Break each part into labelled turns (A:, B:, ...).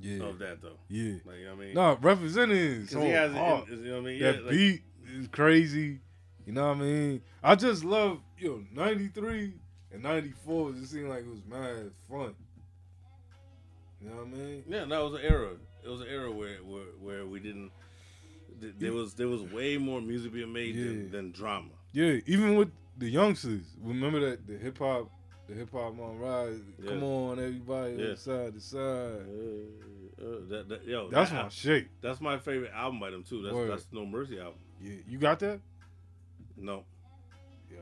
A: Yeah.
B: of that though.
A: Yeah.
B: Like you know what I mean?
A: No, representing.
B: Cause he has,
A: hard.
B: you know what I mean?
A: that
B: yeah, like,
A: beat is crazy. You know what I mean? I just love yo '93 and '94. Just seemed like it was mad fun. You know what I mean?
B: Yeah, no, it was an era. It was an era where where, where we didn't. th- There was there was way more music being made
A: Yeah.
B: than, than drama.
A: Yeah, even with the youngsters. Remember that the hip hop, the hip hop on rise. Come
B: Yeah.
A: on, everybody,
B: Yeah.
A: side to
B: Uh,
A: side.
B: uh, that, that, yo,
A: That's
B: that,
A: my shit.
B: that's my favorite album by them too. That's
A: Word.
B: that's No Mercy album.
A: Yeah, you got that?
B: No,
A: Yo,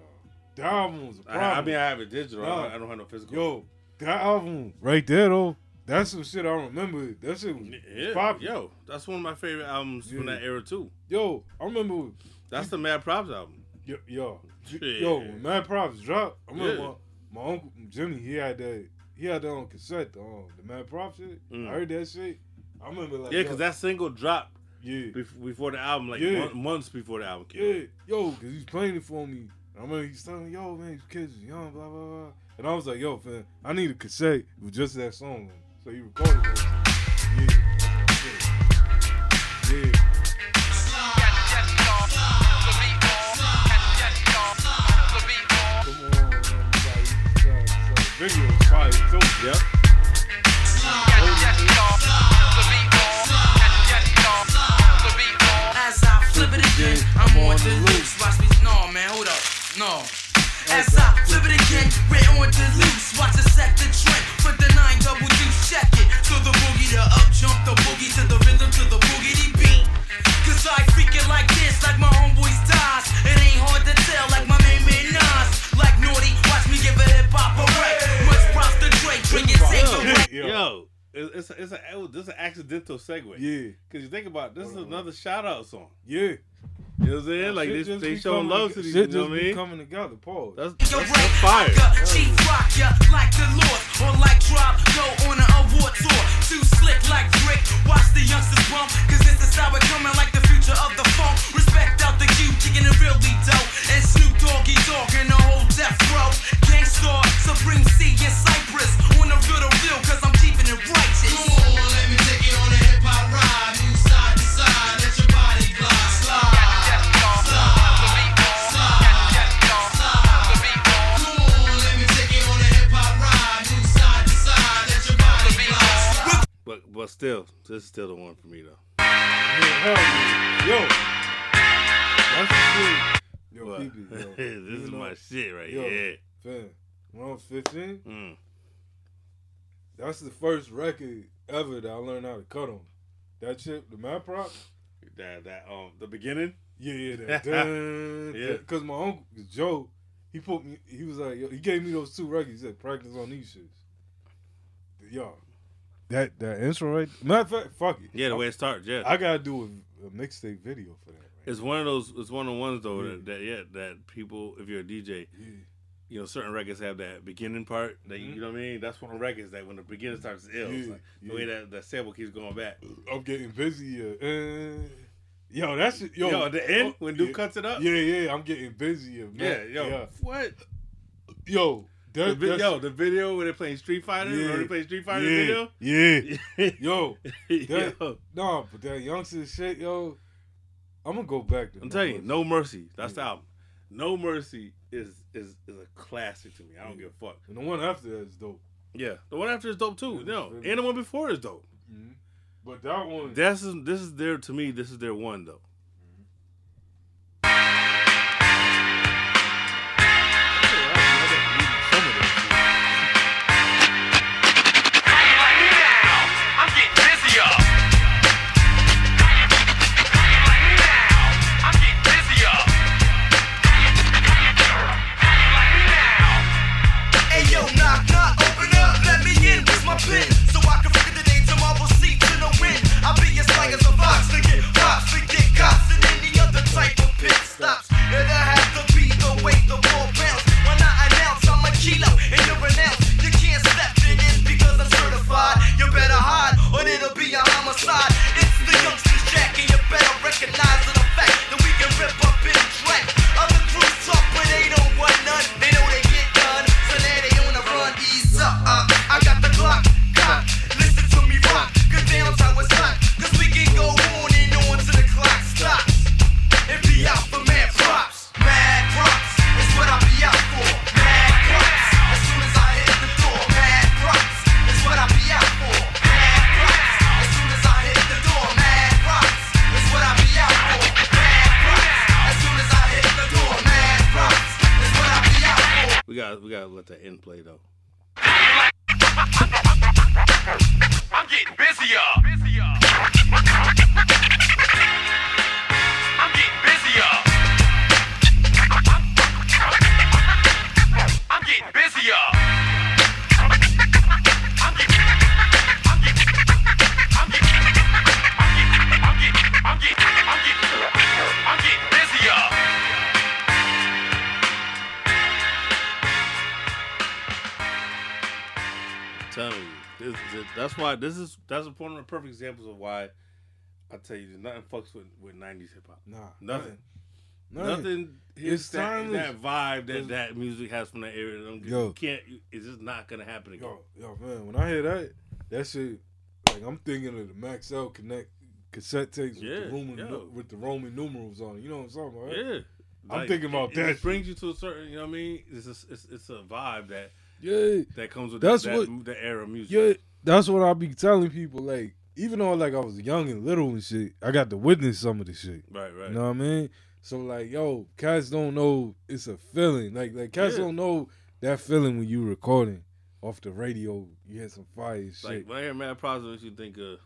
A: that album was a
B: I,
A: problem.
B: I mean I have it digital. I, don't,
A: No.
B: I don't have no physical.
A: yo, that album right there though. That's some shit I remember. That shit was
B: yeah,
A: Pop.
B: yo, that's one of my favorite albums from
A: Yeah.
B: that era too.
A: yo. I remember
B: That's the Mad Props album.
A: Yo, yo,
B: Shit.
A: yo when Mad Props dropped, I remember
B: Yeah.
A: my, my uncle Jimmy. He had that. He had that on cassette. The, um, the Mad Props shit.
B: Mm.
A: I heard that shit. I remember like
B: Yeah,
A: yo,
B: because that single dropped
A: yeah,
B: bef- before the album, like
A: Yeah.
B: mon- months before the album came. out.
A: yeah, yo, because he's playing it for me. I remember he's telling me, yo, man, these kids is young, blah blah blah. And I was like, yo, fam, I need a cassette with just that song. on it. So he recorded it. Yeah, yeah, yeah. Come on, everybody, side to side. Video was fire too.
B: Yep.
C: As I flip it again, I'm on the loose. Watch me, no man, hold up, no. As I flip it again, we're on the loose. Watch us set the trend. Put the nine double deuce, check it. To the boogie, the up jump, the boogie, to the rhythm, to the boogity beat. Cause I freak it like this, like my homeboys dies. It ain't hard to tell, like my main man Nas. Like Naughty, watch me give a hip hop a right. Much props to Drake, bring it, take the
B: Yo,
A: Yeah.
B: yo, it's it's a, it's a it was- this is an accidental segue.
A: Yeah,
B: Cause you think about it, this is
A: Hold on.
B: another shout out song.
A: yeah.
B: You know what I'm saying? Like
A: Shit
B: they,
A: just
B: they
A: be
B: showing
A: coming
B: love
A: to-
B: to these. You
A: Shit
B: know
A: just
B: what I
A: be
B: mean?
A: coming together. Pause.
B: That's,
C: You're
B: that's, that's
C: right,
B: fire.
C: rocker, Chief rock ya like the Lord, or like Drop, go on an award tour. Too slick like Rick, watch the youngsters bump, cause it's the sour coming like the future of the phone. Respect out the cue, kicking it really dope. And Snoop Doggy Dogg and the whole death row. Gangstar, Supreme C, and Cypress. On the real, the real, cause I'm keeping it righteous.
D: Come on, let me take you on a hip hop ride. Move side to side, let your body glide. Slide, come on, let me take you on a hip hop ride. Move side to side, let your body glide.
B: But but still, this is still the one for me though.
A: Yeah, hell yeah. Yo, that's the shit. Yo,
B: But-
A: keep it. Yo.
B: this is
A: Even
B: my shit right
A: yo.
B: here.
A: though- Fam, when I was 15,
B: Mm.
A: that's the first record ever that I learned how to cut on. That shit, the map prop.
B: That that um the beginning.
A: Yeah, yeah, that. dun,
B: Yeah.
A: Because my uncle Joe, he put me. He was like, yo, he gave me those two records. He said, practice on these shits. Yo, that that intro right. Matter of fact, fuck it.
B: Yeah, the way it starts. Yeah,
A: I gotta do a, a mixtape video for that. Right?
B: it's one of those. It's one of the ones though
A: Yeah.
B: that, that yeah that people if you're a DJ,
A: yeah.
B: you know certain records have that beginning part that you-
A: Mhm.
B: you know what I mean. That's one of the records that when the beginning starts, it's ill. It's
A: Yeah,
B: like,
A: yeah.
B: The way that that sample keeps going back.
A: I'm getting busy. Uh, uh, yo, that shit. Yo, oh,
B: Yo, at the end when Duke
A: yeah,
B: cuts it up.
A: Yeah, yeah, I'm getting busy. uh,
B: Yeah,
A: Man.
B: yo, what?
A: yo,
B: The
A: that,
B: vi-
A: that's,
B: yo, the video where they're playing Street Fighter,
A: Yeah.
B: when they play Street Fighter
A: yeah, yeah, yo,
B: video. yo,
A: nah, but that youngster shit, yo, I'm gonna go back. To
B: I'm telling you,
A: Mercy.
B: No Mercy. That's the
A: Yeah.
B: album. No Mercy is is is a classic to me. I don't
A: Yeah.
B: give a fuck.
A: and the one after that is dope.
B: Yeah, the one after is dope too.
A: Yeah,
B: No,
A: it's really-
B: and the one before is dope.
A: But that one,
B: That's this is their to me. This is their one though.
C: Hey yo, knock knock, open up, let me in. Where's my pen? So I can figure the day tomorrow. See to no win. I'll be as like as a fox to get props to get cops.
E: Uh,
B: let that end play though.
F: I'm getting busier. Busier. I'm getting busier. I'm getting busier. I'm getting- I'm getting- I'm getting- I'm getting- I'm getting- I'm getting- I'm getting busier.
B: telling you, this, this- that's why this is that's one of the perfect examples of why I tell you there's nothing fucks with with nineties hip hop.
A: Nah,
B: Nothing.
A: Nothing.
B: Nothing hits
A: It's
B: that,
A: timeless.
B: that vibe that
A: It's-
B: that music has from that era. I'm,
A: Yo.
B: You can't. you- It's just not gonna happen again.
A: Yo, yo, man, when I hear that, that shit, like I'm thinking of the Max L Connect cassette tapes
B: Yeah,
A: with, the Roman,
B: yeah.
A: nu- with the Roman numerals on. it. You know what I'm talking about? right?
B: Yeah.
A: I'm thinking about
B: it,
A: that
B: It just brings you to a certain, you know what I mean? It's a, it's, it's a vibe that
A: Yeah,
B: that comes with
A: That's
B: that,
A: what-
B: that era of music.
A: yeah. That's what I be telling people. Like, even though like I was young and little and shit, I got to witness some of this shit.
B: Right, right.
A: You know what I mean? So like, yo, cats don't know it's a feeling. Like, like cats
B: Yeah.
A: don't know that feeling when you recording off the radio. You had some fire shit.
B: like when I hear Mad Props, it makes you think of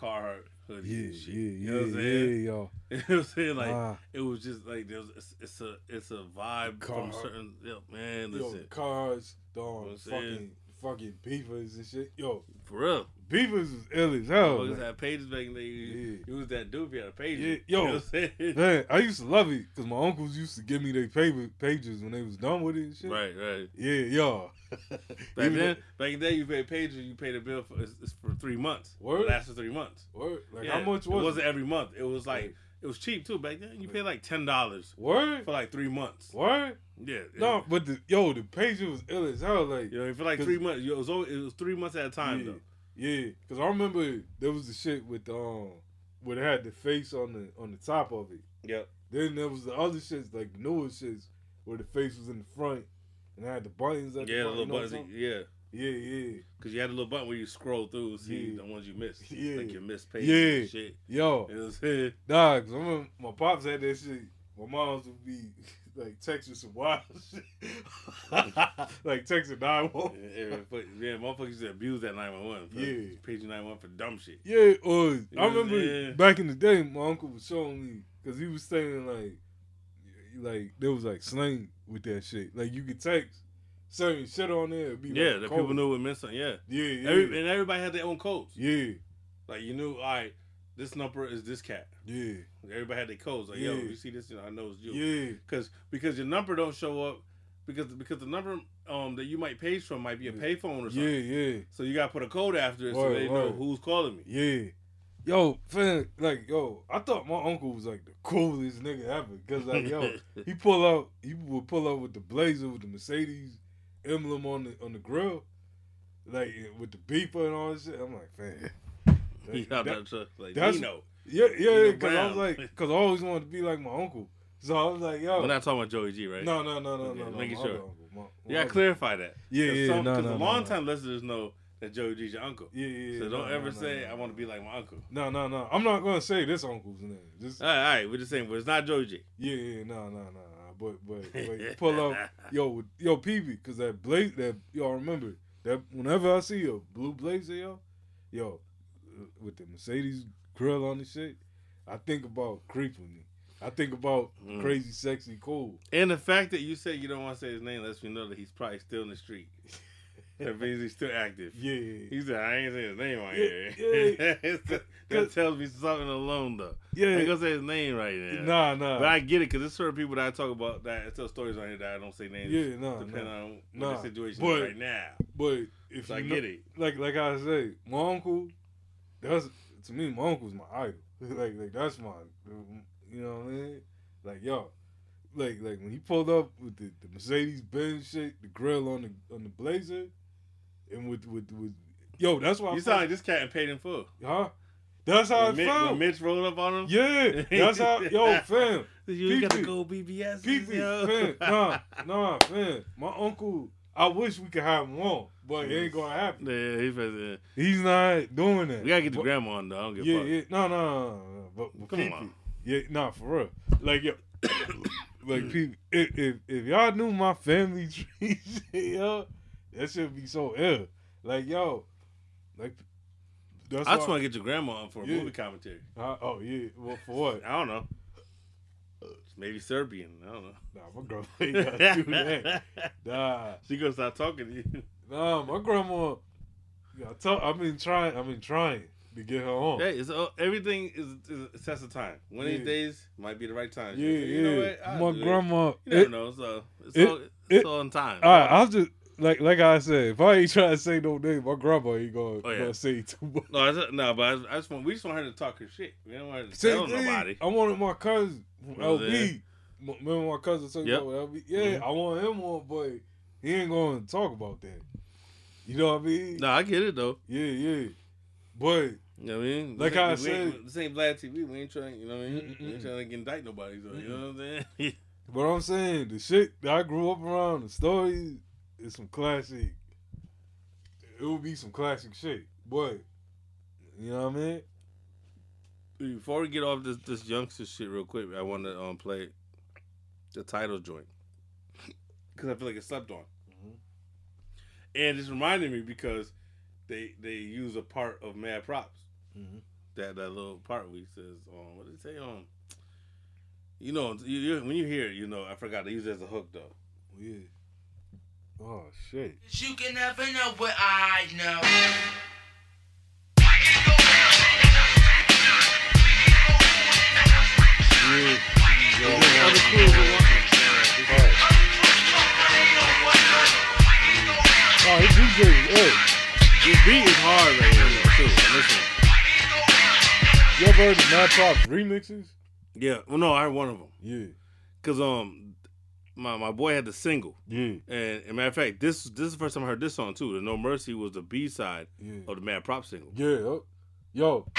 B: Carhartt hoodies
A: yeah,
B: and
A: yeah,
B: shit. you
A: yeah,
B: know what I'm
A: yeah,
B: saying?
A: yo.
B: You know what I'm saying? Like
A: Ah.
B: it was just like there's it's, it's a it's a vibe from
A: Carhartt.
B: certain yo, man.
A: Yo,
B: Listen,
A: cars,
B: What
A: dog,
B: I'm saying?
A: fucking, fucking beavers and shit. Yo,
B: for real,
A: beavers was ill as hell.
B: Motherfuckers
A: Oh, man.
B: had pages back in the day. You,
A: Yeah.
B: you was that doofy out of pages.
A: Yeah,
B: you
A: yo.
B: know what I'm saying?
A: Man, I used to love it because my uncles used to give me their paper pages when they was done with it and shit.
B: Right, right.
A: Yeah, yo.
B: Back
A: Even-
B: then, back in the day, you paid pages. You paid a bill for it's, it's for three months.
A: Word?
B: It lasted three months.
A: Word? Like,
B: Yeah,
A: how much
B: it?
A: was
B: wasn't
A: it?
B: every month. It was like it was cheap too back then. You paid like ten dollars
A: Word?
B: for like three months.
A: Word?
B: Yeah.
A: No, but the, yo, the pages was ill as hell. Like,
B: You know, for like three months. It was always, it was three months at a time
A: Yeah.
B: though.
A: Yeah, because I remember there was the shit with um where it had the face on the on the top of it.
B: Yep.
A: Then there was the other shits like newer shits where the face was in the front and I had the buttons at the
B: Yeah, the
A: front.
B: little
A: you know what I'm
B: buttons.
A: saying?
B: Yeah,
A: Yeah, yeah.
B: because you had a little button where you scroll through, see
A: Yeah.
B: the ones you missed,
A: Yeah.
B: like your missed pages yeah. and shit.
A: Yo,
B: You know what I'm saying?
A: nah, cause I remember my pops had that shit. My moms would be like texting some wild shit, like texting nine one.
B: Yeah, yeah, but- yeah, motherfuckers used to abuse that 911. For,
A: Yeah.
B: Page 91 for dumb shit.
A: Yeah, or I
B: Yeah,
A: remember
B: yeah.
A: back in the day, my uncle was showing me because he was saying like, like there was like slang with that shit. Like you could text certain shit on there. it'd Be
B: Yeah,
A: like
B: that
A: code.
B: people knew it meant something. Yeah.
A: Yeah, yeah,
B: Every, and everybody had their own codes.
A: yeah,
B: Like, you knew, all right, this number is this cat.
A: yeah,
B: Everybody had their codes. Like, yo,
A: Yeah.
B: you see this, you know, I know it's you.
A: yeah.
B: Cause, because your number don't show up because because the number um that you might page from might be a payphone or something.
A: Yeah, yeah,
B: So you gotta put a code after it so
A: Word,
B: they know
A: word.
B: who's calling me.
A: yeah. Yo, fam, like yo, I thought my uncle was like the coolest nigga ever because like yo, he pull out, he would pull up with the blazer with the Mercedes emblem on the on the grill, like eh, with the beeper and all that shit. I'm like, man,
B: He got that truck like
A: that's-
B: Nino.
A: Yeah, yeah,
B: Nino
A: yeah. Because I was
B: Brown.
A: like, because I always wanted to be like my uncle. So I was like, yo,
B: We're not talking about Joey G, right?
A: no, no, no, no,
B: Okay,
A: no, no.
B: making
A: my
B: sure.
A: other uncle, my- my
B: You gotta
A: other-
B: clarify that.
A: Yeah,
B: Cause
A: yeah,
B: some,
A: no,
B: cause
A: no,
B: the
A: no,
B: long
A: no.
B: time listeners know that Joey G's your uncle.
A: Yeah, yeah.
B: so
A: yeah,
B: don't
A: no,
B: ever
A: no,
B: say
A: no,
B: I want to be like my uncle.
A: No, no, no. I'm not gonna say this uncle's name. Just
B: All right, all right, we're just saying, but it's not Joey G.
A: yeah, yeah, no, no, no. no. But but but pull up, yo, with- yo, PB, because that blaze, that y'all remember that whenever I see a blue blazer, yo, yo, uh, with the Mercedes grill on the shit, I think about creeping me. I think about
B: Mm.
A: crazy, sexy, cool.
B: And the fact that you said you don't want to say his name lets me know that he's probably still in the street. that means he's still active.
A: Yeah.
B: He said I ain't saying his name on
A: Yeah,
B: here. that
A: Cause-
B: tells me something alone though. I
A: Yeah.
B: ain't gonna say his name right now.
A: Nah, nah.
B: But I get it because there's certain people that I talk about that I tell stories on here that I don't say names.
A: yeah, nah,
B: depending
A: nah.
B: on what
A: Nah,
B: the situation
A: but-
B: is right now.
A: But if
B: So I
A: you
B: get
A: know-
B: it.
A: like like I say, my uncle, that's to me, my uncle's my idol. like like that's my, you know what I mean? Like yo, like like when he pulled up with the, the Mercedes Benz shit, the grill on the on the Blazer, and with with with yo, that's why I
B: You
A: felt-
B: sound like this cat and paid in full.
A: huh? That's how
B: When,
A: it
B: Mitch, when
A: felt.
B: Mitch rolled up on him,
A: yeah, that's how yo fam.
B: you gotta
A: Pee-pee.
B: go BBS.
A: Pee-pee, fam, nah, nah, fam. My uncle, I wish we could have him on, but it ain't gonna happen.
B: Yeah, he said,
A: He's not doing that.
B: we gotta get the
A: But-
B: grandma on though. I don't give
A: Yeah,
B: a fuck.
A: yeah, no, no, no, no, but, but
B: Come
A: Come
B: on.
A: on. Yeah, nah, for real. Like yo, like
B: Mm.
A: people, if, if if y'all knew my family tree, shit, yo, that should be so ill. Like yo, like that's
B: I just
A: why-
B: want to get your grandma on for a
A: Yeah.
B: movie commentary.
A: I- oh yeah, well for what?
B: I don't know. Maybe Serbian. I don't know.
A: Nah, my grandma ain't gotta do that. Nah,
B: she gonna start talking to you.
A: nah, my grandma. Yeah, I tell, I've been trying. I've been trying to get her on.
B: Hey, it's uh, everything is, is a test of time. One of these
A: Yeah.
B: days might be the right time.
A: yeah,
B: you know
A: yeah.
B: what? I'll
A: my
B: do it.
A: grandma.
B: You never
A: it-
B: know. So it's
A: it-
B: all it's
A: it-
B: all in time.
A: All right, I'll just like like I said, if I ain't trying to say no name, my grandma ain't gonna,
B: Oh, yeah.
A: gonna say too much.
B: no, I just, no, but I just, I just want we just want her to talk her shit. We don't want her to
A: Same
B: tell
A: thing,
B: nobody.
A: I wanted my cousin from
B: Well,
A: LB. M- Remember my cousin took
B: Yep. Mm-hmm.
A: yep. with LB? Yeah, I want him on, but he ain't gonna talk about that. You know what I mean?
B: No, I get it though.
A: Yeah, yeah. But
B: You know what I mean?
A: Like
B: This ain't-
A: I
B: we ain't-
A: said-
B: this ain't Vlad TV. We ain't trying. You know what I mean? We ain't
A: Mm-mm-mm.
B: trying to get indict nobody. So you know what I'm saying?
A: but I'm saying the shit that I grew up around, the stories is some classic. It would be some classic shit, but you know what I mean?
B: Before we get off this this youngster shit real quick, I want to um play the title joint because I feel like it slept on,
A: Mhm.
B: and it's reminding me because they they use a part of Mad Props
A: Mhm.
B: that that little part we says um what did it say um you know you, you, when you hear it you know I forgot they use it as a hook though
A: Yeah. Oh shit.
E: You can never know what I know.
A: Oh, this DJ is ill.
B: this beat is hard right here too listen
A: You ever heard of Mad Props remixes?
B: yeah well no I heard one of them
A: Yeah,
B: because um my my boy had the single
A: yeah,
B: And, and matter of fact, this this is the first time I heard this song too. The No Mercy was the B side
A: yeah,
B: of the Mad Prop single.
A: yeah. oh, Yo,
B: You know what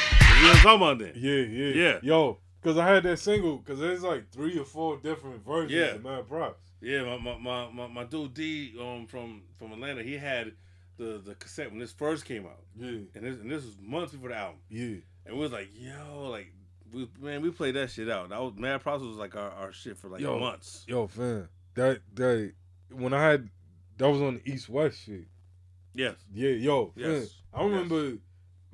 B: I'm talking about then?
A: yeah, yeah,
B: Yeah.
A: Yo, because I had that single because there's like three or four different versions
B: Yeah.
A: of Mad Props.
B: Yeah, my my, my, my, my dude D um from, from Atlanta, he had the, the cassette when this first came out.
A: Yeah,
B: And this and this was months before the album.
A: yeah,
B: And we was like, yo, like we, man, we played that shit out. That was Mad Props was like our, our shit for like
A: Yo.
B: months.
A: yo, fam. That that when I had that was on the East West shit.
B: Yes.
A: Yeah, yo, fam.
B: Yes.
A: I remember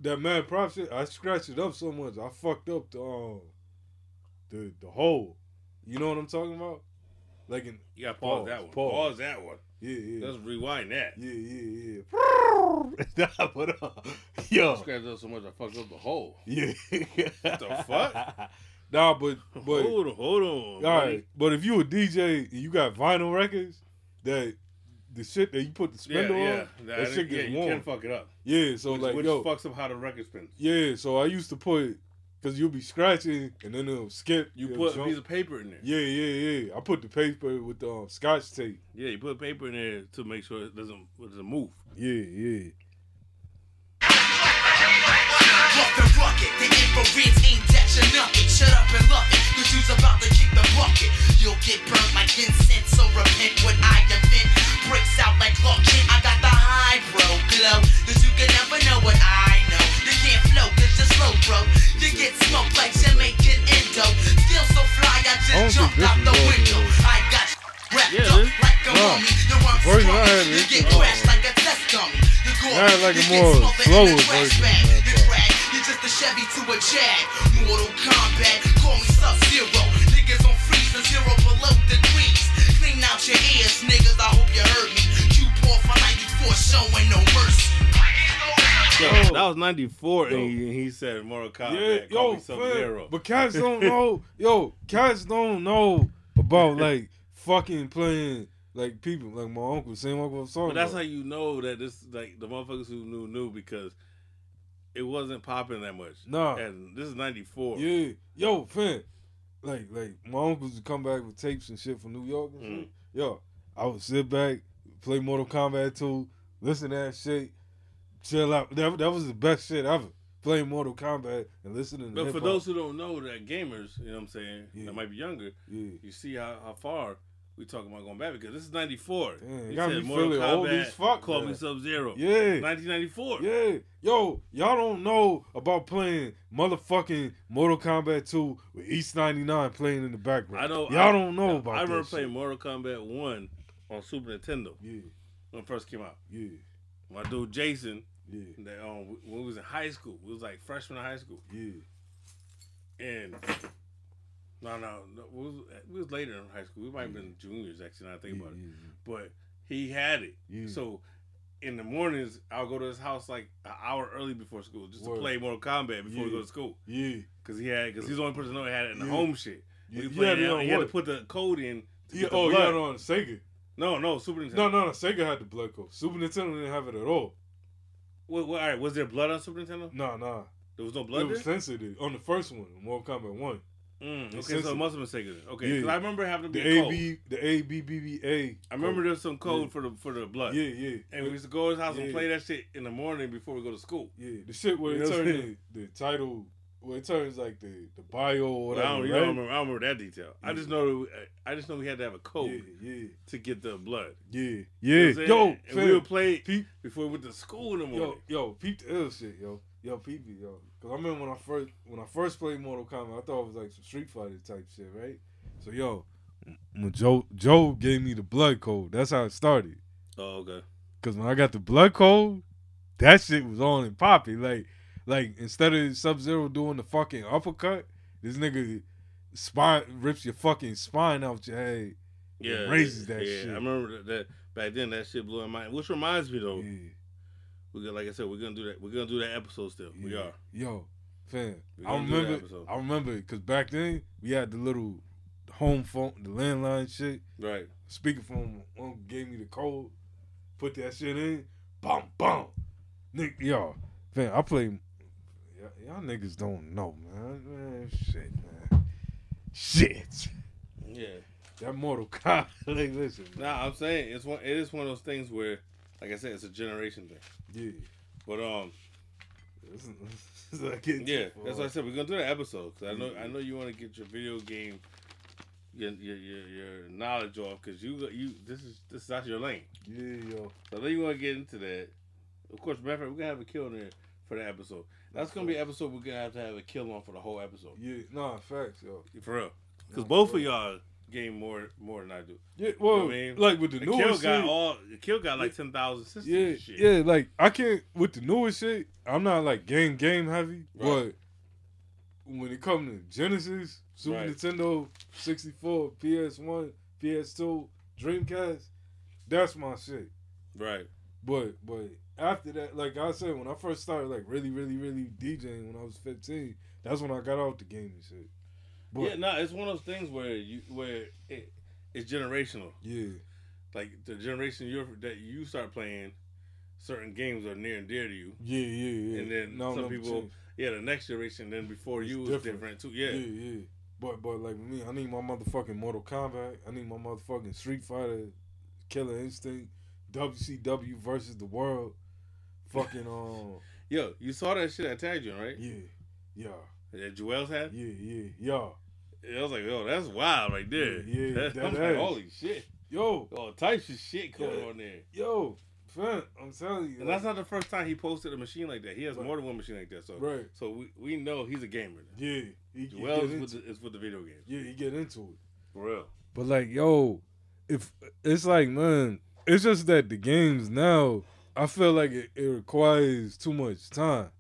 A: that Mad Props shit. I scratched it up so much. I fucked up the um the the hole. You know what I'm talking about? Like in
B: You gotta pause,
A: Pause,
B: that one. Pause.
A: pause.
B: that one.
A: yeah, yeah.
B: Let's rewind that.
A: Yeah, yeah, yeah. nah, but uh, yo,
B: Scratched up so much I fucked up the whole.
A: yeah.
B: the fuck?
A: Nah, but but all
B: hold on, hold on. buddy.
A: right. But if you a DJ and you got vinyl records, that the shit that you put the
B: Yeah,
A: spindle
B: yeah.
A: on,
B: That,
A: that shit
B: yeah,
A: gets
B: you
A: warm.
B: can fuck it up.
A: yeah, so
B: which,
A: like
B: which
A: yo,
B: fucks up how the record spins.
A: yeah, so I used to put because you'll be scratching and then it'll skip.
B: You
A: it'll
B: put a
A: jump.
B: piece of paper in there. Yeah.
A: yeah, yeah, yeah. I put the paper with the um, scotch tape.
B: you put paper in there to make sure it doesn't it doesn't move.
A: Yeah, yeah.
E: Rough and rugged, the infrared's ain't at your nothing. Shut up and love it, cause you's about to kick the bucket. You'll get burned like incense, so repent what I invent. Breaks out like Clark Kent, I got the hydro glow. Cause you can never know what I know. You can't flow cause you're slow, bro. You get smoked like Jamaican Indo. Still so fly,
A: I
E: I
A: don't
E: just jumped
A: think
E: out the
A: this is
E: window. I got wrapped
B: Yeah,
E: up
B: this-
E: like a
A: no.
E: mummy. The one
A: Version I
E: scrummy,
A: had
E: you
A: is-
E: get
A: oh.
E: crashed like a test dummy. You go
A: I had like a more slower version of that
E: you
A: part.
E: brag, you just a Chevy to a Jag. Mortal Kombat, call me Sub Zero. Niggas on freeze to zero below degrees. Clean out your ears, niggas, I hope you heard me. You poor for 94, showing no mercy.
A: Yo.
B: that was ninety four,
A: Yo.
B: and he, he said Mortal
A: Yeah,
B: Kombat.
A: yo,
B: Sub
A: fam,
B: Zero.
A: but cats don't know. yo, cats don't know about like fucking playing like people like my uncle, same uncle I'm talking
B: But that's how
A: about.
B: you know that this like the motherfuckers who knew knew because it wasn't popping that much.
A: Nah.
B: and this is ninety four.
A: yeah, yo, fam, like like my uncles would come back with tapes and shit from New York and
B: Mm.
A: shit. Yo, I would sit back, play Mortal Kombat 2, listen to that shit, chill out. That that was the best shit ever. Playing Mortal Kombat and listening. to
B: But for
A: hip-hop.
B: those who don't know, that gamers, you know what I'm saying,
A: Yeah.
B: that might be younger,
A: yeah,
B: you see how, how far we talking about going back because this is '94.
A: Damn,
B: He
A: got
B: said
A: me
B: Mortal
A: feeling old
B: Kombat,
A: as fuck,
B: Call me
A: man.
B: Sub Zero.
A: Yeah.
B: 1994.
A: Yeah. Yo, y'all don't know about playing motherfucking Mortal Kombat 2 with East 99 playing in the background.
B: I know.
A: Y'all don't know about
B: I remember
A: that
B: playing Mortal Kombat One on Super Nintendo
A: shit.
B: when it first came out.
A: Yeah,
B: My dude Jason,
A: yeah, yeah,
B: that um, when we was in high school, we was like freshman in high school,
A: yeah.
B: and no, no, no we, was, we was later in high school. We might have been juniors actually. Now that I think
A: yeah,
B: about it,
A: yeah,
B: but he had it.
A: yeah.
B: So in the mornings, I'll go to his house like an hour early before school just
A: Word.
B: to play Mortal Kombat before
A: Yeah.
B: we go to school.
A: yeah,
B: Cause he had, cause he's the only person that had it in the
A: Yeah.
B: home shit.
A: yeah.
B: We
A: You
B: played
A: had
B: it.
A: it
B: out-
A: on
B: He had to
A: what?
B: put the code in. To
A: Yeah,
B: get the
A: oh, you
B: blood.
A: had it on Sega.
B: No, no, Super Nintendo.
A: No, no, no. Sega had the blood coat. Super Nintendo didn't have it at all.
B: Wait, wait, all right, was there blood on Super Nintendo?
A: Nah, nah.
B: There was no blood
A: it was
B: there.
A: sensitive on the first one, Mortal Kombat One.
B: Mm,
A: it's
B: okay, so it
A: sensitive.
B: must have been Sega. then. Okay,
A: Yeah.
B: because I remember having to
A: The
B: be a code.
A: AB, the ABBBA.
B: I remember there was some code
A: Yeah.
B: for the for the
A: Code.
B: blood.
A: Yeah, yeah,
B: And we used to go to his house and
A: Yeah.
B: play that shit in the morning before we go to school.
A: yeah. The shit where it
B: You know what I'm
A: turned the, the title, where it turns like the the bio or
B: But
A: whatever.
B: I don't, you
A: right?
B: don't remember, I don't remember that detail. I
A: Yeah.
B: just know that we, I just know we had to have a code
A: Yeah, yeah,
B: to get the blood.
A: yeah,
B: You
A: yeah.
B: know what
A: yo,
B: I'm saying? and
A: fam,
B: we would play it
A: peep,
B: before we went to school in the
A: yo,
B: morning.
A: yo, peep the ill shit, yo, yo, peep it, yo. Cause I remember when I first when I first played Mortal Kombat, I thought it was like some Street Fighter type shit, right? So yo, when Joe Joe gave me the blood code, that's how it started.
B: Oh, okay.
A: Cause when I got the blood code, that shit was on and popping. Like, like instead of Sub Zero doing the fucking uppercut, this nigga spine rips your fucking spine out your head.
B: Yeah,
A: raises that
B: yeah,
A: shit.
B: I remember that, that back then. That shit blew my mind. Which reminds me though,
A: Yeah.
B: we got like I said, we're gonna do that. We're gonna do that episode still. We
A: Yeah.
B: are.
A: Yo, fam,
B: We
A: I
B: gonna do that
A: remember.
B: episode.
A: I remember because back then we had the little home phone, the landline shit.
B: Right.
A: Speakerphone, my uncle gave me the code, put that shit in, boom, boom. Nick, y'all, fam, I play. Y'all, y'all niggas don't know, man. man. Shit, man. Shit.
B: Yeah.
A: That Mortal Kombat. like, listen, man.
B: Nah, I'm saying it's one. It is one of those things where, like I said, it's a generation thing.
A: Yeah.
B: But um,
A: Listen, listen, I get
B: yeah,
A: too
B: that's
A: far.
B: what I said. We're gonna do that episode 'cause I know
A: Yeah.
B: I know you want to get your video game, your your your, your knowledge off because you you this is this is not your lane.
A: Yeah, yo.
B: So I know you want to get into that. Of course, matter of fact, we're gonna have a kill in there for the episode. That's gonna be an episode we're gonna have to have a kill on for the whole episode.
A: Yeah, nah, facts, yo.
B: For real, because
A: Nah,
B: both
A: for
B: of
A: real.
B: y'all game more more than I do.
A: Yeah, well,
B: I mean,
A: like with the,
B: The
A: new
B: kill
A: newest
B: got
A: shit,
B: all. The kill got like ten thousand systems.
A: Yeah,
B: and shit.
A: yeah, like I can't with the newest shit. I'm not like game game heavy,
B: Right.
A: but when it comes to Genesis, Super
B: Right.
A: Nintendo, 64, PS1, PS2, Dreamcast, that's my shit.
B: Right.
A: But but after that, like I said, when I first started like really really really DJing when I was 15, that's when I got off the game and shit. But
B: yeah, no, it's one of those things where you where it, it's generational.
A: yeah,
B: Like the generation you that you start playing, certain games are near and dear to you.
A: yeah, yeah, yeah.
B: And then
A: Now
B: some
A: I'm
B: people-
A: changed.
B: Yeah, the next generation then before you
A: It's
B: was different,
A: different.
B: too. Yeah.
A: yeah, yeah. But but like me, I need my motherfucking Mortal Kombat. I need my motherfucking Street Fighter, Killer Instinct, WCW versus the world. Fucking um,
B: Yo, you saw that shit I tagged you, in, right?
A: yeah, yeah,
B: That Joel's had.
A: yeah, yeah, yeah.
B: I was like, yo, that's wild right there.
A: Yeah, yeah,
B: That- I was
A: that
B: like,
A: is.
B: holy shit,
A: Yo,
B: all types of shit going
A: Yeah.
B: on there.
A: yo, fam, I'm telling you,
B: And that's not the first time he posted a machine like that. He has
A: Right.
B: more than one machine like that. So,
A: right.
B: so we, we know he's a gamer. Now.
A: Yeah, he, he
B: Joel
A: get
B: is with
A: into,
B: the, is with the video games
A: yeah, he get into it.
B: for real.
A: But like, yo, if it's like, man, it's just that the games now, I feel like it, it requires too much time.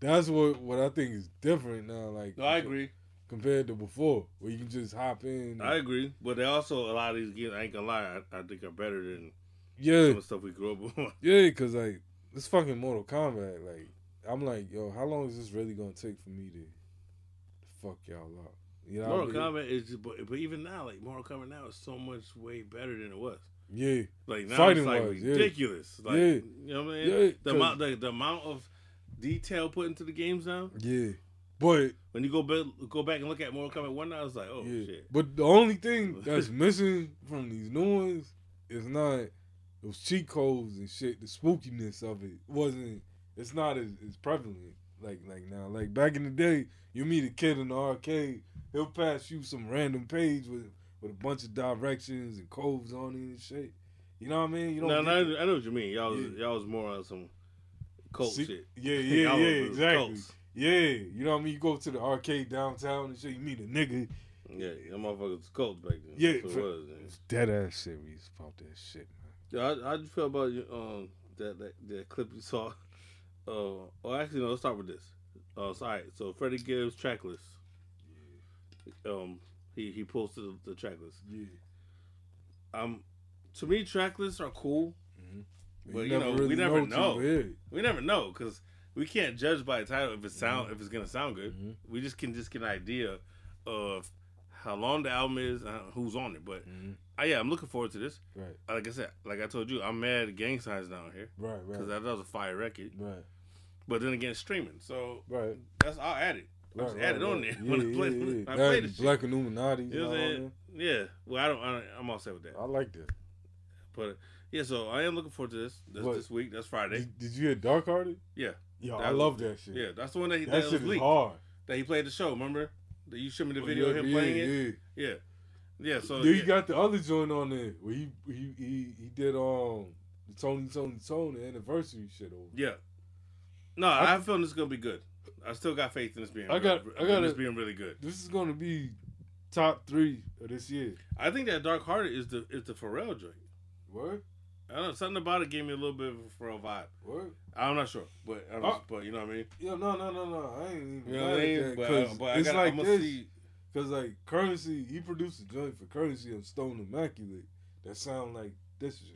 A: That's what what I think is different now. Like,
B: No, I agree.
A: compared to before, where you can just hop in.
B: I agree, but they also a lot of these games. I ain't gonna lie, I, I think are better than
A: yeah,
B: some of the stuff we grew up on.
A: yeah, cause like this fucking Mortal Kombat. Like, I'm like, yo, how long is this really gonna take for me to fuck y'all up? You know, what I
B: Mortal
A: mean?
B: Kombat is, just, but, but even now, like Mortal Kombat now is so much way better than it was.
A: yeah,
B: Like now it's like
A: Fighting-wise, yeah.
B: ridiculous. Like
A: Yeah.
B: you know what I mean?
A: Yeah,
B: the
A: 'cause-
B: amount, the, the amount of detail put into the games now.
A: yeah, but
B: When you go back, go back and look at Mortal Kombat one, now it's like, oh
A: yeah.
B: shit,
A: But the only thing that's missing from these new ones is not those cheat codes and shit. The spookiness of it wasn't. It's not as, as prevalent like like now. Like back in the day, you meet a kid in the arcade, he'll pass you some random page with with a bunch of directions and coves on it and shit. You know what I mean? You don't
B: No,
A: get
B: no, I know- I know what you mean. Y'all was
A: Yeah.
B: y'all was more on some cult
A: See-
B: shit.
A: Yeah, yeah,
B: Y'all
A: yeah,
B: was
A: exactly.
B: cults.
A: Yeah, you know what I mean? You go to the arcade downtown and shit, you meet a nigga.
B: Yeah, them motherfuckers was cults back then.
A: Yeah,
B: That's what it
A: for-
B: was. man.
A: It's dead ass shit. We used to pump that shit, man.
B: Yeah, I, I just feel about your, um that, that that clip you saw. Uh, well, actually, no. Let's start with this. Uh, so, all right. So Freddie Gibbs track list. Um, he he posted the, the track list.
A: Yeah.
B: Um, to me, track lists are cool. But, you know, we
A: really
B: never
A: till-
B: know.
A: Yeah.
B: We never know because we can't judge by the title if it sound if it's gonna sound good. We just can just get an idea of how long the album is and who's on it. But
A: Mhm.
B: uh, yeah, I'm looking forward to this.
A: Right,
B: Like I said, like I told you, I'm mad at Gang Signs down here
A: right,
B: because
A: right,
B: that was a fire record.
A: right,
B: But then again, it's streaming. So
A: right.
B: that's I'll add it. I
A: Right,
B: just
A: right,
B: add it on
A: right.
B: there when I play. I
A: That
B: play
A: and
B: the shit.
A: Black Illuminati.
B: You know what I'm saying? Yeah. Well, I don't. I don't I'm all set with that.
A: I like that.
B: But yeah, so I am looking forward to this. This,
A: What?
B: this week. That's Friday.
A: Did, did you hear Dark Hearted?
B: Yeah.
A: Yo,
B: That
A: I
B: was-
A: love that shit.
B: Yeah, that's the one that he
A: that,
B: that, was
A: shit is
B: leaked
A: hard.
B: that he played the show. Remember that you showed me the
A: Oh,
B: video of
A: yeah,
B: him
A: yeah,
B: playing it.
A: Yeah.
B: Yeah. Yeah. So
A: then
B: yeah.
A: you got the other joint on there where he he he, he did um the Tony Tony Tony anniversary shit over.
B: yeah. No, I, feel this is gonna be good. I still got faith in this being.
A: I
B: real-
A: got- I got
B: in this
A: it.
B: being really good.
A: This is gonna be top three of this year.
B: I think that Dark Hearted is the is the Pharrell joint.
A: What?
B: I don't know something about it gave me a little bit of a Pharrell vibe.
A: What?
B: I'm not sure, but I'm
A: Oh.
B: but you know what I mean.
A: Yo, no, no, no, no. I ain't even.
B: You know what I mean? But, I, but I
A: it's
B: gotta,
A: like
B: I'm gonna
A: this.
B: see.
A: Cause like currency, he produced a joint for currency on Stone Immaculate that sound like this shit.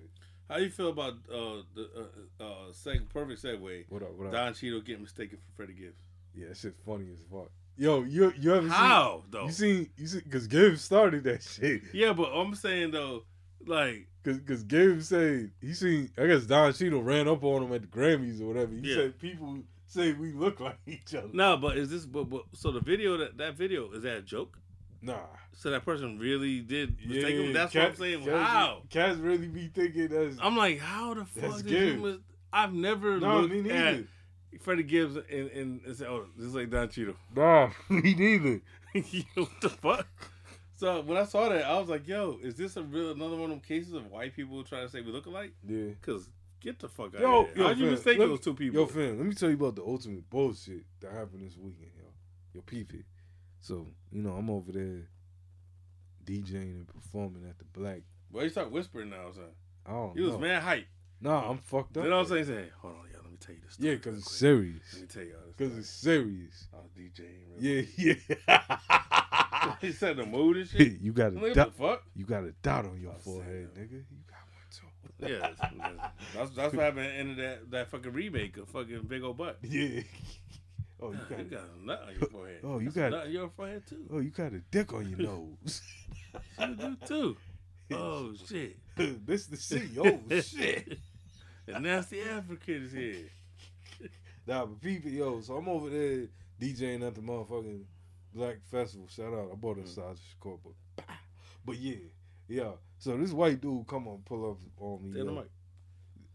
B: How you feel about uh, the uh, uh, seg- perfect segue?
A: What up? What up?
B: Don Cheadle getting mistaken for Freddie Gibbs.
A: yeah, that shit funny as fuck. Yo, you you ever
B: How
A: seen?
B: though?
A: You seen? You seen? Cause Gibbs started that shit.
B: yeah, but I'm saying though, like
A: Cause, cause Gabe said he seen. I guess Don Cheadle ran up on him at the Grammys or whatever. He
B: Yeah.
A: said people say we look like each other.
B: no, but is this? But, but so the video that that video is that a joke?
A: Nah,
B: So that person really did mistake him. That's what I'm
A: Cat-
B: saying.
A: Cats-
B: How?
A: Cats really be thinking that's
B: I'm like, how the fuck
A: That's
B: did you?
A: Gibbs.
B: Mis- I've never
A: nah,
B: looked
A: me
B: at
A: neither.
B: Freddie Gibbs and and, and say, oh, this is like Don Cheadle.
A: Nah, me neither.
B: what the fuck? So when I saw that, I was like, "Yo, is this a real another one of them cases of white people trying to say we look alike?"
A: Yeah.
B: Cause get the fuck out
A: Yo,
B: of here.
A: yo,
B: How'd you
A: fam,
B: mistake
A: let-
B: those two people?
A: Yo, fam, let me tell you about the ultimate bullshit that happened this weekend, yo. Yo, peep it. So you know I'm over there DJing and performing at the Black.
B: Well, you start whispering now. I'm saying
A: I don't
B: you was
A: know.
B: mad hype.
A: Nah, I'm fucked up.
B: Then all of a sudden you say, "Hold on, yo, let me tell you this." Story
A: yeah, cause
B: real
A: it's
B: quick.
A: serious.
B: let me tell y'all this.
A: Cause
B: story.
A: it's serious.
B: I was DJing. Real
A: Yeah, yeah.
B: quick. he set the mood and shit.
A: you got
B: I'm
A: a
B: like, what
A: dot.
B: the fuck?
A: You got a dot on your
B: I'll say
A: forehead,
B: that.
A: nigga. You got one too.
B: Yeah, that's, that's, that's what happened in that that fucking remake of fucking Big Old Butt.
A: Yeah. oh, you got.
B: You
A: a
B: got a nut on your forehead.
A: Oh, you
B: That's
A: got-
B: a nut on your forehead too.
A: Oh, you got a dick on your nose.
B: You do too. Oh shit.
A: this the CEO. Oh shit.
B: The nasty African is here.
A: Nah, but peep it, yo. So I'm over there DJing at the motherfucking Black Festival. Shout out. I bought a size Shakur, but bah. but yeah, yeah. So this white dude come on pull up on me.
B: Tell
A: yo.
B: them, like,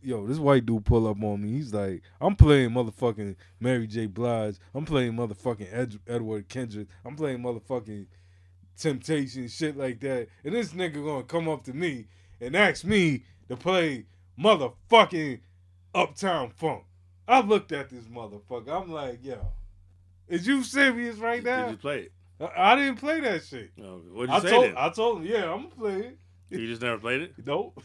A: yo, this white dude pull up on me. He's like, I'm playing motherfucking Mary J. Blige. I'm playing motherfucking Ed- Edward Kendrick. I'm playing motherfucking Temptation, shit like that. And this nigga gonna come up to me and ask me to play motherfucking Uptown Funk. I looked at this motherfucker. I'm like, yo, is you serious right
B: did,
A: now?
B: did you play it?
A: I-, I didn't play that shit.
B: No. What'd you
A: I
B: say
A: told,
B: then?
A: I told him, yeah, I'm gonna play it.
B: you just never played it?
A: Nope.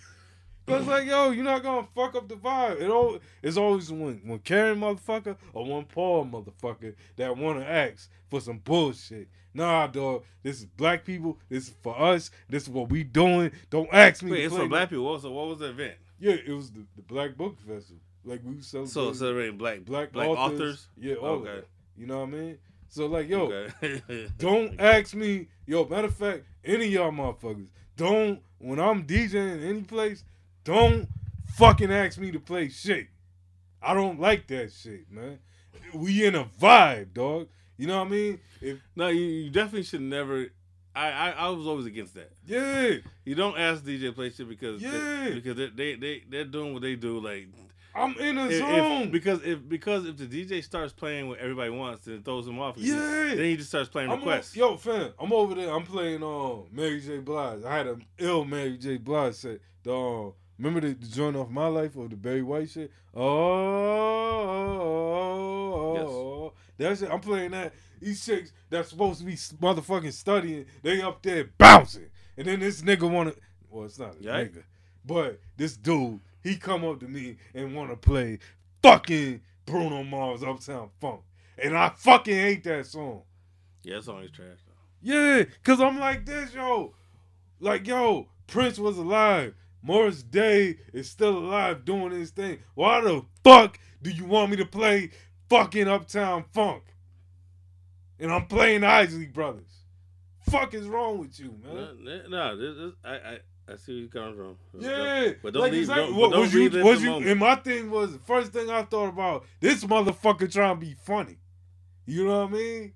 A: Cause like yo, you're not gonna fuck up the vibe. It all it's always one one Karen motherfucker or one Paul motherfucker that wanna ask for some bullshit. Nah, dog. This is black people. This is for us. This is what we doing. Don't ask me.
B: Wait,
A: to
B: it's
A: play
B: for black people. Also, what was the event?
A: Yeah, it was the, the Black Book Festival. Like we was celebrating
B: So celebrating black
A: black
B: black authors.
A: Yeah, all of
B: Okay.
A: that. You know what I mean? So like yo,
B: Okay.
A: don't ask me, yo, matter of fact, any of y'all motherfuckers, don't, when I'm DJing any place, don't fucking ask me to play shit. I don't like that shit, man. We in a vibe, dog. You know what I mean? If,
B: No, you, you definitely should never. I, I I was always against that.
A: yeah,
B: You don't ask DJ to play shit because they-
A: Yeah.
B: because they, they they they're doing what they do. Like
A: I'm in a
B: If- if-
A: zone.
B: because if because if the DJ starts playing what everybody wants, then it throws him off. again.
A: Yeah.
B: Then he just starts playing
A: I'm
B: requests.
A: o- yo, fam, I'm over there. I'm playing um Mary J. Blige. I had an ill Mary J. Blige set. The um, remember the, the joint off my life or the Barry White shit. Oh, oh, that's it. I'm playing that. These chicks that's supposed to be s- motherfucking studying, they up there bouncing, and then this nigga wanna. Well, it's not a
B: Yeah.
A: nigga, but this dude he come up to me and wanna play fucking Bruno Mars Uptown Funk, and I fucking hate that song.
B: yeah, that song is trash. Though.
A: Yeah, cause I'm like this, yo. Like, yo, Prince was alive. Morris Day is still alive doing his thing. Why the fuck do you want me to play fucking Uptown Funk? And I'm playing Isley Brothers. Fuck is wrong with you, man?
B: No, no, this, this, I, I I see where you coming from.
A: Yeah,
B: but don't
A: like
B: leave.
A: exactly.
B: Don't,
A: what
B: but don't
A: was
B: leave
A: you?
B: it
A: Was
B: the
A: you?
B: moment.
A: And my thing was the first thing I thought about this motherfucker trying to be funny. You know what I mean?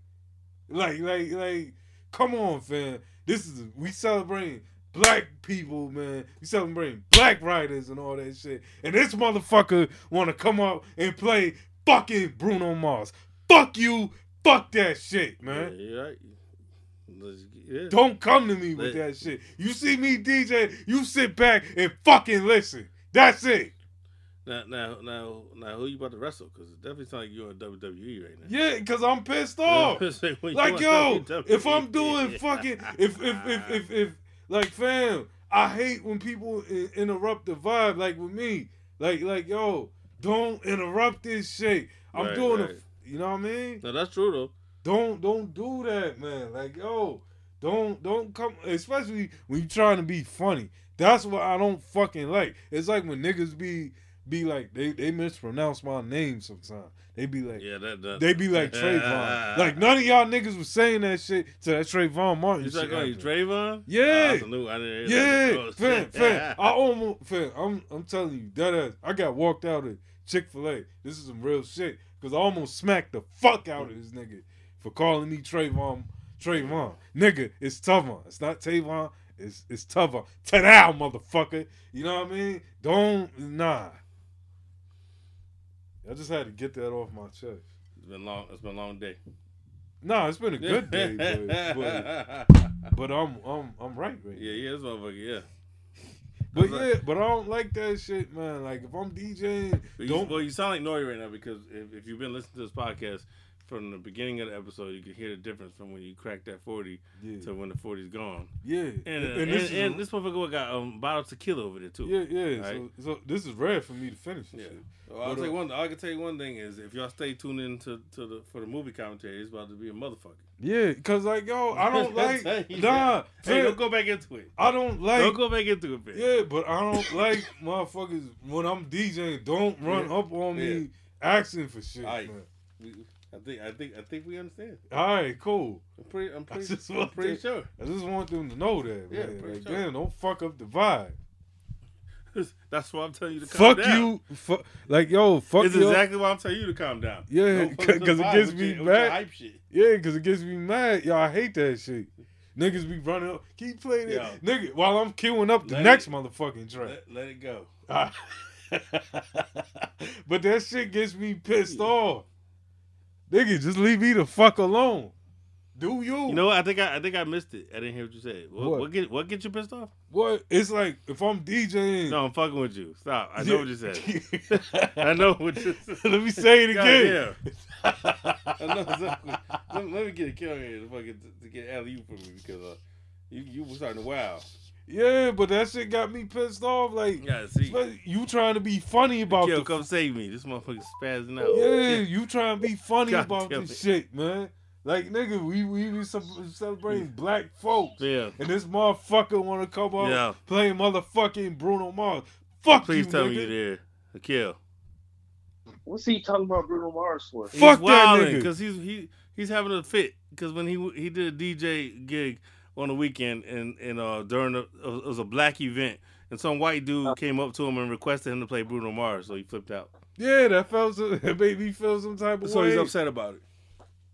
A: Like, like, like. Come on, fam. This is we celebrating black people, man. We celebrating black writers and all that shit. And this motherfucker want to come up and play fucking Bruno Mars. Fuck you. Fuck that shit, man.
B: Yeah, you're right. Let's- yeah.
A: Don't come to me with
B: Lit.
A: that shit. You see me DJ, you sit back and fucking listen. That's it.
B: Now, now, now, now, who you about to wrestle? Because it definitely sounds like you're in WWE right now.
A: Yeah, cause I'm pissed off.
B: Say when you
A: like
B: want
A: yo,
B: WWE.
A: if I'm doing fucking, if if if if, if like fam, I hate when people I- interrupt the vibe. Like with me, like like yo, don't interrupt this shit. I'm
B: Right,
A: doing
B: right.
A: it. You know what I mean?
B: no, that's true though.
A: Don't don't do that, man. Like yo, don't don't come. Especially when you trying to be funny. That's what I don't fucking like. It's like when niggas be be like they they mispronounce my name sometimes. They be like
B: Yeah, that, that
A: they be like Trayvon. like none of y'all niggas was saying that shit to that Trayvon Martin.
B: You talking
A: shit
B: about oh, you,
A: happened.
B: Trayvon?
A: Yeah.
B: Ah, I knew I didn't hear that.
A: Yeah,
B: Oh,
A: fam,
B: shit.
A: fam. I almost, fam. I'm, I'm telling you, dead ass. I got walked out of Chick Fil A. This is some real shit because I almost smacked the fuck out of this nigga for calling me Trayvon. Trayvon, nigga, it's Tavon. It's not Tavon. It's it's Tavon. Ta-da, motherfucker. You know what I mean? Don't nah. I just had to get that off my chest.
B: It's been long. It's been a long day.
A: Nah, it's been a good day, but, but, but I'm I'm I'm right right.
B: yeah, yeah, this motherfucker. Yeah.
A: But
B: I'm like-
A: yeah, but I don't like that shit, man. Like if I'm DJing,
B: But you,
A: don't
B: well, you sound like Nori right now because if, if you've been listening to this podcast from the beginning of the episode, you can hear the difference from when you crack that 40
A: yeah,
B: to when the 40's gone.
A: yeah.
B: And, uh, and,
A: And this
B: this,
A: is-
B: and, this motherfucker got a um, bottle of tequila over there, too.
A: yeah, yeah.
B: Right.
A: So, so this is rare for me to finish. This
B: Yeah.
A: shit.
B: Well, I'll
A: But,
B: tell you
A: uh,
B: one, I can tell you one thing is if y'all stay tuned in to, to the, for the movie commentary, it's about to be a motherfucker.
A: yeah. Cause like yo, I don't like
B: Hey,
A: nah.
B: Hey,
A: fam,
B: don't go back into it.
A: I don't like
B: don't go back into it, man.
A: yeah, but I don't like motherfuckers when I'm DJing. Don't run
B: Yeah.
A: up on me
B: Yeah.
A: asking for shit.
B: Aight.
A: man.
B: We- I think I think I think we understand.
A: All right, cool.
B: I'm pretty I'm pretty,
A: just
B: I'm
A: want
B: pretty
A: to-
B: sure.
A: I just want them to know that,
B: Yeah,
A: man.
B: pretty
A: Like,
B: sure.
A: damn, don't fuck up the vibe.
B: That's why I'm telling you to calm
A: Fuck
B: down.
A: you, fu- like yo, fuck
B: It's
A: you.
B: exactly why I'm telling you to calm down.
A: Yeah,
B: Don't fuck with
A: 'cause it
B: the
A: gets
B: vibe with
A: me
B: your- with your
A: mad.
B: Hype shit.
A: Yeah, because it gets me mad. Y'all, I hate that shit. Niggas be running up. Keep playing it.
B: Yo.
A: Nigga, while I'm queuing up the
B: Let
A: next
B: it-
A: motherfucking track.
B: Let, let it go.
A: Ah. but that shit gets me pissed off. Nigga, just leave me the fuck alone. Do you?
B: You know what? I think I, I think I missed it. I didn't hear what you said. What,
A: What?
B: what? get what get you pissed off?
A: what? It's like if I'm DJing.
B: No, I'm fucking with you. Stop. I know what you said. I know what you said.
A: Let me say it again.
B: Goddamn. I know exactly. Let, let me get a kill here to fucking to, to get alley for me because uh, you you were starting to wow.
A: Yeah, but that shit got me pissed off. Like,
B: Yeah, see,
A: especially- you trying to be funny about
B: kill,
A: the
B: come save me. This motherfucker's spazzing out.
A: Yeah, you trying to be funny
B: God
A: about
B: damn
A: this
B: it.
A: shit, man. Like nigga, we we be ce- celebrating black folks,
B: yeah.
A: and this motherfucker want to come out
B: Yeah.
A: playing motherfucking Bruno Mars. Fuck
B: Please
A: you,
B: tell
A: nigga.
B: me you there, kill.
G: What's he talking about Bruno Mars for?
A: Fuck that
B: he's wilding
A: nigga.
B: because he's he he's having a fit because when he he did a DJ gig on the weekend and and uh during a, it was a black event and some white
A: Uh.
B: dude came up to him and requested him to play Bruno Mars so he flipped out
A: Yeah, that felt so, that made me feel some type of way.
B: about it.
G: Well,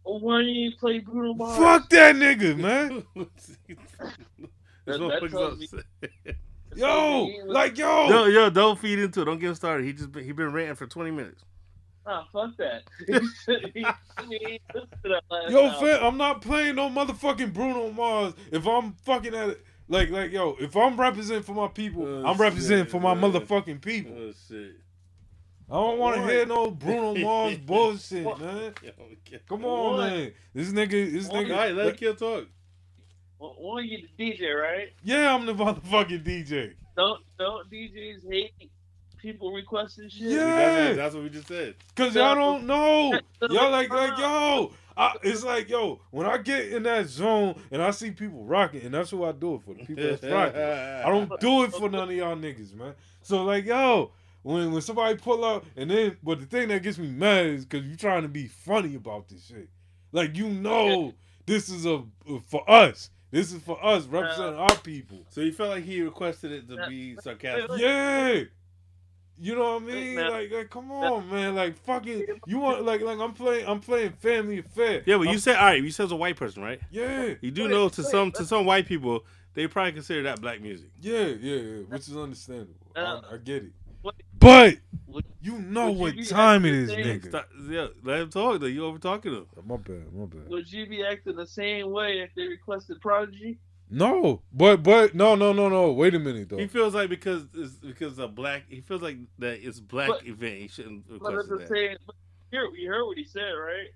G: Oh, why didn't you play Bruno Mars?
A: Fuck that nigga, man.
G: That- that tells me-
A: Yo, like yo,
B: No, yo, don't feed into it. Don't get him started. He just been, he been ranting for twenty minutes.
G: Nah, Oh, fuck that. he shouldn't he shouldn't even listen to that last
A: Yo,
G: album.
A: fam, I'm not playing no motherfucking Bruno Mars if I'm fucking at it. Like, like, yo, if I'm representing for my people,
B: Oh,
A: I'm representing
B: shit,
A: for my
B: man.
A: motherfucking people.
B: Oh shit!
A: I don't want to
B: What?
A: hear no Bruno Mars bullshit, man. Come on,
G: What?
A: man. This nigga, this
G: What?
A: nigga.
B: All right, let the kid talk.
G: Well, One, you the DJ, right?
A: yeah, I'm the motherfucking DJ.
G: Don't don't DJs hate people requesting shit?
A: Yeah.
B: That's, that's what we just said.
A: Cause y'all don't know. Y'all like, like, yo. I, it's like, yo, when I get in that zone and I see people rocking, and that's what I do it for the people that's rocking. I don't do it for none of y'all niggas, man. So like, yo, when when somebody pull up and then, but the thing that gets me mad is because you trying to be funny about this shit. Like you know, this is a for us. This is for us representing our people.
B: So you felt like he requested it to be sarcastic.
A: Yeah. You know what I mean?
G: Man.
A: Like, like, come on, man. Like, fucking, you want like, like, I'm playing, I'm playing Family Affair.
B: Yeah, but
A: I'm-
B: you said all right. You said it's a white person, right?
A: yeah,
B: You do
G: Wait,
B: know to
G: wait,
B: some
G: let's-
B: to some white people, they probably consider that black music.
A: yeah, yeah, yeah, which is understandable.
G: Uh,
A: I, I get it.
G: what-
A: But
G: What-
A: you know
G: would you
A: what
G: be
A: time it
G: happy
A: is,
G: to say-
A: nigga.
B: Stop, yeah, let him talk. Though you over talking him.
A: My bad, my bad.
G: Would you be acting the same way if they requested Prodigy?
A: No, but but no no no no. Wait a minute though.
B: He feels like because it's because a black. He feels like that it's black
G: But-
B: event. He shouldn't
G: But
B: request
G: at the
B: that.
G: same, here you heard what he said, right?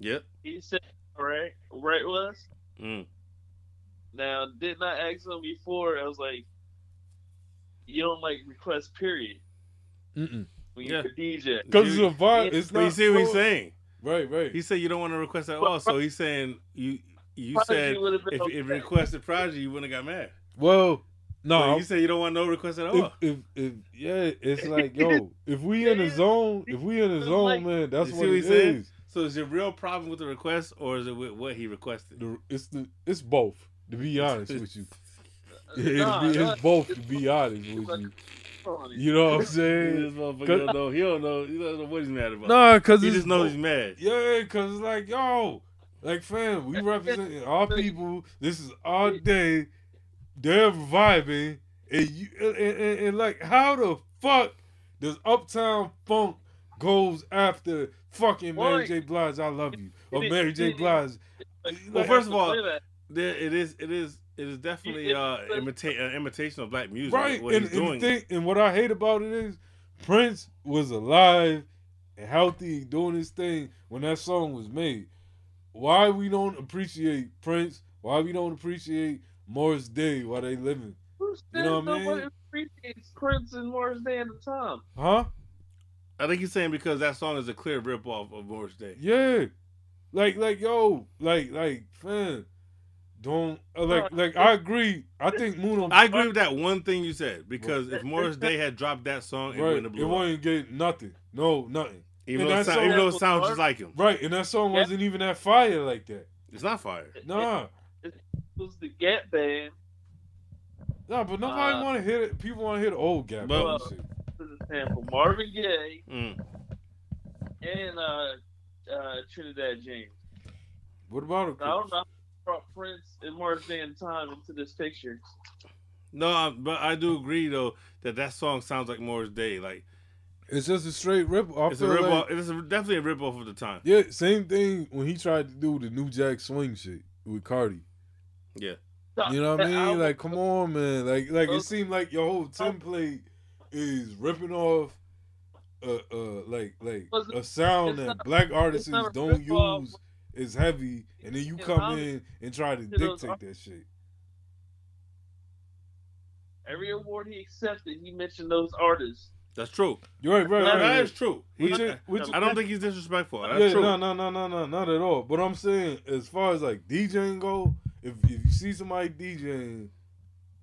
B: Yep.
G: He said, right, right, Wes.
B: Mm.
G: Now, didn't I ask him before? I was like, you don't like request period
A: Mm-mm.
G: when you're
B: Yeah.
G: a DJ.
A: Cause it's a vibe.
G: Yeah.
A: It's
B: But
A: not.
B: you see what he's
A: so-
B: saying.
A: Right, right.
B: He said you don't want to request at all. So he's saying you you said
G: would've been
B: if if
G: okay.
B: requested prodigy, you wouldn't have got mad.
A: well,
B: No,
A: no.
B: you said you don't want no request at all.
A: if, if if yeah, it's like yo, if we in the zone, if we in the
G: It's
A: zone,
G: like-
A: man, that's
B: You see
A: what
B: what
A: it
B: he said?
A: is.
B: So is your real problem with the request, or is it with what he requested?
A: The, it's the it's both. To be honest with you, it's,
G: Nah,
A: it's
G: nah,
A: both. To
G: it's
A: be honest
G: it's
A: with you,
G: funny.
A: you know what I'm
B: This
A: saying? Cause-
B: motherfucker don't know. He don't know. He don't know what he's mad about.
A: Nah, cause
B: he
A: it's
B: just knows
A: both.
B: he's mad.
A: Yeah, cause it's like yo, like fam, we represent our people. This is our day. They're vibing, and you and, and, and like how the fuck does Uptown Funk goes after fucking Mary
G: Why?
A: J. Blige? I love you, or
G: It is-
A: Mary J.
G: it is-
A: Blige.
B: Well, first of all,
G: Play that.
B: There, it is. It is. It is definitely
G: It-
B: uh,
G: it's-
B: imita- an imitation of black music.
A: Right,
B: What
A: and,
B: he's
A: and the
B: doing.
A: thing- and what I hate about it is Prince was alive and healthy, doing his thing when that song was made. Why we don't appreciate Prince? Why we don't appreciate Morris Day while they living?
G: Who
A: You know
G: says
A: what I mean?
G: nobody appreciates Prince and Morris Day at the time?
A: Huh?
B: I think he's saying because that song is a clear rip off of Morris Day.
A: Yeah. Like, like, yo, like, like, fam, don't uh, like,
G: No,
A: like. I agree. I think Moon on
B: I agree with that one thing you said because if Morris Day had dropped that song, it
A: Right,
B: wouldn't have
A: it
B: blew up.
A: wasn't get nothing. No, nothing.
B: Even
A: and
B: though, it
A: that
B: sound,
A: song-
B: even though it sounds just like him,
A: Right, and that song
G: Yeah.
A: wasn't even that fire like that.
B: it's not fire.
A: Nah.
G: It was the Gap Band.
A: Nah, but nobody
G: Uh,
A: want to hear it. People want to hear the old Gap
B: But-
A: Band shit.
G: This is sample Marvin Gaye
B: Mm.
G: and uh, uh, Trinidad James.
A: What about it?
G: I don't know how they brought Prince and Morris Day and time into this picture.
B: No, I- but I do agree though that that song sounds like Morris Day. Like
A: It's just a straight rip. I
B: it's a
A: feel
B: rip
A: like-
B: off. It's a, definitely a rip off of the time.
A: Yeah, same thing when he tried to do the New Jack Swing shit with Cardi. You know what I
G: That
A: mean?
G: album-
A: like, come on, man. Like, like it
G: Those-
A: seemed like your whole template is ripping off, uh, uh, like, like
G: Was-
A: a sound
G: it's
A: that
G: not-
A: black
G: it's
A: artists
G: not a
A: don't
G: rip-off.
A: use is heavy, and then you
G: It's
A: come
G: honest
A: in and try to
G: to those
A: dictate that shit.
G: Every award he accepted, he mentioned those artists.
B: That's true.
A: You're right, right,
B: That-
A: right.
B: that
A: right.
B: is true.
A: Which
B: He-
A: is- which is-
B: I don't think he's disrespectful. That's
A: yeah,
B: true.
A: no, no, no, no, no, not at all. But I'm saying, as far as like DJing go, if if you see somebody DJing,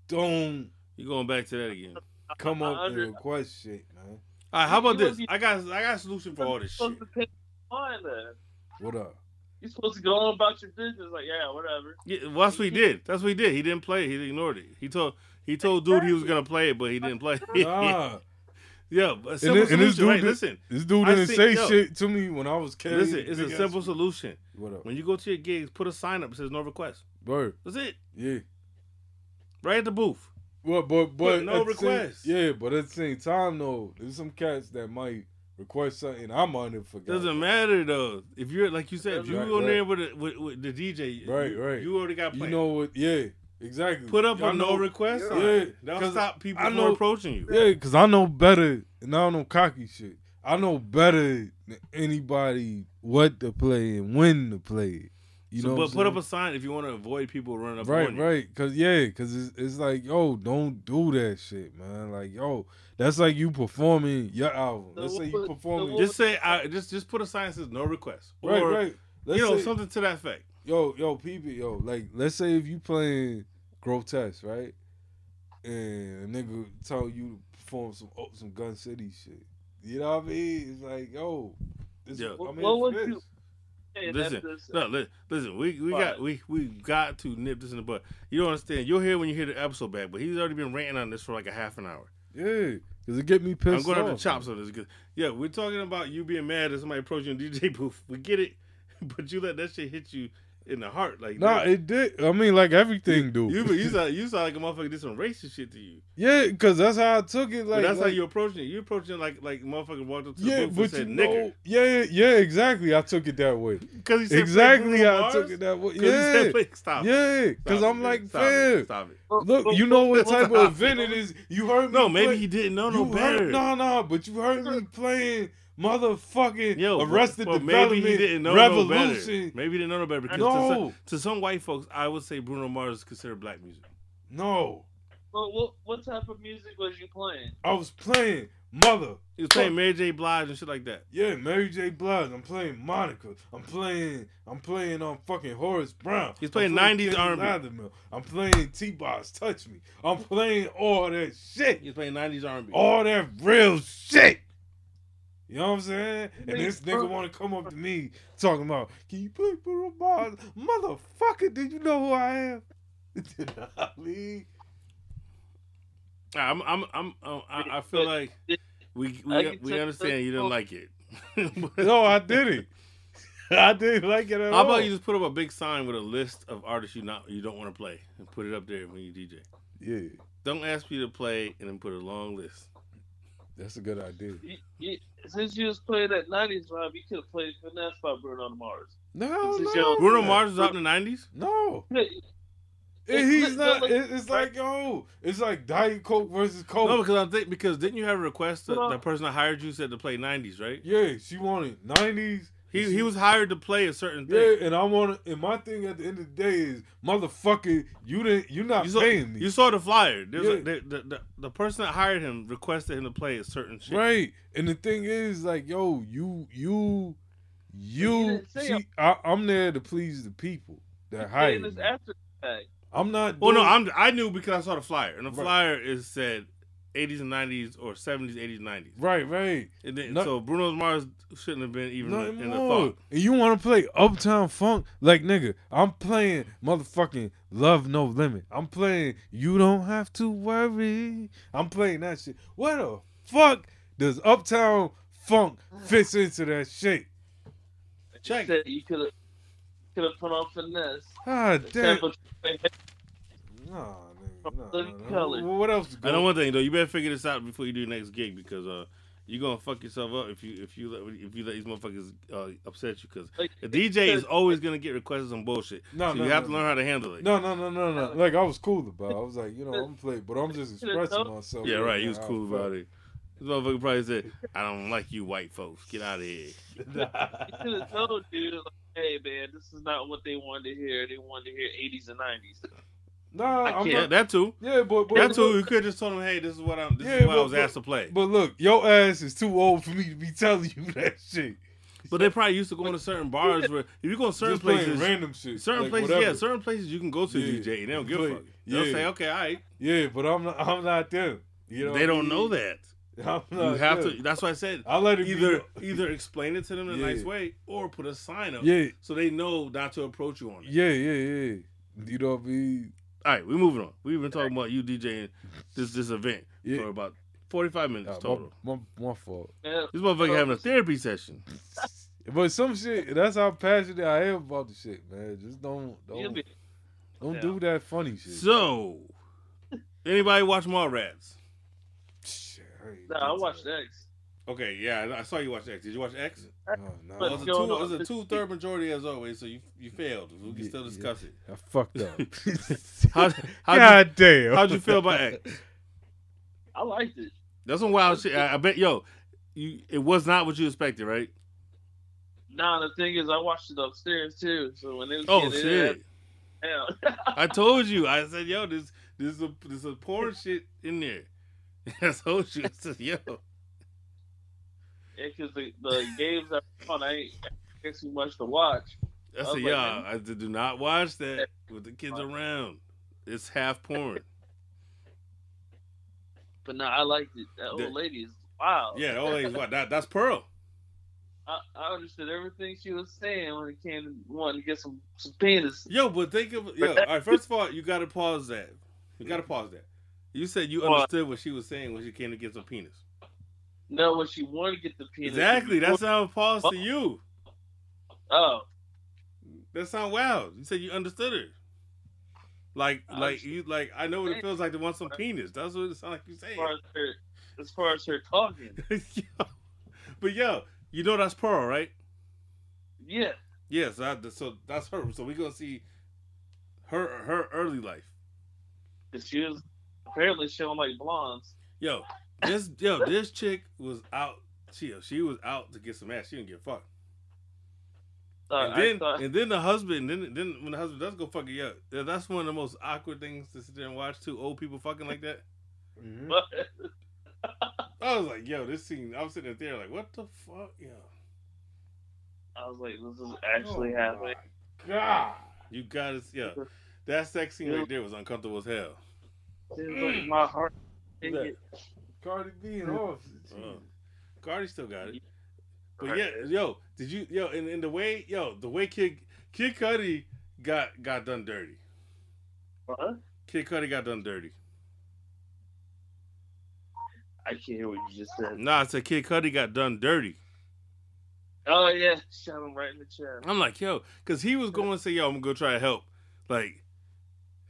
A: don't
B: You're going back to that again.
A: come
G: I
A: up and
G: under-
A: request shit, man.
B: All right, how about
G: You would
B: this?
G: be-
B: I got I got a solution for all this
G: You're
B: shit.
G: supposed to take mine, then.
A: What up?
G: You're supposed to go on about your business, like yeah, whatever.
B: Yeah, well, that's what he did. That's what he did. He didn't play. it. He ignored it. He told he told dude he was gonna play it, but he didn't play. it.
A: Nah,
B: yeah, but a simple
A: it- Ah. and this
B: solution. Right,
A: dude did-
B: listen,
A: this dude
B: I
A: didn't
B: see-
A: say
B: yo.
A: shit to me when I was carrying.
B: listen.
A: the
B: It's a
A: big ass-
B: simple solution.
A: What up?
B: When you go to your gigs, put a sign up that says no request.
A: Bird.
B: That's it.
A: Yeah.
B: Right at the booth.
A: Well, but but,
B: But no
A: at the same-
B: request.
A: yeah, but at the same time though, there's some cats that might request something. I'm on it for
B: Doesn't matter though. If you're like you said, if you
A: Right,
B: go in
A: right.
B: there with, a, with with the DJ,
A: Right,
B: you,
A: right.
B: You already got
A: You
B: played.
A: know what? Yeah, exactly.
B: put up
A: Y'all
B: a no
A: know-
B: request.
A: Yeah.
B: sign.
A: Yeah,
B: that'll
A: 'cause
B: stop people
A: I
B: from
A: know-
B: approaching you.
A: Yeah, because I know better, and I don't know cocky shit. I know better than anybody what to play and when to play it. You
B: so,
A: know,
B: but put up a sign if you want to avoid people running up
A: right,
B: on you.
A: right, because yeah, because it's, it's like yo, don't do that shit, man. Like yo, that's like you performing your album.
G: The
A: Let's say
G: one-
A: you
G: the
A: performing,
G: one-
B: Just say I just just put a sign that says no request.
A: right,
B: or,
A: right. Let's
B: You know
A: say-
B: something to that effect.
A: yo, yo, people, yo, like, let's say if you playing grotesque, right, and a nigga tell you to perform some oh, some Gun City shit, you know what I mean? It's like, yo, this,
B: Yeah.
A: I'm here
G: What
A: for
G: would
A: this.
G: you- Hey, that's
B: Listen,
G: just-
B: no, li- listen. We we got
G: But-
B: we we got to nip this in the butt. You don't understand. You'll hear when you hear the episode back, but he's already been ranting on this for like a half an hour.
A: yeah, cause it get me pissed.
B: I'm going
A: off.
B: off the chops on this because yeah, we're talking about you being mad at somebody approaching your DJ booth. We get it, but you let that shit hit you in the heart like
A: Nah,
B: man,
A: it did. I mean, like everything, dude.
B: you you sound, you sound like a motherfucker did some racist shit to you.
A: yeah, cause that's how I took it.
B: But
A: Like
B: that's
A: like,
B: how you approaching it. You approaching it like like motherfucker walked up to
A: Yeah,
B: the booth and
A: but you
B: said
A: know,
B: nigger
A: yeah, yeah, yeah, exactly. I took it that way.
B: because he said
A: Exactly,
B: Frank
A: I
B: Bruno
A: took
B: Mars?
A: it that way.
B: 'Cause he said
A: Yeah,
B: Frank- stop. it.
A: yeah,
B: Stop
A: cause
B: it,
A: I'm
B: man.
A: like,
B: stop
A: fam,
B: It, stop it.
A: Look, you know what type
B: Stop.
A: of event it is. You heard me.
B: No, maybe
A: play-
B: he didn't know no
A: you
B: better.
A: Heard, no, no, but you heard me playing motherfucking
B: Yo, but-
A: Arrested
B: but
A: Development
B: maybe he didn't know No
A: Revolution.
B: better. Maybe he didn't know no better because to,
A: No.
B: some, to some white folks, I would say Bruno Mars is considered black music.
A: No,
G: Well, what, what type of music was you playing?
A: I was playing Mother.
B: He was playing Mary J. Blige and shit like that.
A: Yeah, Mary J. Blige. I'm playing Monica. I'm playing. I'm playing on fucking Horace Brown.
B: He's playing
A: I'm
B: 90s
A: Kenny
B: R&B.
A: Lathermill. I'm playing T-Boss. Touch me. I'm playing all that shit.
B: He was playing nineties R and B.
A: all that real shit. You know what I'm saying? And this nigga want to come up to me talking about, can you play Bruno Mars? Motherfucker, did you know who I am? Did I leave?
B: I'm, I'm, I'm, I'm I, I feel like we
G: I
B: we,
G: can
B: we
G: tell-
B: understand you didn't like it.
A: No, I didn't. I didn't like it at
B: How
A: all.
B: about you just put up a big sign with a list of artists you not you don't want to play and put it up there when you DJ.
A: Yeah,
B: Don't ask me to play and then put a long list.
A: that's a good idea.
G: You, you, since you was playing that 90s vibe, you could have played Finesse by Bruno Mars.
A: No,
G: This is
A: no.
G: your-
B: Bruno Mars was out in the nineties.
A: No.
G: Hey,
A: And he's not.
G: Look,
A: it- It's like, yo, it's like Diet Coke versus Coke.
B: No, because I think because didn't you have a request that
G: Well-
B: the person that hired you said to play nineties, right?
A: yeah, she wanted 90s.
B: He he was hired to play a certain thing.
A: Yeah, and I want to. And my thing at the end of the day is, motherfucker, you didn't. You're not
B: You saw,
A: paying me,
B: you saw the flyer. There's a,
A: Yeah.
B: the, the, the, the person that hired him requested him to play a certain shit.
A: right? And the thing is, like, yo, you, you, you.
G: didn't say
A: see, I, I'm there to please the people that hired
G: this
A: me.
G: after the fact.
A: I'm not.
B: Well, Oh, no,
A: doing-
B: I'm, I knew because I saw the flyer, and the
A: Right.
B: flyer is said 80s and 90s or 70s, 80s, 90s.
A: right, right.
B: And then,
A: No-
B: so Bruno Mars shouldn't have been even
A: Nothing
B: in the
A: more.
B: thought.
A: And you want to play Uptown Funk? Like, nigga, I'm playing motherfucking Love No Limit. I'm playing You Don't Have to Worry. I'm playing that shit. What the fuck does Uptown Funk fits into that shit?
B: Check.
G: You, said you could have could have put on Finesse.
A: Ah, damn.
G: Except for-
A: Nah, nigga. Nah,
G: Living
A: nah, nah.
G: Color.
A: Well, What else? is
B: I know
A: going-
B: one thing though. You better figure this out before you do your next gig because uh, you're gonna fuck yourself up if you if you let, if you let these motherfuckers uh, upset you because
G: Like,
B: the DJ is always gonna get requests on bullshit.
A: No,
B: so
A: no,
B: you have
A: no,
B: to
A: no.
B: learn how to handle it.
A: No, no, no, no, no. Like I was cool about. it. I was like, you know, I'm play, but I'm just expressing myself.
B: Yeah, right. He was
A: How I
B: cool
A: felt.
B: about it. This motherfucker probably said, "I don't like you white folks. Get out of here."
G: you could have told dude, like, hey man, this is not what they wanted to hear. They wanted to hear 80s and 90s.
A: Nah,
G: I
A: I'm
G: can't.
B: Yeah,
A: not.
B: that too.
A: Yeah, but, but
B: That's who you could just told him, "Hey, this is what I'm. This
A: Yeah,
B: is what I
A: but-
B: was asked to play." But,
A: But look, your ass is too old for me to be telling you that shit.
B: they probably used to go to certain bars where if you go to certain
A: Just playing
B: places,
A: random shit.
B: certain
A: like,
B: places, yeah,
A: whatever.
B: certain places you can go to
A: Yeah.
B: DJ and they don't give a
A: Play-
B: fuck. They'll
A: yeah.
B: say, "Okay, all right."
A: Yeah, but I'm not, I'm not them. You know,
B: they don't know that.
A: I'm
B: You
A: not
B: have
A: them.
B: to. That's why I said
A: I let it
B: either
A: Be,
B: either explain it to them in a
A: Yeah.
B: nice way or put a sign up
A: yeah,
B: so they know not to approach you on it.
A: yeah, yeah, yeah. You know what I mean?
B: All right, we're moving on. We've been talking about you DJing this this event
A: Yeah.
B: for about forty five minutes
A: Nah,
B: total.
A: my, my, my fault.
G: Man,
B: This motherfucker
G: Oh.
B: having a therapy session.
A: But some shit. That's how passionate I am about the shit, man. Just don't,
G: you'll
A: don't,
G: be
A: don't do that funny shit.
B: So, Anybody watch Mallrats?
A: Shit, ain't
G: Nah, I
A: into
G: watched
A: that.
G: X.
B: Okay, yeah, I saw you watch X. Did you watch X?
A: No,
B: It
A: no,
B: was a
G: Yo,
B: two,
G: no,
B: it was a
G: this-
B: two third majority as always, so you you failed. We can
A: Yeah,
B: still
A: yeah.
B: discuss it.
A: I fucked up.
B: How how'd,
A: God damn.
B: you, how'd you feel about X?
G: I liked it.
B: That's some wild shit. I, I bet yo, you it was not what you expected, right?
G: Nah, the thing is, I watched it upstairs too. So when it was
B: Oh
G: getting
B: shit!
G: out,
B: I told you. I said yo, this this is a, this is a porn shit in there. I told you. I said yo.
G: because the, the games I on, I ain't I ain't too much to watch.
B: I
G: was
B: said,
G: like,
B: y'all,
G: man.
B: I d- do not watch that with the kids around. It's half porn.
G: But nah, I liked it. That old
B: The-
G: lady is wow.
B: yeah, the old lady's what? That, that's Pearl.
G: I, I understood everything she was saying when it came to wanting to get some some penis.
B: Yo, but think of yo. All right, first of all, you got to pause that. You got to pause that. You said you
G: What?
B: understood what she was saying when she came to get some penis.
G: No, when she wanted to get the penis.
B: Exactly. That sounds pause to you.
G: oh
B: That sound wild. You said you understood her. Like,
G: I
B: like
G: understood.
B: you, like I know what it feels like to want some penis. That's what it sounds like you
G: as
B: saying.
G: far as her as far as her talking.
B: Yo. But yo, you know that's Pearl, right?
G: Yeah,
B: Yes, that, so that's her. So we're gonna see her her early life.
G: 'cause she was apparently showing like blondes.
B: Yo, this yo this chick was out. She she was out to get some ass. She didn't give a fuck.
G: Uh,
B: And
G: I
B: then
G: thought-
B: and then the husband then then when the husband does go fucking yeah, that's one of the most awkward things to sit there and watch two old people fucking like that.
A: Mhm.
G: but
B: I was like, yo, this scene. I'm sitting there like, what the fuck, yo.
G: I was like, this is actually
A: Oh,
G: happening.
A: my God.
B: You gotta, yeah. That sex scene right there was uncomfortable as hell.
G: It was like my heart.
B: Who's that?
A: Cardi B and all.
B: Uh, Cardi still got it. But yeah, yo, did you yo and, and the way yo the way Kid Kid Cudi got got done dirty.
G: Huh?
B: Kid Cudi got done dirty.
G: I can't hear what you just said.
B: Nah, I said Kid Cudi got done dirty.
G: Oh yeah, shot him right in the chest.
B: I'm like yo, cause he was going to say yo I'm gonna go try to help, like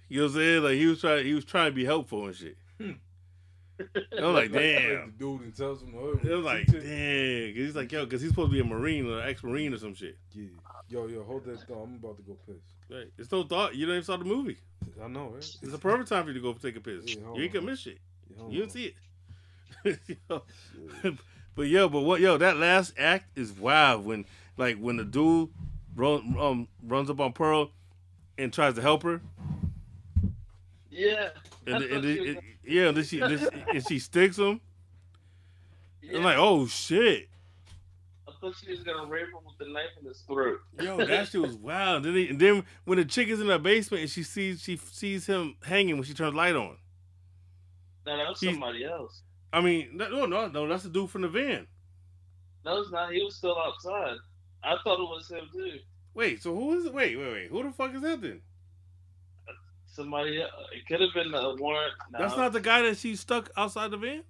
B: you know what I'm saying like he was trying he was trying to be helpful and shit. I'm Hmm. like
A: The
B: damn.
A: dude and tells him, oh,
B: It was like damn. 'Cause He's like yo, cause he's supposed to be a marine or ex marine or some shit.
A: Yeah. Yo, yo, hold that thought. I'm about to go piss.
B: Right. It's no thought. You don't even saw the movie.
A: I know, right?
B: It's a perfect time for you to go take a piss.
A: Yeah, hold
B: You ain't gonna
A: on.
B: miss shit.
A: Yeah, hold
B: You
A: on.
B: don't see it. Yo. but yo, but what yo, that last act is wild when like when the dude run, um runs up on Pearl and tries to help her.
G: Yeah.
B: And,
G: I
B: and,
G: thought
B: it-
G: she was
B: it-
G: gonna-
B: yeah, and then she this, and she sticks him.
G: yeah.
B: I'm like, oh shit,
G: I thought she was gonna rape him with the knife in his throat.
B: yo, that shit was wild. Then he, and then when the chick is in her basement and she sees she sees him hanging when she turns light on.
G: No, that was
B: He's-
G: somebody else.
B: I mean, no, no, no, that's the dude from the van.
G: No, it's not. He was still outside. I thought it was him too.
B: Wait, so who is it? Wait, wait, wait, who the fuck is that then?
G: Somebody. el- It could have been a warrant. No.
B: That's not the guy that she stuck outside the van.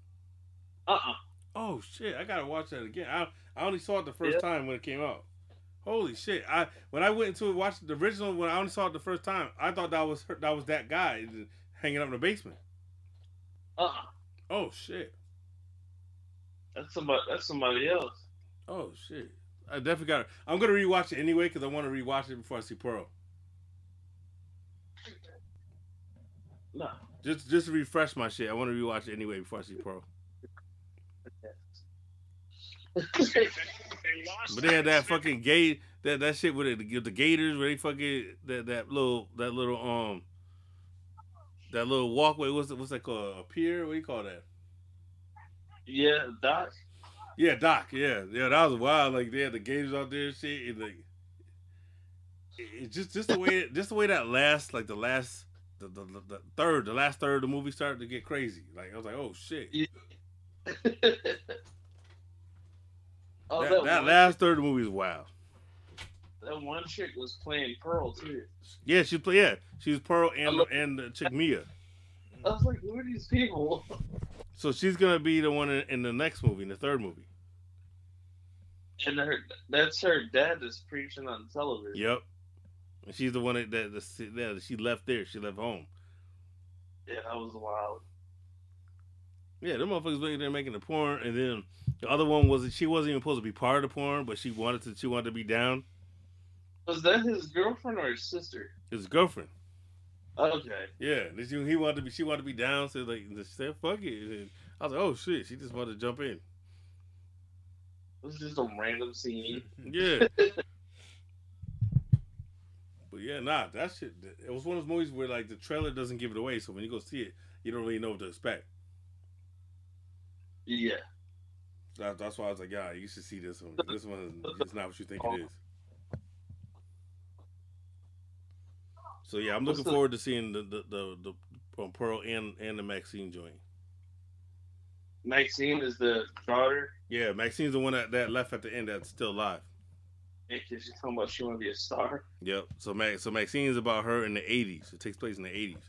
G: Uh. uh
B: Oh shit! I gotta watch that again. I I only saw it the first
G: Yeah.
B: time when it came out. Holy shit! I when I went into it, watched the original when I only saw it the first time, I thought that was her, that was that guy hanging up in the basement.
G: Uh. uh
B: Oh shit!
G: That's somebody. That's somebody else.
B: Oh shit! I definitely got. to I'm gonna rewatch it anyway because I want to rewatch it before I see Pearl.
G: No.
B: Just just to refresh my shit. I want to rewatch it anyway before I see Pearl. But they had that fucking gate that that shit with the, the Gators where they fucking that that little that little um that little walkway. What's it, what's that called? A pier? What do you call that?
G: yeah, Doc.
B: Yeah, Doc. Yeah, yeah, that was wild. Like they had the Gators out there and shit, and like it, it just just the way just the way that last like the last the, the, the, the third the last third of the movie started to get crazy. Like I was like, oh shit.
G: oh,
B: that,
G: that,
B: that
G: one,
B: last third of the movie is wild.
G: that one chick was playing Pearl too.
B: Yeah, she play. Yeah, she was Pearl
G: I
B: and
G: love-
B: and the chick Mia. Mm.
G: I was like, who are these people?
B: So she's gonna be the one in, in the next movie, in the third movie.
G: And her, that's her dad is preaching on television.
B: Yep. And she's the one that that, that, that she left there. She left home.
G: Yeah, that was wild.
B: Yeah, them motherfuckers went in there making the porn, and then the other one was she wasn't even supposed to be part of the porn, but she wanted to. She wanted to be down.
G: Was that his girlfriend or his sister?
B: His girlfriend.
G: Okay.
B: Yeah, this he wanted to be. She wanted to be down. So like, she said, "Fuck it." And then I was like, "Oh shit!" She just wanted to jump in.
G: This is just a random
B: Mm-hmm.
G: scene.
B: Yeah. but yeah, nah, that shit. It was one of those movies where like the trailer doesn't give it away, so when you go see it, you don't really know what to expect.
G: Yeah.
B: That, that's why I was like, "Yeah, you should see this one. This one is it's not what you think
G: Oh.
B: it is." So yeah, I'm
G: What's
B: looking
G: the-
B: forward to seeing the the the, the um, Pearl and and the Maxine joint.
G: Maxine is the daughter.
B: Yeah, Maxine's the one that, that left at the end that's still alive.
G: And she's talking about she want to be a star.
B: Yep. So Max, so Maxine is about her in the '80s. It takes place in the '80s.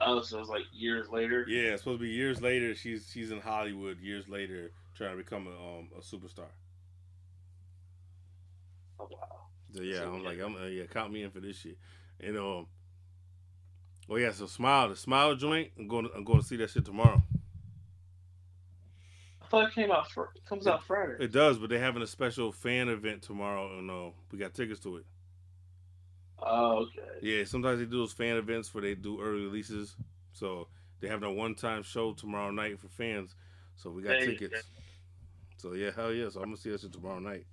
G: Oh, so it was like years later.
B: Yeah, it's supposed to be years later. She's she's in Hollywood years later, trying to become a, um, a superstar.
G: Oh, wow.
B: So yeah,
G: So,
B: I'm
G: yeah.
B: like, I'm uh, yeah, count me in for this shit. And um, oh yeah, so smile the smile joint. I'm going to, I'm going to see that shit tomorrow.
G: I thought it came out fr- comes out Friday.
B: It does, but they're having a special fan event tomorrow, and uh, we got tickets to it.
G: Oh, okay.
B: Yeah, sometimes they do those fan events where they do early releases. So they having a one time show tomorrow night for fans. So we got
G: Hey,
B: tickets. So yeah, hell yeah. So I'm gonna see that shit tomorrow night.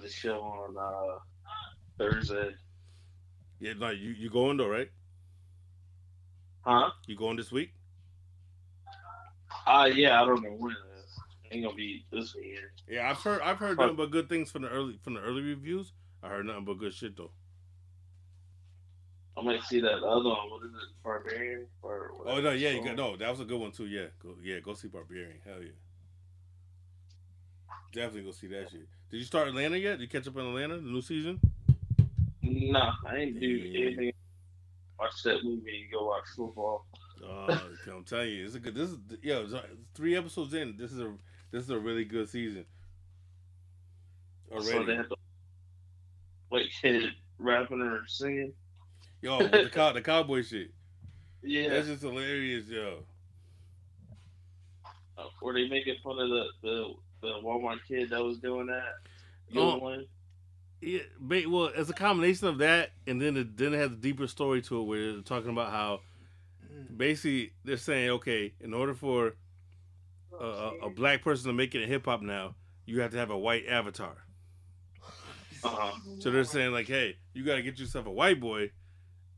G: The show on uh, Thursday.
B: Yeah, no, you you going though, right?
G: Huh?
B: You going this week?
G: Uh, yeah, I don't know when it is. Ain't gonna be this weekend.
B: Yeah, I've heard I've heard
G: Huh.
B: nothing but good things from the early from the early reviews. I heard nothing but good shit though.
G: I might see that other one. What is it? Barbarian or whatever
B: Oh no, yeah,
G: it's
B: you got
G: called.
B: no. That was a good one too. Yeah, go, yeah, go see Barbarian. Hell yeah, definitely go see that shit. Did you start Atlanta yet? Did you catch up on Atlanta, the new season?
G: Nah, I ain't do
B: Yeah.
G: anything. Watch that movie. Go watch football.
B: Uh, I'm telling you, it's a good. This is yo, it's, uh, three episodes in. This is a this is a really good season.
G: So they
B: Already,
G: had the like kid rapping or singing.
B: yo, with the cow, the cowboy shit.
G: Yeah.
B: That's just hilarious, yo.
G: Were they making fun of the, the the Walmart kid that was doing that? You
B: Oh.
G: one?
B: Yeah, ba- well, it's a combination of that, and then it then it has a deeper story to it where they're talking about how basically they're saying, okay, in order for a, a, a black person to make it in hip hop now, you have to have a white avatar.
G: Uh-huh.
B: So they're saying like, hey, you got to get yourself a white boy,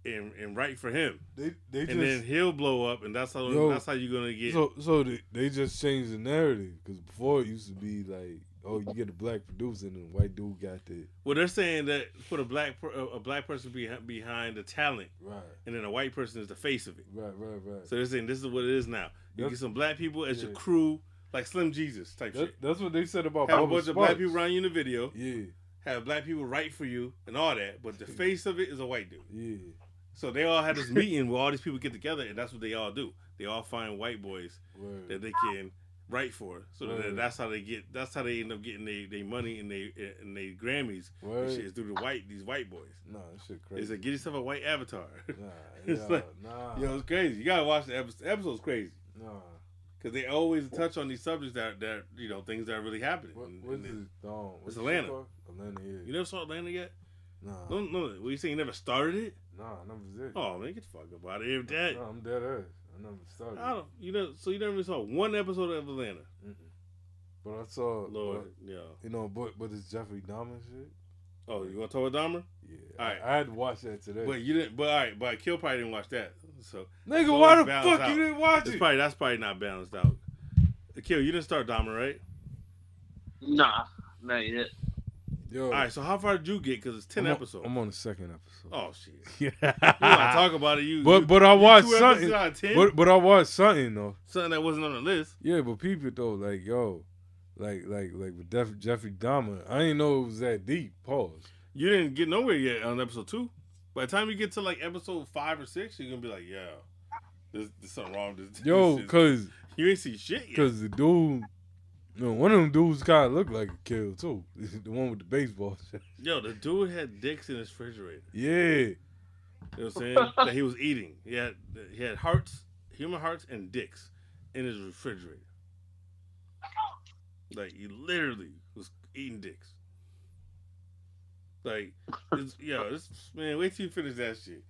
B: and and write for him.
A: They they
B: and then
A: just
B: he'll blow up, and that's how
A: Yo.
B: that's how you're gonna get.
A: so so they, they just changed the narrative because before it used to be like, oh, you get a black producer and the white dude got the
B: well, they're saying that for the black per- a black person be, behind the talent,
A: right,
B: and then a white person is the face of it.
A: right, right, right.
B: So they're saying this is what it is now. You
A: Yep.
B: get some black people as your
A: Yeah.
B: crew, like Slim Jesus type
A: that,
B: shit.
A: that's what they said about
B: Have a
A: Bubba
B: bunch of black
A: Sparks.
B: people around you in the video.
A: Yeah,
B: Have black people write for you and all that, but the face of it is a white dude.
A: yeah,
B: So they all had this meeting where all these people get together, and that's what they all do. They all find white boys
A: word.
B: that they can write for. So that,
A: Right.
B: that's how they get. That's how they end up getting their they money and they and they Grammys.
A: Word.
B: This shit is through the white these white boys.
A: Nah, that shit
B: It's
A: crazy.
B: like get yourself a white avatar.
A: nah,
B: it's
A: yeah,
B: like-
A: nah,
B: Yo, it's crazy. You gotta watch the episode. Episode's crazy
A: nah.
B: because they always touch on these subjects that that you know things that are really happening.
A: What,
B: And-
A: what
B: and
A: is
B: then-
A: it? Um,
B: It's
A: what's it
B: Atlanta.
A: called? Atlanta, yeah.
B: You never saw Atlanta yet?
A: nah,
B: No, no. What you saying? You never started it?
A: nah, I never did.
B: Oh man, get the fuck about it. If that,
A: Nah, I'm dead ass. I never started.
B: I don't. You know, so you never even saw one episode of Atlanta.
A: Mm-mm. But I saw,
B: Lord,
A: but-
B: yeah.
A: you know, but but it's Jeffrey Dahmer shit.
B: Oh, you want to talk about Dahmer?
A: Yeah,
B: All right.
A: I, I had to watch that today.
B: But you didn't. But all right. But Kill probably didn't watch that. So
A: Nigga,
B: so
A: why
B: it's
A: the
B: balanced
A: fuck
B: out.
A: you didn't watch
B: It's
A: it?
B: probably that's probably not balanced out. Kill, you didn't start Dahmer, right?
G: Nah, not yet.
A: Yo,
B: All right. So how far did you get? Because it's 10
A: Oh. I'm
B: episodes.
A: On, I'm on the second episode.
B: oh shit. You want to
A: yeah.
B: talk about it? You.
A: but
B: you,
A: but I
B: you
A: watched
B: two episodes
A: something.
B: out of 10?
A: But but I watched something though.
B: something that wasn't on the list.
A: Yeah, but people though, like yo, like like like with Def- Jeffrey Dahmer, I didn't know it was that deep. Pause.
B: You didn't get nowhere yet on episode two. By the time you get to like episode five or six, you're gonna be like, yo, there's, there's something wrong. with This,
A: Yo,
B: this is-
A: cause
B: you ain't see shit yet.
A: cause the dude. You know, one of them dudes kind of looked like a kill too. the one with the baseball. shit.
B: Yo, the dude had dicks in his refrigerator.
A: yeah,
B: You know what I'm saying? that he was eating. He had he had hearts, human hearts, and dicks in his refrigerator. Like he literally was eating dicks. Like, it's, yo, this man, wait till you finish that shit,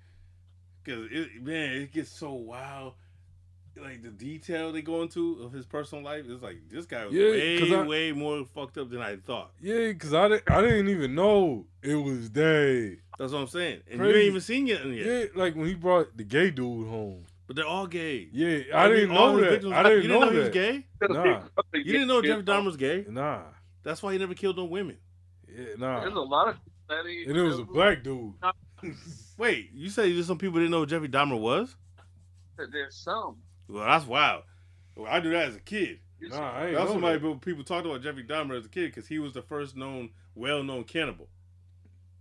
B: because it, man, it gets so wild. Like the detail they go into of his personal life, it's like this guy was
A: Yeah, 'cause
B: way,
A: I-
B: way more fucked up than I thought.
A: Yeah, cause I didn't, I didn't even know it was that.
B: That's what I'm saying, and you
A: Crazy.
B: ain't even seen it yet.
A: Yeah, like when he brought the gay dude home.
B: But they're all gay.
A: Yeah, I
B: Every-
A: didn't
B: all
A: know
B: his
A: that.
B: victims-
A: I didn't
B: you
A: know
B: he was
A: that.
B: gay.
A: Nah.
B: You didn't know Jeffrey Dahmer was gay.
A: Nah,
B: That's why he never killed no women.
A: yeah,
G: There's a
A: nah.
G: lot of that ain't-
A: And it was a black dude.
B: Wait, you say just some people didn't know who Jeffrey Dahmer was?
G: There's some.
B: Well, that's wild. Well, I knew that as a kid.
A: Nah, I ain't
B: That's
A: know
B: why
A: that.
B: people- people talked about Jeffrey Dahmer as a kid because he was the first known, well-known cannibal.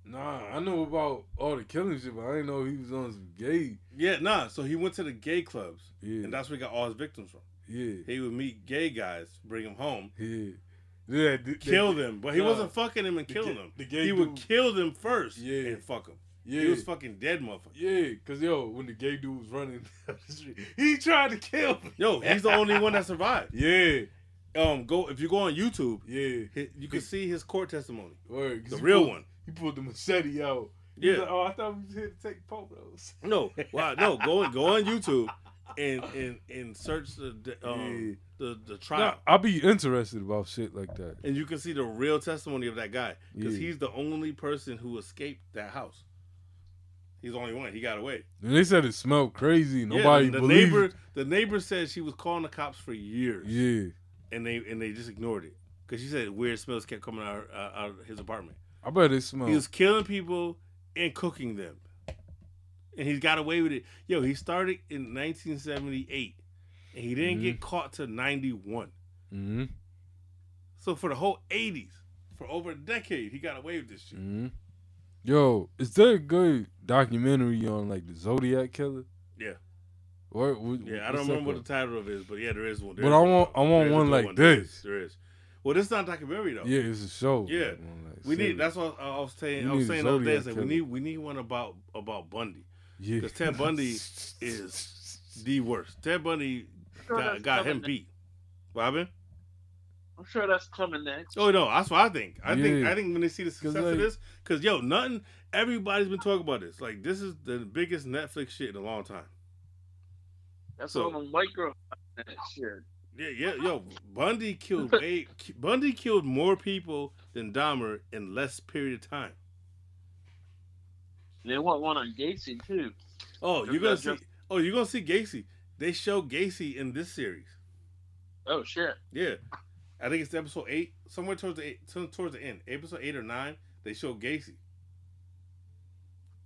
A: Nah, I know about all the killing shit, but I didn't know he was on some gay.
B: Yeah, nah. So he went to the gay clubs,
A: Yeah,
B: and that's where he got all his victims from.
A: yeah,
B: He would meet gay guys, bring them home,
A: yeah. Yeah, th-
B: kill
A: that-
B: them, but he
A: nah.
B: wasn't fucking them and
A: The
B: killing
A: gay-
B: them.
A: the gay
B: he would
A: dude-
B: kill them first
A: Yeah.
B: and fuck them.
A: Yeah,
B: He was fucking dead, motherfucker.
A: yeah. Cause yo, when the gay dude was running down the street, he tried to kill me.
B: Yo, he's the only one that survived.
A: Yeah,
B: Um, go if you go on YouTube,
A: yeah.
B: hi- you can see his court testimony,
A: Word, 'cause
B: the
A: he
B: real
A: pulled-
B: one.
A: He pulled the machete out. He was
B: Yeah.
A: like, oh, I thought we was here to take photos.
B: No, wow, no, go on, go on YouTube and and and search the the, um,
A: Yeah.
B: the, the trial,
A: I'll be interested about shit like that.
B: and you can see the real testimony of that guy because
A: Yeah.
B: he's the only person who escaped that house. He's the only one. He got away.
A: And they said it smelled crazy.
B: Yeah,
A: Nobody
B: the
A: believed.
B: neighbor. The neighbor said she was calling the cops for years,
A: Yeah,
B: and they and they just ignored it because she said weird smells kept coming out uh, out of his apartment.
A: I bet it
B: He was
A: smelled.
B: killing people and cooking them. And he's got away with it. Yo, he started in 1978 and he didn't
A: Mm-hmm.
B: get caught till 91.
A: hmm
B: So for the whole 80s, for over a decade, he got away with this shit.
A: hmm Yo, is there a good documentary on like the Zodiac killer?
B: Yeah.
A: Or what,
B: Yeah, I
A: what's
B: don't
A: up
B: remember
A: with-
B: what the title of it is, but yeah, there is one. There
A: But
B: is
A: I
B: one.
A: want- I want
B: There is a
A: one
B: good
A: like
B: There
A: this.
B: is, There is. Well, this is not a documentary though.
A: Yeah, it's a show.
B: Yeah.
A: Like, on, like,
B: We
A: series.
B: need. That's what I I was saying.
A: We
B: I was
A: need a
B: saying the other day.
A: Zodiac
B: It's like we
A: killer.
B: need. We need one about about Bundy
A: yeah.
B: because Ted Bundy is the worst. Ted Bundy got, got him beat. Robin.
G: I'm sure that's coming next.
B: Oh no, that's what I think. I think
A: Yeah.
B: I think when they see the success of
A: like-
B: this, because yo, nothing. Everybody's been talking about this. Like this is the biggest Netflix shit in a long time.
G: That's
B: So-
G: all them white girls. That shit.
B: Yeah, yeah, yo, Bundy killed way. Bundy killed more people than Dahmer in less period of time.
G: They want one on Gacy too.
B: Oh,
G: Just
B: you're gonna
G: not
B: see.
G: just-
B: Oh, you're gonna see Gacy. They show Gacy in this series.
G: Oh shit.
B: Yeah, I think it's episode eight, somewhere towards the eight, to- towards the end, episode eight or nine. They show Gacy.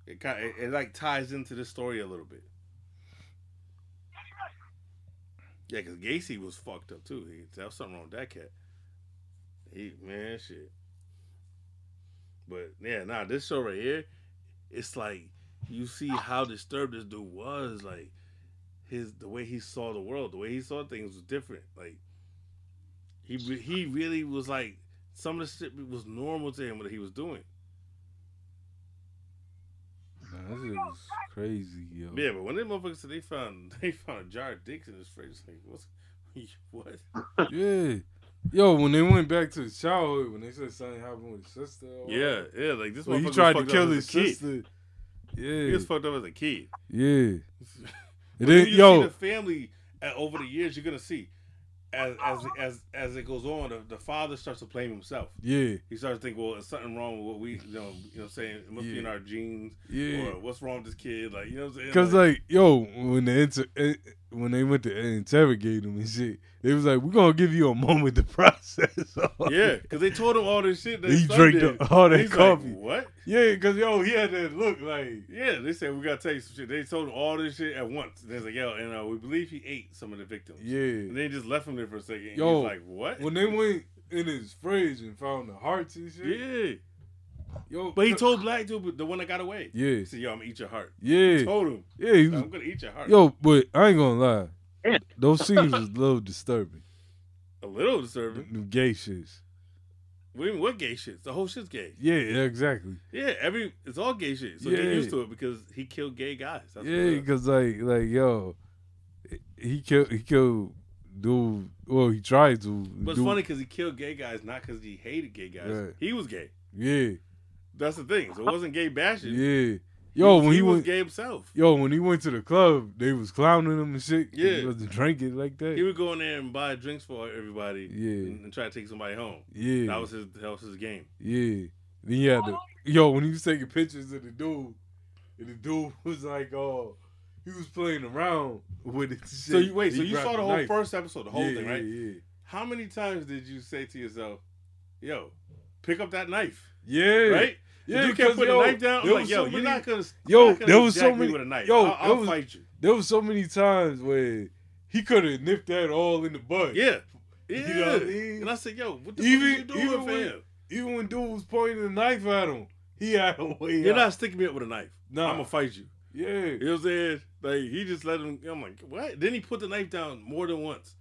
B: It kind it, it like ties into the story a little bit. Yeah, because Gacy was fucked up too. He, there was something wrong with that cat. He man, shit. But yeah, nah, this show right here, it's like you see how disturbed this dude was. Like his the way he saw the world, the way he saw things was different. Like he re- he really was like some of the shit was normal to him what he was doing.
A: Man, this shit was crazy, yo.
B: Yeah, but when they motherfuckers said they found they found a jar of dicks in his fridge, it's like what's what?
A: Yeah. Yo, when they went back to his childhood, when they said something happened with his sister. or
B: Yeah, yeah, like this
A: When
B: motherfucker
A: he tried to
B: was fucked up
A: kill
B: as
A: his
B: a kid.
A: sister.
B: He
A: Yeah.
B: was fucked up as a kid.
A: Yeah. And
B: But then
A: then,
B: you see
A: yo,
B: the family uh, over the years, you're gonna see as as as as it goes on, the, the father starts to blame himself.
A: yeah,
B: He starts to think, well, it's something wrong with what we, you know, you know, what I'm saying it must be in
A: Yeah.
B: our genes,
A: yeah.
B: or what's wrong with this kid, like you know, what I'm saying
A: Cause like, yo, when they inter- eh, when they went to interrogate him and shit, they was like, "We're gonna give you a moment to process." all
B: Yeah,
A: this."
B: because they told him all this shit. That
A: uh, He
B: his son
A: drank
B: did.
A: the- all that
B: He's like,
A: coffee.
B: what?
A: yeah, cause yo, he had that look like,
B: Yeah, they said we gotta tell you some shit. They told him all this shit at once. They like, yo, and uh, we believe he ate some of the victims. and
A: yeah.
B: they just left him there for a second. and
A: Yo,
B: he's like, what?
A: When they went in his fridge and found the hearts and shit,
B: yeah,
A: yo,
B: but he told black dude, but the one that got away.
A: yeah,
B: He said, yo, I'm gonna eat your heart. He
A: yeah,
B: told him,
A: yeah. He was,
B: I'm gonna eat your heart.
A: yo, but I ain't gonna lie,
G: Yeah.
A: those scenes was a little disturbing.
B: a little
A: The
B: disturbing.
A: the gay shits.
B: We even what gay shit? The whole shit's gay.
A: Yeah, yeah, exactly.
B: Yeah, every it's all gay shit. So
A: Yeah.
B: get used to it because he killed gay guys. That's
A: Yeah,
B: what it is.
A: because like like yo, he killed he killed dude. Well, he tried to.
B: but it's
A: dude-
B: funny because he killed gay guys not because he hated gay guys.
A: Right.
B: He was gay.
A: Yeah,
B: That's the thing. So it wasn't gay bashing.
A: yeah. Yo, when he,
B: was
A: went,
B: gay himself,
A: yo, when he went to the club, they was clowning him and shit. 'cause
B: Yeah.
A: he wasn't drinking like that.
B: he would go in there and buy drinks for everybody.
A: Yeah.
B: and, and try to take somebody home.
A: yeah,
B: That was his. That was his game.
A: yeah. Then he had the yo when he was taking pictures of the dude, and the dude was like, oh, he was playing around with it.
B: So you wait. So you saw the whole first episode, the whole thing, right?
A: Yeah,
B: How many times did you say to yourself, "Yo, pick up that knife,"
A: yeah, yeah.
B: right?
A: Yeah,
B: you can't
A: because,
B: put
A: yo,
B: a knife down. I'm
A: there
B: like,
A: was
B: yo,
A: so
B: you're
A: many-
B: not gonna.
A: Yo,
B: you're not gonna
A: there was so
B: jack me
A: many-
B: with a knife.
A: yo,
B: I'll,
A: there
B: I'll
A: was-
B: fight you.
A: There was so many times where he could have nipped that all in the butt.
B: Yeah,
A: You
B: yeah.
A: know what I mean?
B: And I said, yo, what the
A: Even-
B: fuck are you doing,
A: even when-
B: fam?
A: Even when dude was pointing the knife at him, he had a way
B: You're
A: out.
B: not sticking me up with a knife.
A: Oh, Nah.
B: I'm gonna fight you.
A: yeah.
B: You know what I'm saying? Like he just let him. I'm like, what? Then he put the knife down more than once.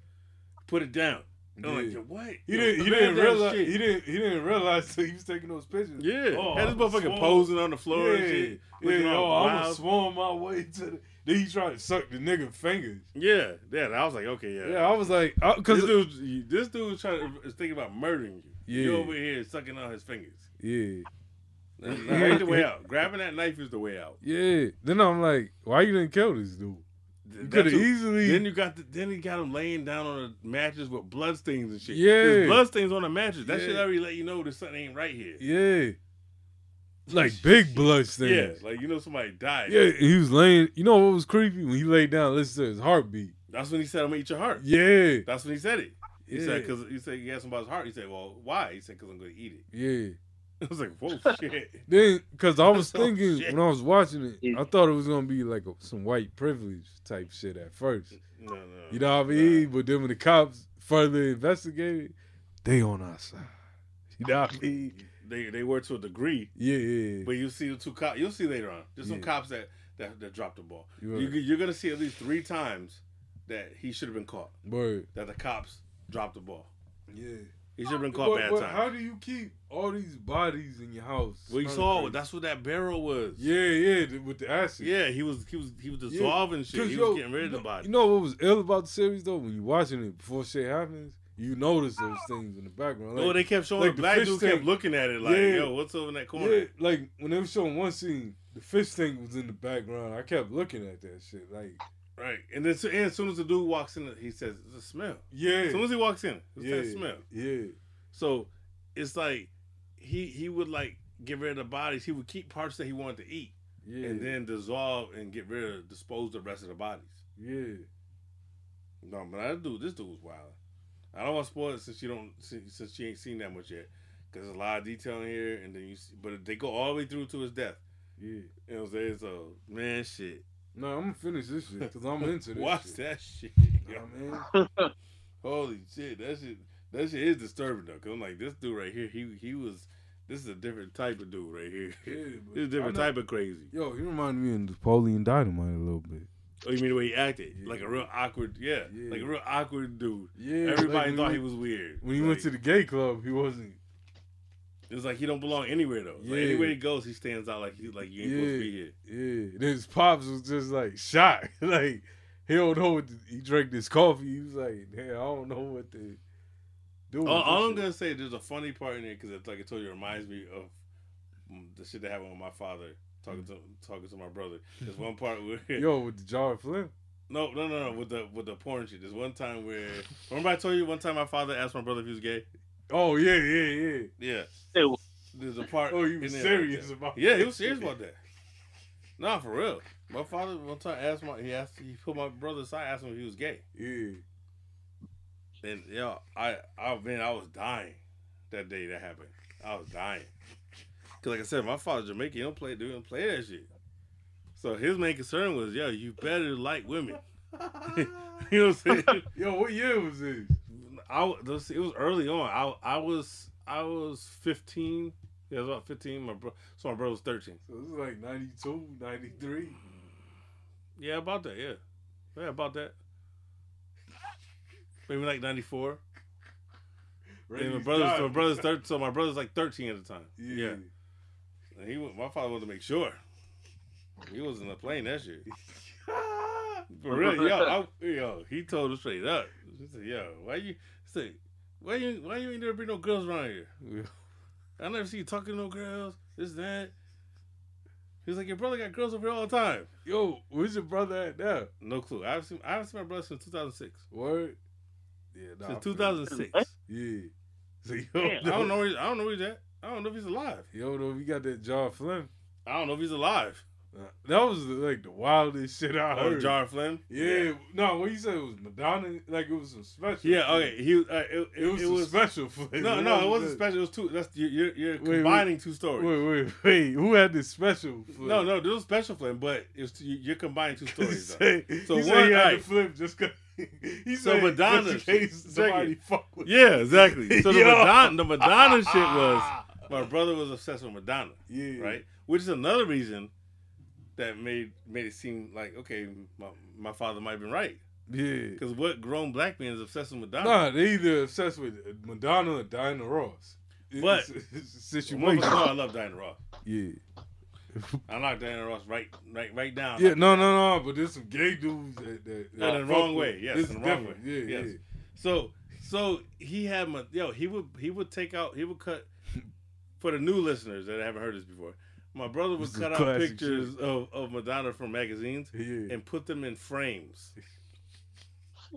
B: Put it down. And I'm like,
A: Yeah.
B: yo, what?
A: He
B: Yo,
A: didn't. He
B: man
A: didn't
B: down
A: realize.
B: shit.
A: He didn't. He didn't realize till he was taking those pictures.
B: Yeah,
A: Oh,
B: had this
A: I'm
B: motherfucker
A: swole.
B: posing on the floor
A: Yeah.
B: and shit.
A: Yeah.
B: looking
A: Yo,
B: all
A: I was
B: wild.
A: swarming my way to. The, then he tried to suck the nigga fingers.
B: yeah, yeah. I was like, okay, yeah.
A: Yeah, I was like,
B: This
A: because
B: dude, this dude was trying to, is thinking about murdering you. You
A: Yeah.
B: over here sucking on his fingers.
A: yeah,
B: That's ain't the way out. Grabbing that knife is the way out.
A: yeah. Then I'm like, why you didn't kill this dude? You
B: That's
A: could have
B: who-
A: easily.
B: Then you got the, then he got him laying down on a mattress with bloodstains and shit.
A: Yeah.
B: There's bloodstains on the mattress. That
A: Yeah.
B: shit already let you know that something ain't right here.
A: yeah. Like big blood
B: Yeah,
A: stains.
B: like you know somebody died.
A: Yeah, he was laying. You know what was creepy when he laid down? Listen to his heartbeat.
B: That's when he said, "I'm gonna eat your heart."
A: Yeah,
B: That's when he said it. He
A: yeah,
B: said, "Cause he said he asked him about his heart." He said, "Well, why?" He said, "Cause I'm gonna eat it."
A: yeah.
B: I was like, "Whoa, shit!"
A: Then, cause I was
B: Oh,
A: thinking
B: shit.
A: when I was watching it,
G: Yeah.
A: I thought it was gonna be like a, some white privilege type shit at first.
B: No, no.
A: You know what I mean? But then when the cops further investigated, they on our side. You know what I mean?
B: They they were to a degree,
A: Yeah, yeah, yeah.
B: but you see the two cops. You'll see later on. There's some
A: Yeah.
B: cops that that, that dropped the ball.
A: You
B: You,
A: right.
B: you're gonna see at least three times that he should have been caught.
A: Word.
B: That the cops dropped the ball.
A: Yeah.
B: He should have been caught
A: But,
B: bad
A: but
B: time.
A: how do you keep all these bodies in your house?
B: well, you
A: Smelling
B: saw
A: crazy.
B: that's what that barrel was.
A: Yeah, yeah, th- with the acid.
B: Yeah, he was he was he was
A: Yeah.
B: dissolving shit.
A: 'Cause,
B: He
A: yo,
B: was getting rid of
A: you
B: the
A: know-
B: body.
A: You know what was ill about the series though? When you watching it before shit happens, you notice those things in the background.
B: oh,
A: Like,
B: they kept showing
A: like
B: the
A: the
B: black
A: fish
B: dude kept
A: tank.
B: looking at it like,
A: Yeah.
B: yo, what's over in that corner?
A: yeah, like when they were showing one scene, the fish tank was in the background. I kept looking at that shit. Like,
B: Right. And then so- and as soon as the dude walks in, he says, It's a smell.
A: yeah,
B: As soon as he walks in, it's
A: yeah,
B: that smell.
A: yeah,
B: So it's like he he would like get rid of the bodies. He would keep parts that he wanted to eat
A: yeah,
B: and then dissolve and get rid of dispose the rest of the bodies.
A: yeah,
B: No, but I do this dude was wild. I don't want to spoil it since you don't since since she ain't seen that much yet. Cause there's a lot of detail in here, and then you see, but they go all the way through to his death.
A: yeah.
B: You know what I'm saying? So man, shit.
A: No, I'm gonna finish this shit because I'm into this.
B: Watch
A: shit.
B: that shit. yo.
A: Nah, man.
B: Holy shit, that shit that shit is disturbing though. Cause I'm like, this dude right here, he he was this is a different type of dude right here.
A: Yeah, but
B: This is a different
A: I know-
B: type of crazy.
A: Yo, he reminded me of Napoleon Dynamite a little bit.
B: Oh, you mean the way he acted?
A: Yeah.
B: Like a real awkward, yeah,
A: Yeah.
B: like a real awkward dude.
A: Yeah,
B: Everybody
A: like,
B: thought
A: when
B: he was weird.
A: When he went to the gay club, he wasn't.
B: the, it's like he don't belong anywhere though. Like,
A: Yeah.
B: anywhere he goes, he stands out like he like you ain't supposed to be here.
A: Yeah, and his pops was just like shocked. like he don't know what the, he drank this coffee. He was like, "Damn, I don't know what to do."
B: All, all I'm
A: with this
B: gonna say, there's a funny part in there because, like I told you, it reminds me of mm, the shit that happened with my father talking to talking to my brother. There's one part where
A: shit." Mm. Yo, with the John Flynn.
B: No, no, no, no. With the with the porn shit. There's one time where remember I told you one time my father asked my brother if he was gay.
A: Oh yeah, yeah, yeah.
B: Yeah.
G: It was-
B: There's a part.
A: Oh, you was
B: in there like
A: serious
B: that.
A: about
B: Yeah, he was serious about that. Nah, for real. My father one time asked my he asked he put my brother aside asked him if he was gay.
A: Yeah,
B: And yo, I I man, I was dying that day that happened. I was dying. Cause like I said, my father Jamaican, he don't play dude, he don't play that shit. So his main concern was, yo, you better like women. you know what I'm saying?
A: yo, what year was this?
B: I w- this- it was early on. I I was I was fifteen. Yeah, I was about fifteen. My bro, so my brother was thirteen.
A: So this is like 92, 93.
B: Yeah, about that. Yeah, Mm-hmm. yeah, about that. Maybe like ninety four. And my
A: Rabies
B: brother's,
A: died.
B: my brother's thir- so my brother's like 13 at the time.
A: Yeah.
B: Yeah. And he, wa- my father wanted to make sure. He was in the plane that shit. For real, yo, I, yo, he told us straight up. He said, "Yo, why you say, why you, why you ain't never bring no girls around here? I never see you talking to no girls. This that." He was like, "Your brother got girls over here all the time."
A: Yo, where's your brother at now?
B: No clue. I've seen, I haven't seen my brother since 2006.
A: Word. Yeah. Nah, I
B: since
A: feel you.
B: 2006.
G: What?
A: Yeah. So you
B: I
A: don't know.
B: don't know. Where, I don't know where he's at. I don't know if he's alive.
A: You don't know. We got that John Flynn.
B: I don't know if he's alive.
A: Uh, That was like the wildest shit I
B: Oh,
A: heard.
B: Jar Flynn.
A: Yeah. No, what you said was Madonna. Like it was some special.
B: Yeah. Okay. He. Uh, it,
A: It was,
B: it
A: some
B: was
A: special. Flynn.
B: No,
A: What
B: no, it
A: was
B: wasn't
A: that?
B: special. It was two. That's you're you're, you're
A: Wait, wait.
B: combining two stories.
A: Wait, wait, wait. Who had this special? Flynn?
B: No, no, there was special flame, but it's two, you- you're combining two stories. though.
A: Say,
B: So
A: so he
B: one-
A: said he had to
B: alright.
A: flip just because. He
B: So
A: said
B: Madonna-
A: just in case
B: check
A: somebody fuck with.
B: yeah, exactly. So the
A: Yo.
B: Madonna, the Madonna shit was my brother was obsessed with Madonna,
A: yeah,
B: right? Which is another reason that made made it seem like okay, my, my father might have been right
A: yeah.
B: because what grown black man is obsessed with Madonna?
A: Nah, they either obsessed with Madonna or Diana Ross. It-
B: But-
A: it's, it's a
B: You
A: situation.
B: motherfuckers know I love Diana Ross.
A: Yeah,
B: I knock Diana Ross right, right, right down.
A: yeah. No, no, no. But there's some gay dudes that, that, that
B: Uh-huh. In the
A: fuck
B: wrong
A: with-
B: way, yes,
A: this
B: in the
A: is
B: wrong
A: different.
B: way,
A: Yeah,
B: yes. So so he had my yo, he would he would take out he would cut for the new listeners that haven't heard this before. My brother would
A: This is
B: cut out
A: classic
B: pictures of, of Madonna from magazines
A: yeah, yeah.
B: and put them in frames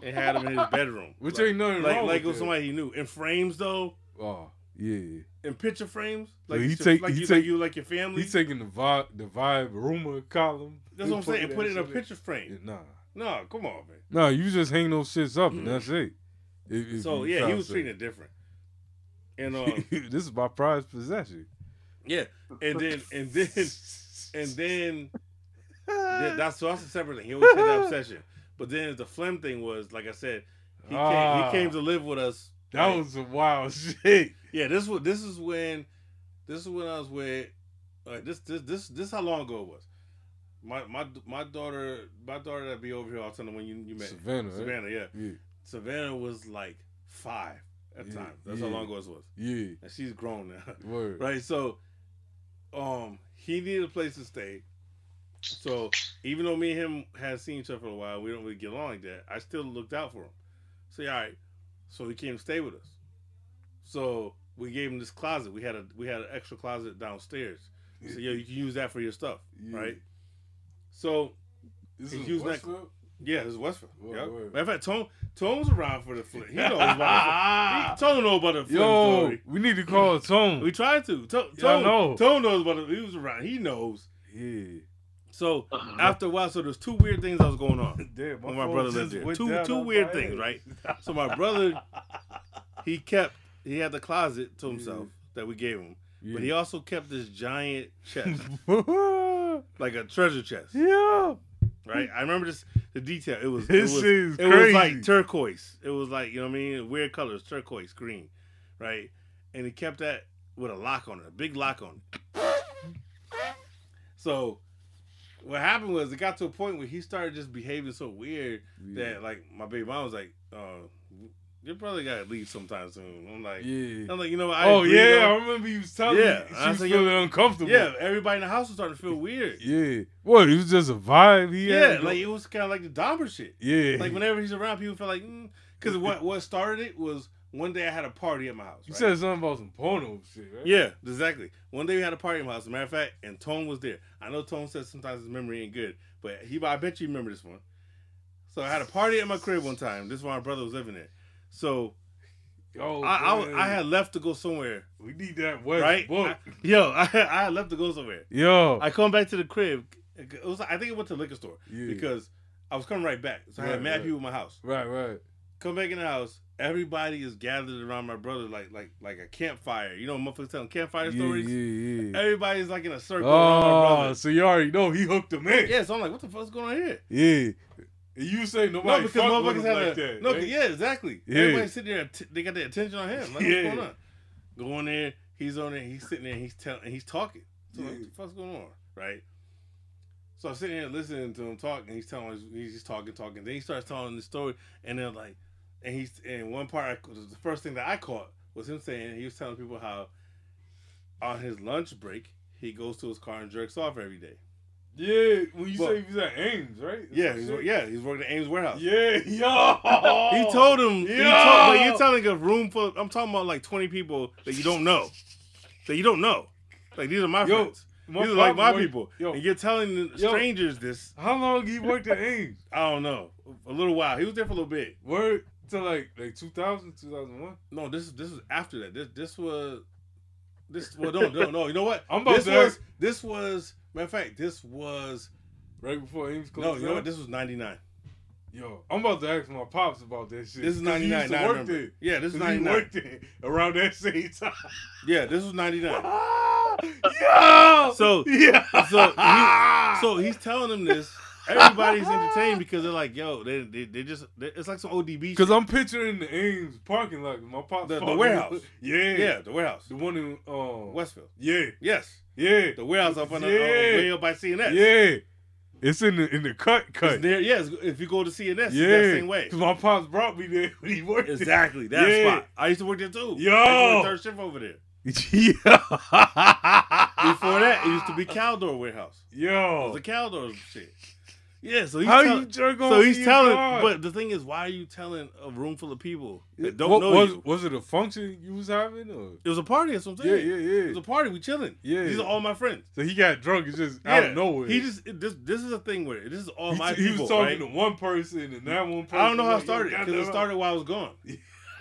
B: and had them in his bedroom.
A: Which
B: like,
A: ain't nothing
B: like,
A: wrong
B: like
A: with
B: it was
A: that.
B: somebody he knew. In frames though,
A: Oh, yeah.
B: in picture frames,
A: So
B: like
A: he
B: you should-
A: take-
B: like
A: he
B: you
A: take-
B: like you like your family.
A: He's taking the vibe, the vibe rumor column.
B: That's what I'm
A: He put
B: saying. And put it in a
A: that
B: picture
A: shit in-
B: frame.
A: Nah,
B: No, come on, man.
A: nah. You just hang those shits up and that's it. If- if
B: Mm-hmm. So
A: you
B: yeah,
A: try
B: he
A: to
B: was
A: say-
B: treating it different. And um,
A: this is my prized possession.
B: yeah, and then and then And then yeah, that's so that's a separate thing. He always had that obsession. But then the Flem thing was, like I said, he, came,
A: Ah.
B: he came to live with us.
A: That
B: Like,
A: was some wild shit.
B: yeah. This was this is when this is when I was with like this this this this is how long ago it was. My my my daughter my daughter that be over here all the time when you you met
A: Savannah. right?
B: Savannah yeah
A: Yeah,
B: Savannah was like five at the
A: Yeah,
B: time. That's
A: yeah.
B: how long ago this was.
A: yeah.
B: And she's grown now.
A: Word.
B: Right. So, um, he needed a place to stay. So even though me and him had seen each other for a while, we don't really get along like that. I still looked out for him. So yeah, all right. So he came to stay with us. So we gave him this closet. We had a we had an extra closet downstairs. So yo, you can use that for your stuff,
A: Yeah.
B: right? So
A: This
B: He
A: is
B: used that-
A: Westfield?
B: yeah, this is Westfield.
A: Word,
B: yeah.
A: word.
B: Matter of fact, Tone Tone was around for the flip. He knows about the Tone know about the flip
A: Yo,
B: story.
A: we need to call Tone.
B: We tried to. Tone,
A: Y'all
B: Tone,
A: know.
B: Tone knows about it. He was around. He knows.
A: yeah.
B: So after a while, so there's two weird things that was going on
A: Damn,
B: when my
A: phone
B: brother
A: just
B: lived there.
A: went
B: Two
A: down
B: two
A: on
B: weird
A: my
B: things,
A: ass.
B: right? So my brother, he kept he had the closet to himself that we gave him, but he also kept this giant chest,
A: Yeah.
B: like a treasure chest,
A: yeah.
B: right? I remember this the detail. It was
A: This
B: it was,
A: shit is
B: it was
A: crazy.
B: like turquoise. It was like you know what I mean, weird colors, turquoise, green, right? And he kept that with a lock on it, a big lock on it. So what happened was it got to a point where he started just behaving so weird that like my baby mom was like, uh, your brother gotta leave sometime soon. I'm like
A: Yeah.
B: I'm like, you know what, I
A: Oh,
B: agree,
A: yeah. I
B: though.
A: remember you was telling
B: Yeah,
A: me. She
B: I
A: was
B: said,
A: feeling
B: yo-
A: uncomfortable.
B: Yeah, everybody in the house was starting to feel weird.
A: Yeah. What? It was just a vibe. He
B: Yeah,
A: had?
B: like it was kinda like the Dobber shit.
A: yeah.
B: Like whenever he's around, people feel like because what what started it was one day I had a party at my house.
A: you
B: right?
A: said something about some porno shit, right?
B: Yeah, exactly. One day we had a party in my house. As a matter of fact, and Tone was there. I know Tone says sometimes his memory ain't good, but he, I bet you remember this one. So I had a party at my crib one time. This is why my brother was living there. So
A: Yo,
B: I, I, was-
A: Oh, man,
B: I had left to go somewhere,
A: We need that West
B: right?
A: book.
B: I- yo, I, had- I had left to go somewhere.
A: Yo.
B: I come back to the crib. It was, I think it went to the liquor store
A: Yeah.
B: because I was coming right back. So I had
A: Right,
B: mad
A: right.
B: people in my house.
A: right, right.
B: Come back in the house. Everybody is gathered around my brother like like like a campfire. You know, motherfuckers telling campfire
A: Yeah,
B: stories.
A: yeah, yeah.
B: Everybody's like in a circle around my
A: Oh,
B: brother.
A: so you already know he hooked him in.
B: Yeah, so I'm like, what the fuck's going on here?
A: Yeah. You say
B: No,
A: nobody
B: because
A: fuck with
B: motherfuckers
A: him
B: have
A: like
B: a,
A: that.
B: no,
A: right?
B: yeah, exactly.
A: Yeah.
B: Everybody's sitting there, att- they got their attention on him. Like,
A: Yeah.
B: what's going on? Go in there, he's on there, he's sitting there, he's telling, he's talking. So I'm like,
A: Yeah.
B: what the fuck's going on, right? So I'm sitting here listening to him talk, and he's telling, us- he's just talking, talking. Then he starts telling the story, and they're like, and he's, and one part, I, the first thing that I caught was him saying he was telling people how on his lunch break he goes to his car and jerks off every day.
A: Yeah, when you
B: But-
A: say he's at Ames, right?
B: Yeah, he's, yeah, he's working at Ames Warehouse.
A: yeah, yo.
B: He told him. He
A: Yeah.
B: told, but you're telling a room full. I'm talking about like 20 people that you don't know, that you don't know. Like these are my
A: Yo,
B: friends. these are like my
A: problem
B: people.
A: was- Yo,
B: and you're telling the
A: Yo.
B: strangers this.
A: how long he worked at Ames?
B: I don't know. A little while. He was there for a little bit.
A: Word to like like 2000, 2001.
B: No, this is this is after that. This this was this. Well, no, no, no. You know what?
A: I'm about
B: this
A: to
B: was
A: ask-
B: this was matter of fact. This was
A: Right before Ames closed.
B: no. You know
A: down?
B: what? This was 99.
A: Yo, I'm about to ask my pops about that shit.
B: This is
A: 'Cause he
B: 99.
A: used to
B: now I
A: work
B: remember.
A: there.
B: Yeah, this is
A: 'Cause he
B: 99.
A: worked there around that same time.
B: Yeah, this was 99.
A: Yo!
B: So-
A: yeah.
B: so he- So he's telling them this. Everybody's entertained because they're like, yo, they they, they just they, it's like some ODB. shit.
A: Because I'm picturing the Ames parking lot. My pops.
B: The- the
A: parking
B: warehouse.
A: lot. Yeah.
B: yeah, the warehouse,
A: The one in um,
B: Westfield.
A: Yeah.
B: Yes,
A: Yeah.
B: the warehouse up on the uh,
A: Yeah.
B: way up by CNS.
A: Yeah. It's in the in the cut
B: it's
A: cut.
B: there. Yes, if you go to CNS,
A: yeah.
B: it's that same way.
A: Because my pops brought me there when he worked. there.
B: Exactly that
A: Yeah.
B: spot. I used to work there too.
A: Yo.
B: I used to work third shift over there.
A: yeah.
B: Before that, it used to be Caldor Warehouse. It was
A: Yo.
B: the Caldor shit. Yeah, so he's
A: How
B: tell-
A: you jerk off?
B: so he's
A: in your
B: telling.
A: car?
B: But the thing is, why are you telling a room full of people that don't
A: What-
B: know
A: was,
B: you?
A: Was it a function you was having? Or?
B: It was a party. That's what I'm
A: Yeah,
B: saying.
A: yeah,
B: It
A: yeah.
B: was a party. We chilling.
A: Yeah.
B: these are all my friends.
A: so he got drunk. It's just out of nowhere.
B: He just it- this this is a thing where this is all
A: He-
B: my
A: he,
B: people.
A: was talking
B: right?
A: to one person and that one person.
B: I don't know how
A: like,
B: it started
A: yo,
B: because it
A: goddamn.
B: started while I was gone.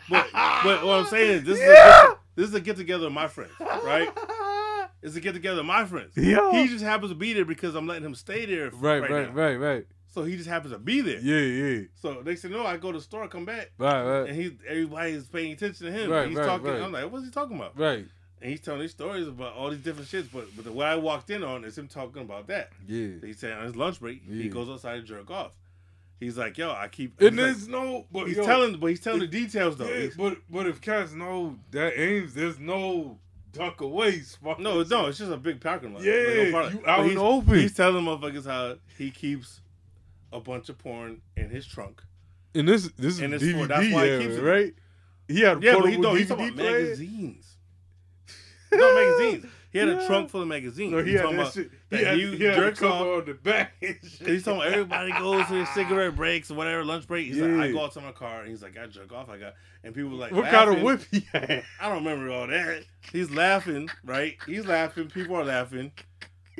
B: But but what I'm saying is this is a get, this is a get together of my friends, right? It's a get together of my friends.
A: Yeah.
B: He just happens to be there because I'm letting him stay there.
A: Right,
B: right,
A: right, right,
B: now.
A: right,
B: So he just happens to be there.
A: Yeah, yeah.
B: So they said no. I go to the store, come back,
A: Right,
B: and
A: right,
B: he everybody's paying attention to him.
A: Right,
B: he's
A: right,
B: talking.
A: right.
B: I'm like, what's he talking about?
A: right.
B: And he's telling these stories about all these different shits. But but the way I walked in on is him talking about that.
A: Yeah.
B: He said on his lunch break, he
A: Yeah.
B: goes outside to jerk off. He's like, yo, I keep.
A: And
B: he's like-
A: there's no. But
B: he's
A: yo,
B: telling, but he's telling the details though.
A: yeah,
B: He's-
A: but but if cats know that aims, there's no duck away spot.
B: no, it's- no, it's just a big parking lot.
A: Yeah,
B: Like, no park-
A: you
B: but
A: out in
B: he's,
A: the open.
B: He's telling motherfuckers how he keeps a bunch of porn in his trunk.
A: And this this
B: And
A: is
B: it's
A: DVD
B: for- that's why he
A: era,
B: keeps it.
A: right? He had a
B: Yeah, but
A: portable
B: he don't. He's
A: DVD
B: talking about
A: player.
B: magazines. no magazines. He had a
A: Yeah.
B: trunk full of magazines.
A: No, he
B: he's
A: had
B: talking
A: that
B: about.
A: shit.
B: that
A: He had,
B: you
A: he had a
B: jerks
A: cover
B: off.
A: on the back. and shit.
B: He's talking about everybody goes to their cigarette breaks or whatever lunch break. He's like, I
A: Yeah.
B: go out to my car and he's like, I jerk off. I got and people were like,
A: What kind of
B: laughing.
A: whip he had?
B: I don't remember all that. He's laughing, right? He's laughing. People are laughing,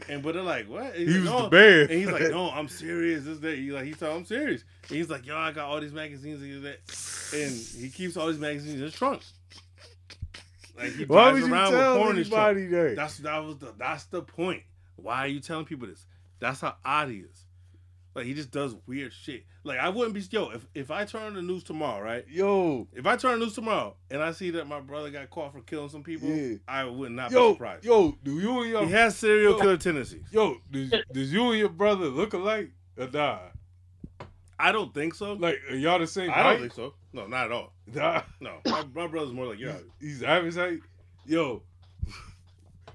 B: and but they're like, "What?" He's
A: He
B: like,
A: was
B: no.
A: the band.
B: And he's like, "No, I'm serious." This that he's like, he's like, "I'm serious." And he's like, "Yo, I got all these magazines and that," and he keeps all these magazines in his trunk. Like he
A: Why
B: drives
A: would you
B: around with
A: tell
B: porn in his trunk.
A: anybody that?
B: That's that was the that's the point. Why are you telling people this? That's how odd he is. Like he just does weird shit. Like I wouldn't be yo if if I turn on the news tomorrow, right?
A: Yo,
B: If I turn the news tomorrow and I see that my brother got caught for killing some people,
A: Yeah.
B: I would not be
A: yo,
B: surprised.
A: yo, do you and your
B: he has serial
A: Yo.
B: killer tendencies.
A: yo, does, does you and your brother look alike or nah?
B: I don't think so.
A: Like are y'all the same
B: I don't
A: height?
B: think so. No, not at all.
A: Nah.
B: No, my, my brother's more like yeah.
A: He's- He's average height. Yo.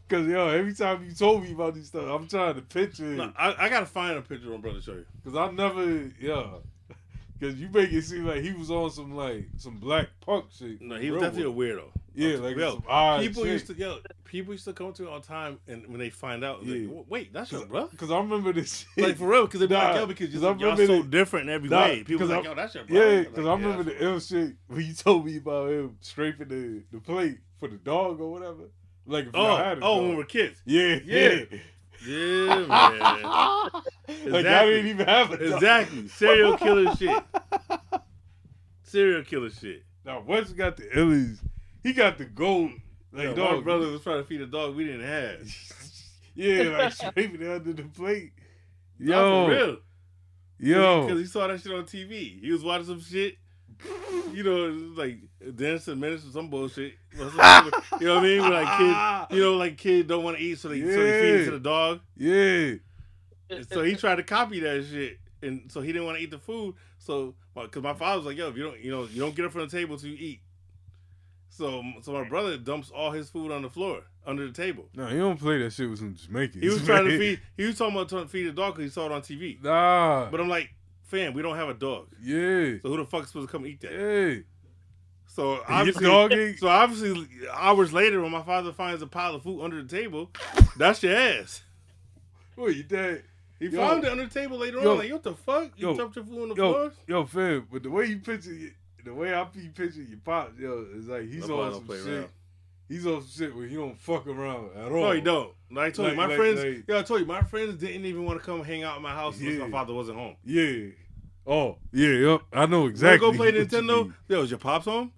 A: Cause yo, every time you told me about these stuff, I'm trying to picture
B: No,
A: it.
B: I, I gotta find a picture of my brother to show you.
A: Cause I never yeah. Cause you make it seem like he was on some like some black punk shit.
B: No, he was
A: Real
B: definitely
A: one.
B: a weirdo.
A: Yeah, like
B: yo,
A: some odd
B: people
A: shit.
B: used to yo, people used to come to me all the time, and when they find out,
A: Yeah.
B: like, wait, that's your brother.
A: Cause I remember this shit.
B: Like for real, because they be like,
A: Nah,
B: yo, because you're
A: 'cause I
B: like, y'all
A: remember
B: so
A: the-
B: different in every
A: Nah,
B: way. People
A: 'cause
B: like,
A: I'm-
B: yo, that's your brother.
A: Yeah,
B: Like,
A: because I remember
B: that's
A: the ill shit when you told me about him scraping the, the plate for the dog or whatever. Like if
B: your-
A: y'all had
B: Oh,
A: a
B: oh,
A: dog.
B: when we we're kids.
A: yeah,
B: Yeah.
A: yeah.
B: Yeah, man.
A: Like I
B: Exactly.
A: didn't even have a dog.
B: Exactly. Serial killer shit. Serial killer shit.
A: Now Wes got the illies. He got the gold. Like
B: Like,
A: dog
B: my brother was trying to feed a dog we didn't have.
A: yeah, like scraping it under the plate.
B: No, for
A: Yo,
B: real. Because
A: yo,
B: he saw that shit on TV. He was watching some shit. You know, it was like dance and minutes or some bullshit. Or some- you know what I mean? Where like kid, you know, like kid don't want to eat, so they so they feed it
A: Yeah.
B: to the dog.
A: yeah,
B: And so he tried to copy that shit, and so he didn't want to eat the food. So, because my father was like, "Yo, if you don't, you know, you don't get up from the table till you eat." So, so my brother dumps all his food on the floor under the table.
A: no, he don't play that shit with some Jamaicans.
B: He was trying to
A: man.
B: feed. He was talking about trying to feed the dog because he saw it on TV.
A: Nah,
B: But I'm like, fam, we don't have a dog,
A: yeah,
B: so who the fuck's supposed to come eat that?
A: yeah.
B: So
A: Your
B: obviously,
A: dog ate-
B: so obviously, hours later, when my father finds a pile of food under the table, that's your ass.
A: Wait, your dad.
B: He
A: Yo.
B: found it under the table later
A: Yo.
B: on. Like, yo, what the fuck? You
A: Yo.
B: dumped your food on the
A: Yo,
B: floor?
A: yo, fam, but the way you picture, your- the way I be picturing your pop, yo, it's like he's
B: My
A: on some
B: father don't
A: shit.
B: play around.
A: He's on some shit where he don't fuck around at all.
B: No, you don't. Like I told
A: Like-
B: you, my
A: like-
B: friends.
A: like-
B: yo, I told you, my friends didn't even want to come hang out at my house unless
A: Yeah.
B: my father wasn't home.
A: Yeah. Oh, yeah, yep. I know
B: Exactly.
A: exactly.
B: Go play
A: what you
B: Nintendo. Yo, is your pops home?
A: mean.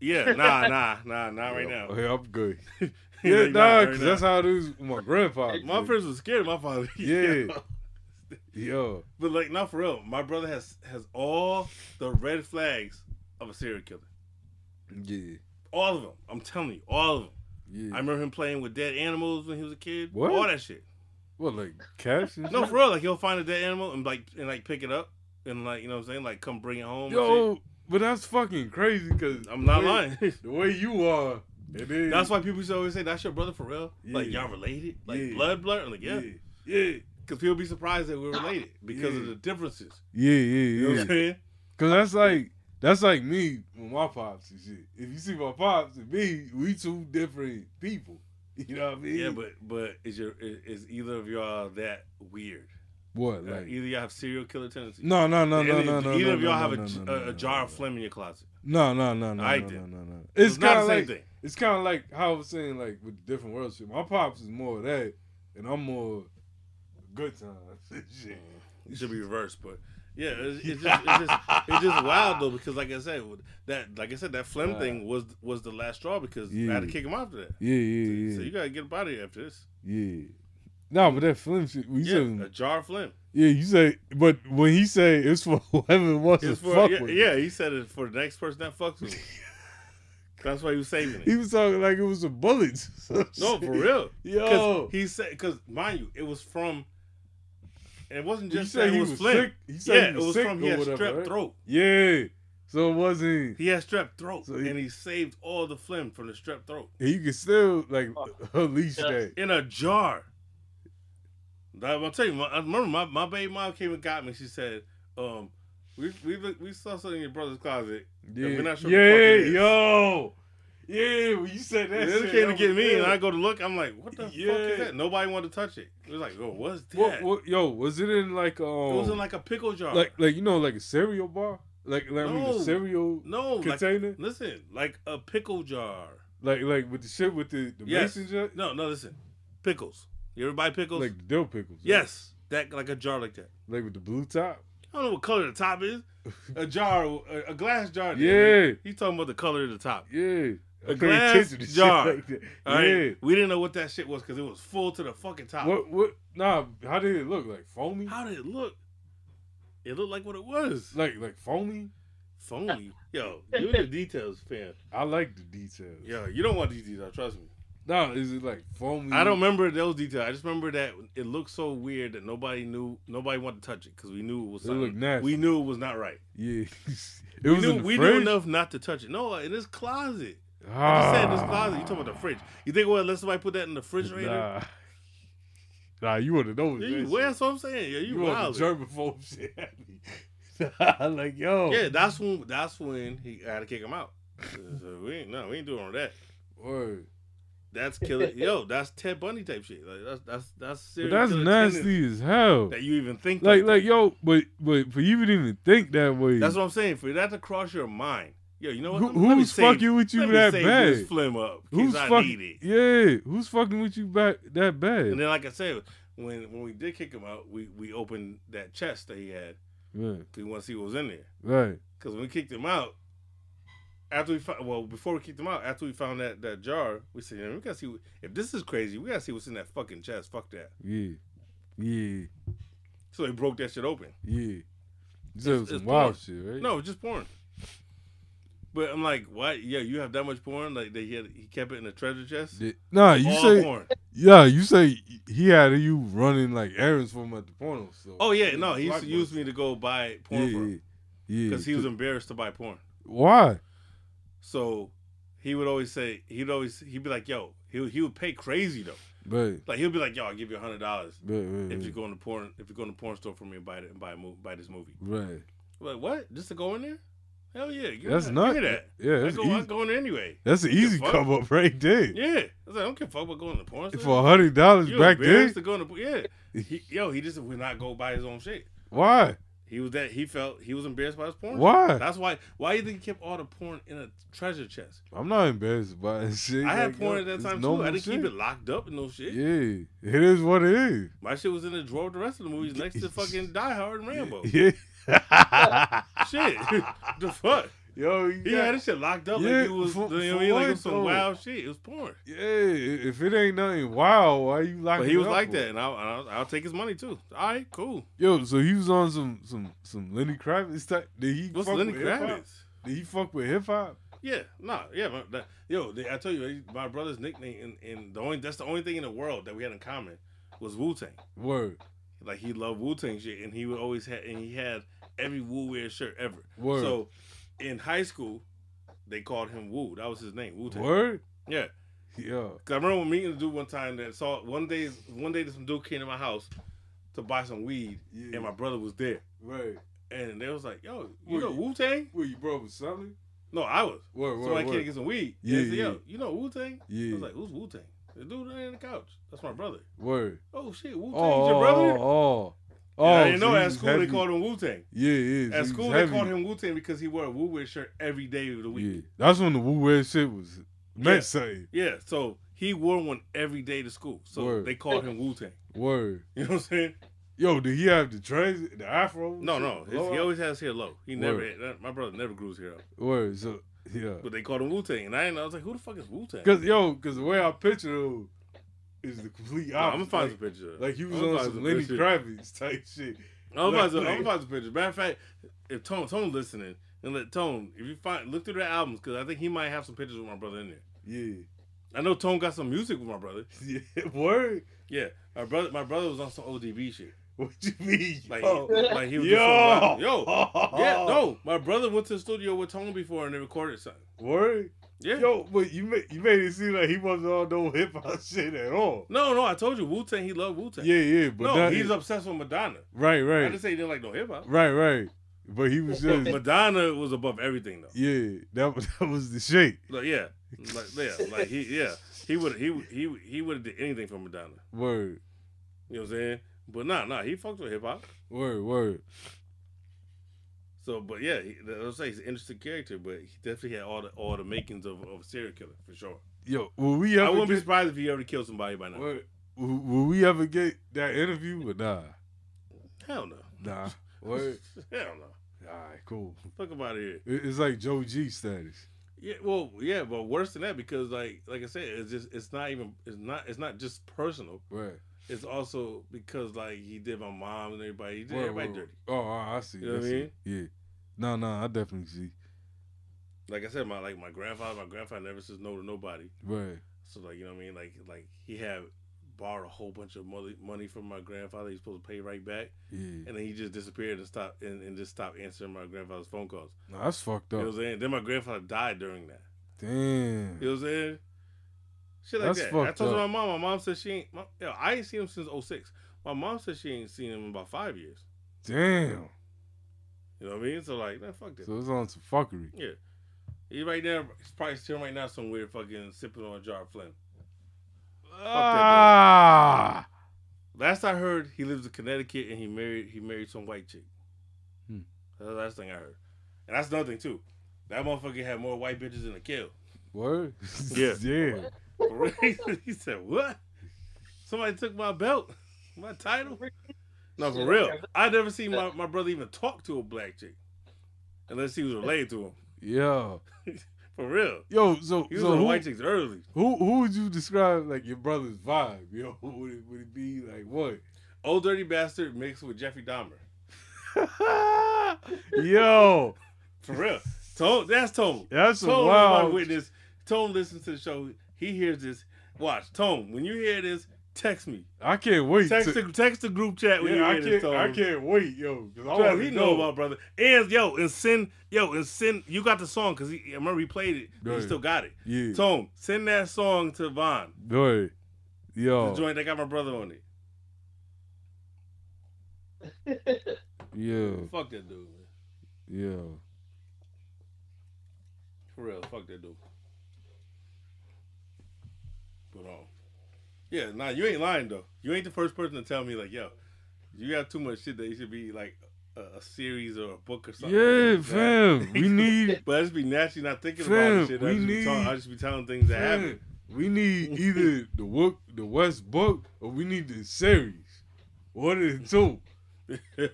A: Yeah.
B: Yeah, nah, nah, nah, not right
A: Yeah,
B: now.
A: Okay, I'm good.
B: Nah,
A: Yeah,
B: not
A: nah,
B: right
A: 'cause
B: now.
A: that's how it is with my grandfather.
B: My friends was scared of my father.
A: Yeah. Yo.
B: But like, not for real. My brother has has all the red flags of a serial killer.
A: Yeah.
B: All of them. I'm telling you, all of them.
A: Yeah.
B: I remember him playing with dead animals when he was a kid.
A: What?
B: All that shit.
A: what, like cats? and
B: No,
A: shit?
B: for real. Like he'll find a dead animal and like and like pick it up and like you know what I'm saying like come bring it home. and
A: Yo, but that's fucking crazy because
B: shit. I'm not lying.
A: The way you are, and then
B: That's why people used to always say that's your brother for real. Like
A: Yeah.
B: y'all related, like
A: Yeah.
B: blood blood. I'm like yeah,
A: yeah,
B: because
A: yeah,
B: people be surprised that we're related because of
A: Yeah.
B: the differences.
A: yeah,
B: You know
A: yeah,
B: what
A: yeah.
B: I'm saying?
A: Cause that's like that's like me with my pops and shit. If you see my pops and me, we two different people. You know what I mean?
B: Yeah, but but is your is is either of y'all that weird?
A: what
B: Uh,
A: like
B: either y'all have serial killer tendencies.
A: no, no, no,
B: And
A: no,
B: if
A: no, no.
B: Either
A: no,
B: of y'all
A: no,
B: have
A: no,
B: a, j-
A: no, no,
B: a,
A: no,
B: a jar
A: no,
B: of phlegm in your closet.
A: No, no, no, no.
B: I
A: no,
B: did.
A: No, no, no.
B: It's,
A: It's
B: not
A: kind
B: the
A: of
B: same
A: like
B: thing.
A: it's kind of like how I was saying like with the different world shit. My pops is more of that, and I'm more good times and shit.
B: It should be reversed, but yeah, it's, it's just it's just it's just wild though because like I said with- that like I said that phlegm
A: Uh,
B: thing was was the last straw because I had to
A: yeah.
B: kick him off after that.
A: Yeah, yeah, yeah.
B: So you gotta get up out of here after this.
A: Yeah. No, but that film shit. We
B: Yeah, uh,
A: said,
B: a jar of phlegm.
A: yeah, you say, but when he say it's for whoever wants
B: It's
A: to
B: for
A: fuck
B: yeah,
A: with, you.
B: yeah, he said it for the next person that fucks with him. That's why he was saving
A: he
B: it.
A: was talking like it was a bullet.
B: No, for real.
A: yo,
B: Because he said because mind you, it was from. It wasn't
A: you
B: just
A: say
B: that
A: he
B: it
A: was
B: was phlegm.
A: sick. He said
B: Yeah,
A: he
B: it
A: was
B: was
A: sick
B: from
A: or
B: he had
A: whatever,
B: strep
A: right?
B: throat.
A: Yeah, so it wasn't.
B: He had strep throat,
A: So he-
B: and he saved all the phlegm from the strep throat.
A: He could still like
B: Oh.
G: Fuck.
A: unleash
G: Yeah.
A: that.
B: in a jar. That- I'll tell you. My, I remember my, my baby mom came and got me. She said, um, "We we look- we saw something in your brother's closet."
A: Yeah,
B: we're not sure what the fuck
A: yeah,
B: it is.
A: yo, yeah. When you said that,
B: And then
A: shit,
B: it came
A: I
B: to get
A: was
B: me, and
A: feeling-
B: I go to look. I'm like, "What the fuck
A: Yeah.
B: is that?" Nobody wanted to touch it. It was like, "Yo, what's that?"
A: What, what, yo, was it in like um,
B: It was in like a pickle jar.
A: like like you know like a cereal bar, like like I mean,
B: No.
A: a cereal
B: no, like
A: container.
B: listen, like a pickle jar.
A: Like like with the shit with the, the
B: Yes.
A: mason jar?
B: No, no, listen, pickles. You ever buy pickles?
A: Like the dill pickles. right?
B: yes, that like a jar like that.
A: Like with the blue top.
B: I don't know what color the top is. A jar, a, a glass jar.
A: Yeah.
B: He's talking about the color of the top.
A: Yeah. I pay
B: A glass
A: attention to shit
B: jar.
A: Like that.
B: All right.
A: yeah.
B: We didn't know what that shit was because it was full to the fucking top.
A: What what nah, how did it look? Like foamy?
B: How did it look? It looked like what it was.
A: Like like foamy?
B: Phony. Yo, give me the details, fam.
A: I like the details.
B: Yo, you don't want these details, trust me.
A: Nah, is it like foamy?
B: I don't remember those details. I just remember that it looked so weird that nobody knew, nobody wanted to touch it because we knew it was
A: It
B: something.
A: looked nasty.
B: We knew it was not right.
A: Yeah. it
B: We
A: was in
B: knew,
A: the
B: we knew
A: fridge?
B: enough not to touch it. No, in this closet. I
A: Ah,
B: just said this closet. You talking about the fridge? You think what? Let somebody put that in the refrigerator?
A: Nah. Nah, you would have known.
B: Yeah,
A: that
B: you
A: shit.
B: well, that's what I'm saying. Yeah, you,
A: you want
B: wild.
A: the germaphobe shit at me. Nah, like yo.
B: Yeah, that's when that's when he had to kick him out. So we ain't no, we ain't doing all that.
A: Word.
B: That's killer. Yo, that's Ted Bundy type shit. Like that's that's that's
A: But
B: serious.
A: that's nasty as hell.
B: That you even think
A: Like,
B: that.
A: like, yo, but, but for you to even think that way,
B: That's what I'm saying. For that to cross your mind. Yo, you know what?
A: Who-
B: Let me- let me
A: who's
B: save-
A: fucking with you
B: let me
A: that
B: save
A: bad?
B: This phlegm up. 'cause
A: who's
B: I
A: fucking,
B: need it.
A: yeah, who's fucking with you back that bad?
B: And then, like I said, when when we did kick him out, we we opened that chest that he had.
A: right,
B: 'cause We want to see what was in there.
A: right,
B: Because when we kicked him out, after we found, well, before we kicked him out, after we found that, that jar, we said, "Man, we gotta see what- if this is crazy. We gotta see what's in that fucking chest. Fuck that.
A: yeah, yeah,
B: So he broke that shit open.
A: yeah. You said it was
B: it's
A: some wild
B: porn.
A: shit, right?
B: No, it was just porn. But I'm like, what? Yeah, you have that much porn? Like they had, he kept it in the treasure chest.
A: Did- nah, you
B: All
A: say,
B: porn.
A: yeah, you say he had you running like errands for him at the porno store.
B: Oh yeah, no, he used to
A: Blockbuster.
B: use me to go buy porn
A: yeah,
B: for
A: yeah,
B: him
A: yeah,
B: because he was embarrassed to buy porn.
A: why?
B: So he would always say, he'd always, he'd be like, "Yo," he would- he would pay crazy though.
A: But,
B: Like he'll be like, "Yo, I'll give you a hundred dollars."
A: but, but,
B: if you go in the porn if you go in the porn store for me and buy it and buy a movie buy this movie.
A: right,
B: I'm like what? Just to go in there? Hell yeah, give me
A: That's
B: that.
A: not. e,
B: Give me that.
A: Yeah,
B: I
A: that's
B: go,
A: easy.
B: I'm going anyway.
A: That's an easy
B: fuck?
A: come up right there.
B: Yeah, I, was like, I don't give a fuck about going to porn.
A: For a hundred dollars
B: you
A: back there,
B: embarrassed to go to yeah. He, yo, he just would not go buy his own shit.
A: why?
B: He was that he felt he was embarrassed by his porn.
A: Why?
B: That's why. Why you think he kept all the porn in a treasure chest?
A: I'm not embarrassed by that shit.
B: I
A: Like,
B: had porn
A: yo,
B: at that
A: it's
B: time too.
A: normal
B: I didn't
A: shit.
B: keep it locked up and no shit.
A: Yeah, it is what it is.
B: My shit was in the drawer of the rest of the movies next to fucking Die Hard and Rambo.
A: Yeah.
B: Shit, the fuck.
A: Yo, you
B: He
A: got-
B: had this shit locked up
A: Yeah,
B: like it was,
A: for-
B: you know
A: for
B: what I mean? Like
A: what,
B: it was some
A: though?
B: wild shit. It was porn.
A: yeah. i- If it ain't nothing, wow, why you like?
B: But he was like that, and I'll, and I'll, I'll take his money too. All right, cool.
A: Yo, so he was on some some some Lenny Kravitz type. Did he?
B: What's
A: fuck
B: Lenny
A: with hip hop?
B: Kravitz?
A: Did he fuck with hip hop?
B: Yeah, nah, yeah. My, that, yo, they, I tell you, they- my brother's nickname, and, and the only that's the only thing in the world that we had in common was Wu Tang.
A: Word,
B: Like he loved Wu Tang shit, and he would always had, and he had every Wu wear shirt ever.
A: word,
B: So, in high school, they called him Wu. That was his name, Wu Tang.
A: word.
B: Yeah.
A: Yo,
B: Cause I remember meeting a dude one time that saw one day one day some dude came to my house to buy some weed
A: yeah,
B: and my brother was there.
A: right.
B: And they was like, Yo, you
A: Wait.
B: know Wu Tang?
A: Well, you broke with something.
B: No, I was.
A: Word,
B: So I
A: word,
B: can't
A: word.
B: get some weed.
A: Yeah,
B: Yeah, said,
A: yeah.
B: Yo, you know Wu Tang? I
A: yeah,
B: was like, Who's Wu Tang? The dude right in the couch. That's my brother.
A: word.
B: Oh shit, Wu Tang,
A: Oh,
B: your
A: oh,
B: brother?
A: oh, oh.
B: And I didn't
A: so
B: know
A: he
B: at
A: was
B: school
A: heavy.
B: they called him Wu Tang.
A: Yeah, yeah. so
B: At
A: he
B: school
A: was
B: they
A: heavy.
B: called him Wu Tang because he wore a Wu wear shirt every day of the
A: Yeah,
B: week.
A: that's when the Wu West shit was meant
B: Yeah.
A: something.
B: Yeah. so he wore one every day to school. So
A: Word.
B: they called him Wu Tang.
A: Word.
B: You know what I'm saying?
A: Yo, did he have the trans the afro?
B: No, no. His, he
A: Lord.
B: always has hair low. He never
A: Word.
B: had, my brother never grew his hair up.
A: Word. So yeah,
B: But they called him Wu Tang. And I didn't know. I was like, who the fuck is Wu Tang?
A: because yo, because the way I picture him is the complete opposite.
B: I'm gonna
A: like,
B: find some pictures.
A: like he was
B: I'ma
A: on
B: find
A: some
B: some
A: Lenny
B: pictures.
A: Kravitz type shit.
B: I'm gonna find some-
A: like-
B: I'm gonna find some pictures. Matter of fact, if Tone Tone listening and let Tone, if you find look through their albums, because I think he might have some pictures with my brother in there.
A: Yeah,
B: I know Tone got some music with my brother.
A: yeah. Word.
B: Yeah, my brother, my brother was on some ODB shit.
A: What you mean?
B: Like,
A: yo,
B: he, like he was just
A: Oh. yo, Oh.
B: on- yo, yeah, no. My brother went to the studio with Tone before and they recorded something.
A: Word.
B: Yeah,
A: Yo, but you made you made it seem like he wasn't on no hip hop shit at all.
B: no, no. I told you Wu Tang. He loved Wu Tang.
A: Yeah, yeah, but
B: no,
A: that-
B: he's obsessed with Madonna.
A: right,
B: I
A: right,
B: didn't say he didn't like no hip hop.
A: right, right. But he was just
B: Madonna was above everything though.
A: yeah. That was that was the shit.
B: Like, yeah, like yeah, like he yeah he would he would- he would- he would have did anything for Madonna.
A: Word,
B: You know what I'm saying? But nah, nah, he fucked with hip hop.
A: word, word.
B: So, but yeah, he, I was say he's an interesting character, but he definitely had all the all the makings of, of a serial killer for sure.
A: Yo, will we ever
B: I wouldn't be
A: get,
B: surprised if he ever killed somebody by now.
A: will, will we ever get that interview? But nah,
B: Hell no,
A: nah. Word.
B: hell no.
A: All right, cool.
B: Fuck about here.
A: It- It's like Joe G status.
B: Yeah, well, yeah, but worse than that because like like I said, it's just it's not even it's not it's not just personal.
A: Right.
B: It's also because like he did my mom and everybody. He did
A: Word,
B: everybody
A: word.
B: dirty.
A: Oh, I I see.
B: You know what I
A: see.
B: mean?
A: Yeah. No, no, I definitely see.
B: like I said, my like my grandfather, my grandfather never says no to nobody.
A: Right.
B: So like you know what I mean, like like he had borrowed a whole bunch of money money from my grandfather. He's supposed to pay right back,
A: Yeah.
B: and then he just disappeared and stopped and, and just stopped answering my grandfather's phone calls.
A: No, that's fucked
B: You
A: up.
B: know what I'm saying? Then my grandfather died during that.
A: Damn.
B: You know what I'm saying? Shit like
A: That's
B: that. I
A: fucked
B: told my
A: up.
B: mom. My mom said she ain't. My, yo, I ain't seen him since 06. My mom said she ain't seen him in about five years.
A: Damn.
B: You know what I mean? So like, nah, fuck that.
A: So it's on some fuckery.
B: yeah. He right there, he's probably sitting right now somewhere fucking sipping on a jar of Flynn.
A: Ah.
B: Last I heard, he lives in Connecticut and he married he married some white chick.
A: Hmm.
B: That's the last thing I heard, and that's another thing too. That motherfucker had more white bitches than a kill.
A: Word.
B: Yeah.
A: yeah.
B: For real. he said, "What? Somebody took my belt, my title." No, for real. I never seen my, my brother even talk to a black chick, unless he was related to him.
A: Yeah.
B: For real,
A: Yo. So
B: he was
A: so
B: on
A: who,
B: white chicks early.
A: who who would you describe like your brother's vibe? Yo, would it, would it be like what?
B: Old dirty bastard mixed with Jeffrey Dahmer.
A: Yo,
B: For real. Tone, that's Tone.
A: that's a
B: Tone is my
A: wild.
B: witness. Tone listens to the show. He hears this. Watch, Tone. When you hear this, text me.
A: I can't wait.
B: Text
A: to,
B: the text the group chat when
A: yeah, I
B: you hear this,
A: can't.
B: Tone.
A: I can't wait, yo. Cause I
B: Trust
A: wanna
B: me, he know about brother. And yo, and send yo and send. You got the song because I remember he played it. but
A: Right.
B: He still got it.
A: Yeah,
B: Tone, send that song to Von.
A: boy.
B: The
A: Yo,
B: joint that got my brother on it.
A: yeah,
B: Fuck that dude. Man.
A: yo.
B: For real, fuck that dude. But um, yeah, nah, you ain't lying though. You ain't the first person to tell me like, yo, you got too much shit that you should be like a, a series or a book or something.
A: Yeah,
B: like that.
A: fam. We need
B: But I just be naturally not thinking
A: Fam,
B: about shit.
A: we
B: I just, be
A: need-
B: talking, I just be telling things that happen.
A: fam, we need either the work the West book or we need the series. One of the two.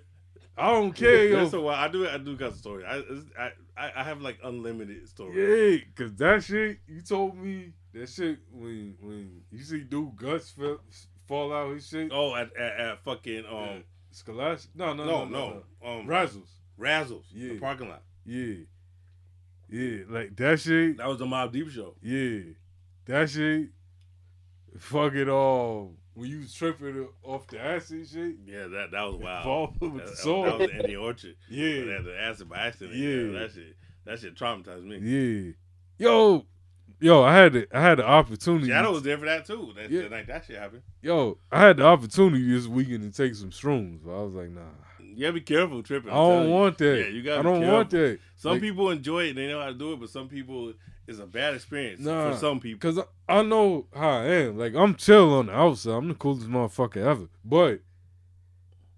A: I don't care, yo.
B: That's why I do. I do got story. I, it's- I I I have like unlimited story.
A: Yeah, cause that shit you told me that shit when when you see dude guts fa- fall out his shit.
B: Oh, at, at, at fucking um
A: Yeah. Skalash? No, no, no,
B: no
A: no,
B: no um
A: Razzles.
B: Razzles
A: Yeah.
B: the parking lot.
A: Yeah, yeah, like that shit.
B: That was the Mob Deep show.
A: Yeah, that shit. Fuck it all. When you was tripping off the acid shit,
B: Yeah, that that was wild.
A: fall with
B: That,
A: the
B: that-
A: sword.
B: that was in the orchard.
A: yeah,
B: They had the acid by accident.
A: Yeah.
B: Yeah, that shit. That shit traumatized me.
A: yeah. Yo, yo, I had the, I had the opportunity.
B: Shadow was there for that too. That
A: Yeah.
B: shit, like that shit happened.
A: Yo, I had the opportunity this weekend to take some shrooms, but I was like, nah,
B: You gotta be careful tripping.
A: I
B: I'm telling
A: don't
B: you.
A: want that.
B: Yeah, you gotta
A: I
B: be
A: don't want that.
B: Some
A: like-
B: people enjoy it; they know how to do it, but some people it's a bad experience
A: Nah,
B: for some people.
A: Cause I, I know how I am. Like I'm chill on the outside. I'm the coolest motherfucker ever. But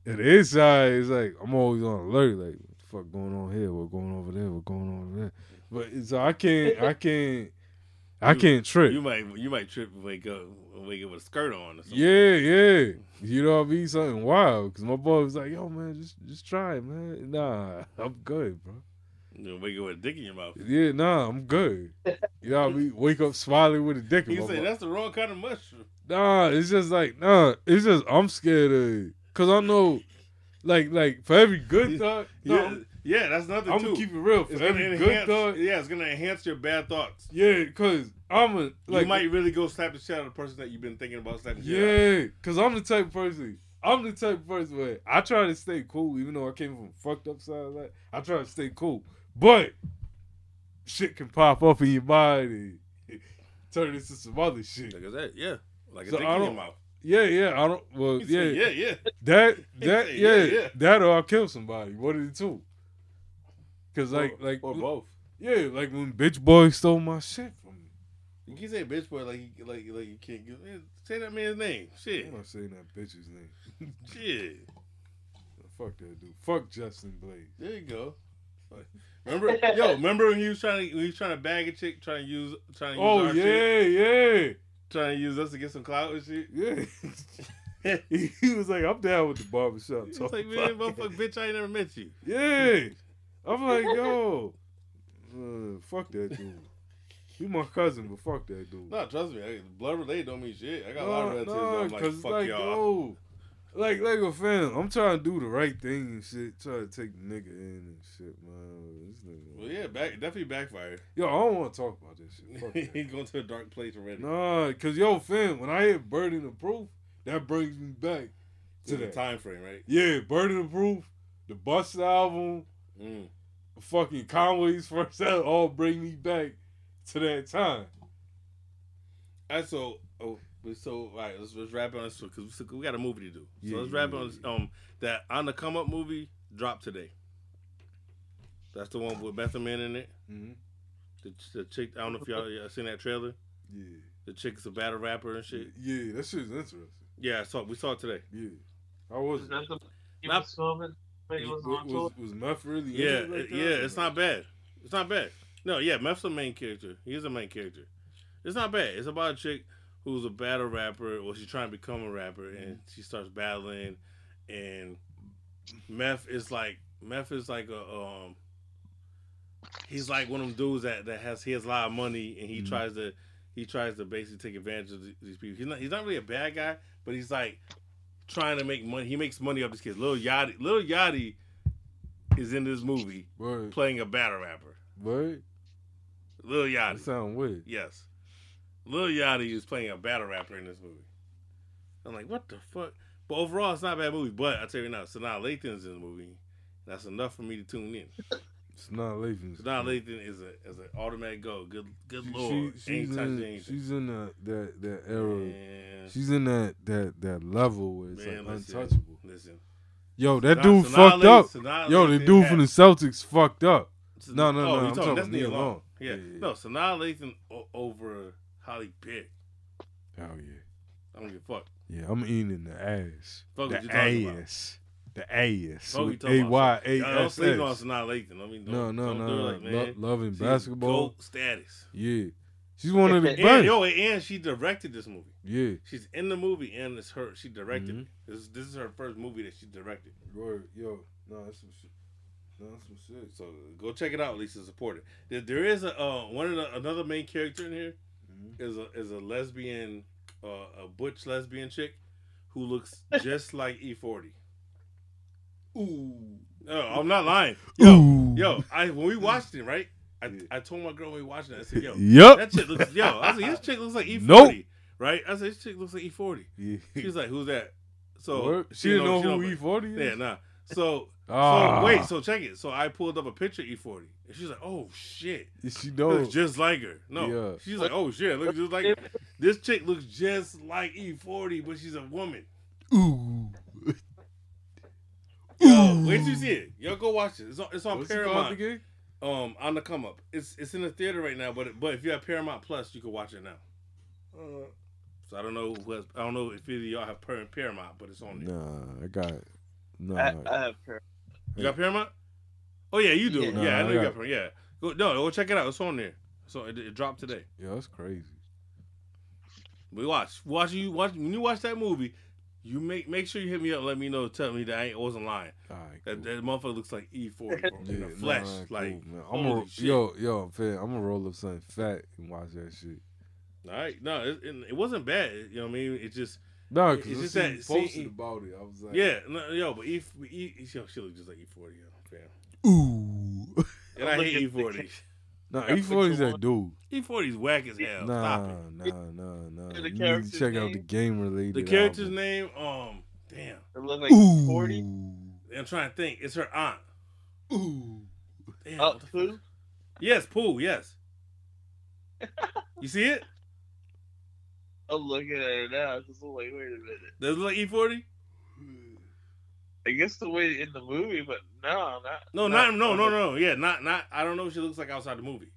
A: at the inside, it's like I'm always on alert. Like what the fuck going on here? What going over there? What going on over there? But it's, I can't. I can't. I
B: You-
A: can't trip.
B: You might you might trip and wake up wake up with a skirt on or something.
A: Yeah, yeah. You know what I mean? Something wild. Cause my boy was like, "Yo, man, just just try it, man." Nah, I'm good, bro.
B: You wake up with a dick in your mouth.
A: Yeah, nah, I'm good. You know what I mean? Wake up smiling with a dick. in
B: You
A: my
B: say
A: mouth.
B: that's the wrong kind of mushroom.
A: Nah, it's just like nah. It's just I'm scared of cause I know, like like for every good thought, no,
B: yeah, yeah, that's nothing
A: I'm
B: too.
A: gonna keep it real. For
B: it's gonna
A: every good
B: enhance.
A: thought,
B: Yeah, it's gonna enhance your bad thoughts.
A: yeah, cause I'm a like
B: you might really go slap the shit out of the person that you've been thinking about slapping. the shit out of.
A: yeah, cause I'm the type of person. I'm the type of person where I try to stay cool, even though I came from a fucked up side of that. I try to stay cool, but shit can pop up in your mind and turn into some other shit.
B: Like I said, yeah. Like a
A: So
B: dick
A: I
B: in your
A: don't-
B: mouth.
A: Yeah, yeah, I don't. Well,
B: You say, yeah, yeah.
A: That
B: He
A: that
B: said,
A: yeah,
B: yeah, yeah.
A: that or I'll kill somebody. What of the two? Cause like
B: Or-
A: like
B: or both.
A: yeah, like when bitch boy stole my shit from me.
B: You can say bitch boy like you like like you can't give, eh, say that man's name. Shit,
A: I'm not saying that bitch's name.
B: shit.
A: Fuck that dude. Fuck Justin Blaze.
B: There you go. Remember, yo, remember when he was trying to when he was trying to bag a chick, trying to use trying to use
A: Oh
B: our
A: yeah,
B: shit,
A: yeah,
B: trying to use us to get some clout and shit.
A: yeah. he, he was like, I'm down with the barbershop.
B: It's
A: talk
B: like man,
A: podcast."
B: motherfucker, bitch, I ain't never met you.
A: Yeah. I'm like, yo, uh, fuck that dude. He my cousin, but fuck that dude.
B: No, trust me, I, blood related don't mean shit. I got a lot of relatives. that I'm like, oh.
A: 'cause it's
B: fuck y'all.
A: yo, like, like a fan, I'm trying to do the right thing and shit. Try to take the nigga in and shit, man. This nigga.
B: Well, yeah, back definitely backfired.
A: Yo, I don't want to talk about this shit. Fuck
B: he
A: that.
B: going to a dark place already.
A: nah, cause yo, fam, when I hear burden of proof, that brings me back
B: to
A: to
B: the
A: that.
B: time frame, right?
A: Yeah, burden of proof, the Bust album,
B: Mm.
A: fucking Conway's first album, all bring me back to that time.
B: And so, oh, we- so all right, let's, let's wrap it on this because we, got a movie to do.
A: Yeah,
B: so let's
A: yeah,
B: wrap it
A: yeah,
B: on this, um that on the come up movie dropped today. That's the one with Beth Amin in it.
A: Mm-hmm.
B: The, the chick, I don't know if y'all, y'all seen that trailer.
A: Yeah,
B: The chick's a battle rapper and shit.
A: yeah, that shit's interesting.
B: Yeah, I saw we saw it today.
A: Yeah, I was.
G: Is that the he
B: Not-
G: was filming? but he
A: Was,
G: wasn't on tour?
A: was, was Meth really? in
B: Yeah,
A: it like
B: it-
A: that?
B: yeah, it's not bad. It's not bad. No, yeah, Meth's the main character. He is the main character. It's not bad. It's about a chick who's a battle rapper, or she's trying to become a rapper, and she starts battling, and Meth is like Meth is like a um. He's like one of them dudes that, that has he has a lot of money and he
A: Mhm.
B: tries to he tries to basically take advantage of th- these people. He's not he's not really a bad guy, but he's like trying to make money. He makes money off these kids. Lil Yachty Lil Yachty is in this movie
A: Word,
B: playing a battle rapper.
A: word.
B: Lil
A: That
B: Yachty.
A: sound weird.
B: Yes. Lil Yachty is playing a battle rapper in this movie. I'm like, what the fuck? But overall, it's not a bad movie. But I tell you now, Sanaa Lathan's in the movie. That's enough for me to tune in.
A: It's not Lathan.
B: Sanaa Lathan is a is an automatic go. Good good
A: She,
B: lord.
A: she's,
B: Ain't touched
A: in,
B: anything.
A: she's in that that that era.
B: Man,
A: She's in that that that level where it's
B: Man,
A: like
B: listen.
A: untouchable.
B: Listen,
A: Yo, that
B: Sanaa-
A: dude
B: Sanaa
A: fucked
B: Lathan-
A: up.
B: Sanaa
A: Yo, the
B: Lathan
A: dude
B: had-
A: from the Celtics fucked up. No, no, no.
B: Oh, you
A: I'm
B: talking
A: talking
B: Destiny
A: Neil
B: alone.
A: Long.
B: Yeah.
A: Yeah, yeah.
B: No, Sanaa Lathan o- over Holly Berry.
A: Hell yeah.
B: I don't give a fuck.
A: Yeah, I'm eating in the ass.
B: Fuck what
A: the
B: you talking about.
A: ass. The ass.
B: Fuck what you
A: With
B: talking
A: A
B: about.
A: Y
B: Yo,
A: A
B: Don't
A: S
B: sleep on
A: S.
B: Sanaa Lathan. I mean, don't,
A: No, no,
B: don't do
A: no.
B: it, man.
A: Lo- loving
B: She's
A: basketball.
B: GOAT status.
A: Yeah. She's one of the
B: And,
A: best.
B: yo, and she directed this movie.
A: Yeah.
B: She's in the movie, and it's her. She directed. it.
A: Mm-hmm.
B: This, this is her first movie that she directed.
A: Word. Yo, no, that's some shit. No, that's some shit.
B: So go check it out, Lisa. Support it. There, there is a uh, one of the, another main character in here
A: Mhm.
B: is a is a lesbian, uh, a butch lesbian chick who looks just like E forty. Ooh, no, I'm not lying. Yo,
A: Ooh.
B: yo, I when we watched it, right? I,
A: Yeah.
B: I told my girl when we watched it, I said, yo,
A: Yup.
B: that chick looks yo. I said, this chick looks like E forty,
A: Nope.
B: right? I said, this chick looks like E forty.
A: Yeah.
B: She's like, who's that? So
A: Word. she didn't know,
B: she
A: who E forty is.
B: Yeah, nah. So
A: Ah,
B: so wait, so check it. So I pulled up a picture of E40, and she's like, "Oh shit,
A: she knows.
B: looks just like her." No,
A: Yeah.
B: she's like, "Oh shit, looks just like her. this chick looks just like E40, but she's a woman."
A: Ooh.
B: Yo, wait till you see it. Y'all go watch it. It's on, it's on
A: What's it called
B: Paramount.
A: again?
B: Um, on the come up. It's it's in the theater right now, but but if you have Paramount Plus, you can watch it now. So I don't know who has, I don't know if either of y'all have Par- Paramount, but it's on there.
A: Nah, I got. Nah,
G: I, I have her.
B: You got Paramount? Oh yeah, you do.
G: Yeah.
B: Yeah,
A: Nah,
B: I
A: I
B: know you
A: got
B: got Paramount. Yeah, go, no, go check it out. It's on there. So it, it dropped today.
A: yo, that's crazy.
B: We watch, watch you watch when you watch that movie. You make make sure you hit me up. Let me know. Tell me that I ain't wasn't lying.
A: All right,
B: That, that motherfucker looks like E forty in the
A: nah,
B: flesh.
A: cool,
B: like,
A: man. I'm
B: holy
A: a,
B: shit.
A: yo, yo, fam, I'm gonna roll up something fat and watch that shit.
B: all right, no, it, it, it wasn't bad. You know what I mean? It just
A: No,
B: It's
A: because
B: just
A: I seen
B: that-
A: you posted
B: see-
A: about it. I was like,
B: yeah, no, yo, but E, e yo, she looks just like E forty, yo, fam.
A: ooh.
B: And I hate E forty.
A: Nah, E forty's that dude.
B: E forty's whack as hell. Stop
A: Nah,
B: it.
A: nah, nah, nah.
G: The
A: You need to
G: character's
A: check out
G: name?
A: the game related.
B: The character's name, um, damn,
G: It looked like
A: Ooh.
G: 40.
B: I'm trying to think. It's her aunt.
A: Ooh.
B: Damn,
G: Oh,
B: what the
G: who?
B: Yes, pool. Yes. you see it?
G: I'm looking at it now because I'm like, wait a minute.
B: Does it look like E forty?
G: I guess the way in the movie, but no, not.
B: No, not no no no. Yeah, not not. I don't know what she looks like outside the movie.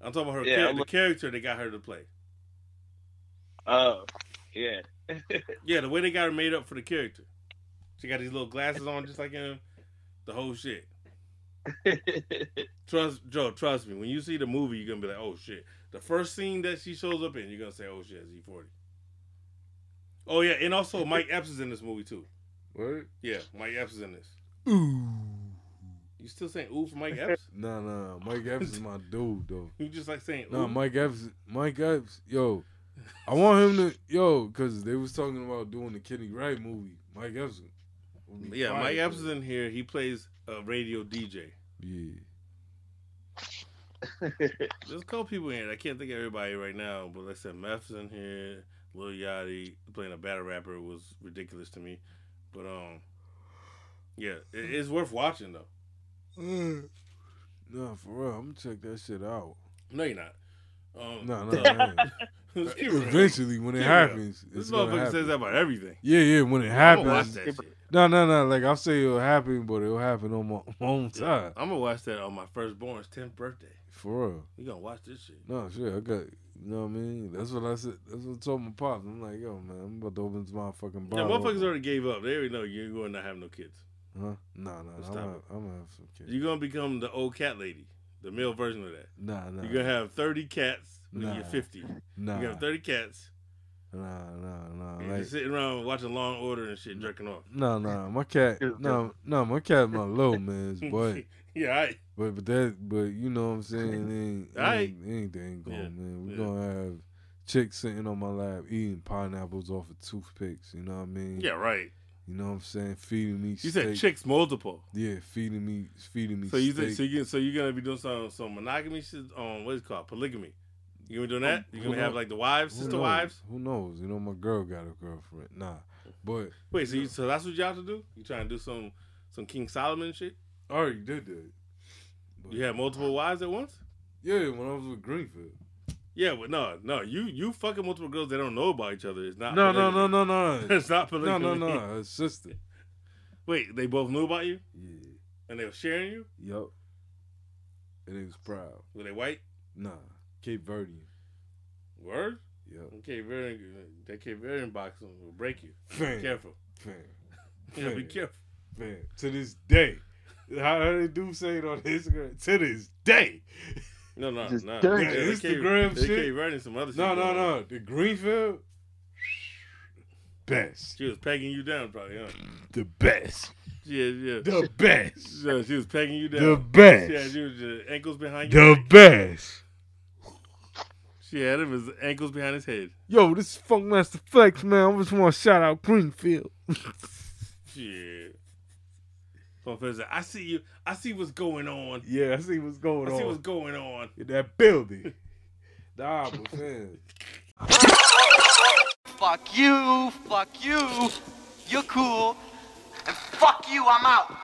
B: I'm talking about her
G: Yeah,
B: char-
G: I'm
B: the
G: look-
B: character they got her to play.
G: Oh, yeah.
B: Yeah, the way they got her made up for the character. She got these little glasses on, just like him. The whole shit. Trust Joe. Trust me. When you see the movie, you're gonna be like, "Oh shit!" The first scene that she shows up in, you're gonna say, "Oh shit, it's E40." Oh yeah, and also Mike Epps is in this movie too.
A: What?
B: Yeah, Mike Epps is in this.
A: Ooh.
B: You still saying "ooh" for Mike Epps?
A: Nah, nah. Mike Epps is my dude, though.
B: You just like saying
A: No,
B: "Ooh."
A: Mike Epps. Mike Epps. Yo, I want him to. Yo, because they was talking about doing the Kenny Wright movie. Mike Epps. would be
B: Yeah,
A: fire,
B: Mike Epps
A: though.
B: is in here. He plays a radio DJ.
A: Yeah.
B: There's a couple people in here. I can't think of everybody right now, but like I said, Meph's in here. Lil Yachty playing a battle rapper was ridiculous to me. But, um, yeah, it, it's worth watching, though.
A: Nah, for real. I'm gonna check that shit out.
B: No, you're not. Um,
A: Nah, nah. nah.
B: let's keep it real.
A: Eventually, when it
B: Keep it up.
A: happens,
B: This
A: it's gonna
B: motherfucker
A: happen.
B: says that about everything.
A: Yeah, yeah. When it
B: I'm gonna watch
A: happens,
B: that shit.
A: no, no, no. Like I'll say it'll happen, but it'll happen on my my own time.
B: I'm gonna watch that on my firstborn's 10th birthday.
A: For real.
B: We gonna watch this shit.
A: No, shit, I got, you know what I mean? That's what I said. That's what I told my pops. I'm like, yo, man, I'm about to open this motherfucking
B: Yeah,
A: bottle.
B: motherfuckers already gave up. They already know you're going to have no kids.
A: Huh? Nah, nah, nah, I'm
B: Stop
A: gonna,
B: it.
A: I'm gonna have some kids.
B: You're gonna become the old cat lady, the male version of that.
A: Nah, nah,
B: You're gonna have 30 cats when
A: Nah.
B: you're 50. You're
A: nah,
B: gonna have 30 cats.
A: nah, nah,
B: and
A: nah,
B: you're
A: like,
B: just sitting around watching Law and Order and shit, jerking off.
A: nah, nah. My cat,
G: It's
A: nah, nah, my cat, my little man's boy,
B: yeah, all right.
A: but but that, but you know what I'm saying? It ain't, it
B: Aight.
A: ain't, it ain't, it ain't going,
B: Yeah,
A: man. We're
B: yeah.
A: gonna have chicks sitting on my lap eating pineapples off of toothpicks. You know what I mean?
B: Yeah, right.
A: You know what I'm saying? Feeding me.
B: You said
A: steak.
B: chicks multiple.
A: Yeah, feeding me, feeding me.
B: So you
A: steak.
B: think so you so you're gonna be doing some some monogamy shit um what is it called? Polygamy. You gonna be doing that?
A: Um,
B: You're
A: who
B: gonna have
A: knows?
B: like the wives, sister
A: knows?
B: wives?
A: Who knows? You know, my girl got a girlfriend. Nah, but
B: Wait, so you, so that's what you have to do? You trying to do some some King Solomon shit?
A: I already did that. But,
B: You have multiple wives at once?
A: yeah, when I was with Greenfield.
B: Yeah, but no, no, you you fucking multiple girls that don't know about each other. It's not
A: No, no, no,
B: polygamy.
A: no, no,
B: it's not
A: no,
B: polygamy.
A: no, no. Her sister.
B: Wait, they both knew about you
A: Yeah.
B: and they were sharing you?
A: Yup. And it was proud.
B: Were they white?
A: Nah. Cape Verdean.
B: Word?
A: Yep.
B: Okay, very that Cape Verdean boxing will break you. Be
A: Fam.
B: careful.
A: Fam.
B: You gotta be
A: Fam.
B: careful.
A: Fam. To this day. How how they do say it on Instagram? To this day.
B: No, no,
C: Just
B: no.
C: dirty.
B: They- they can't-
A: Instagram
B: They
A: shit.
B: Cape Verdean some other shit.
A: No, no,
B: going on.
A: no. The Greenfield. Best.
B: She was pegging you down, probably, huh?
A: The best.
B: Yeah, yeah.
A: The best.
B: Yeah, she was pegging you down.
A: The best.
B: She had you with your ankles behind you.
A: The best.
B: She had him his ankles behind his head.
A: Yo, this is Funkmaster Flex, man. I just want to shout out Greenfield.
B: Shit. So if it's like, I see you. I see what's going on.
A: Yeah, I see what's
B: I
A: going
B: see
A: on
B: what's going on.
A: in that building. nah, but man,
C: Fuck you, fuck you, you're cool, and fuck you, I'm out.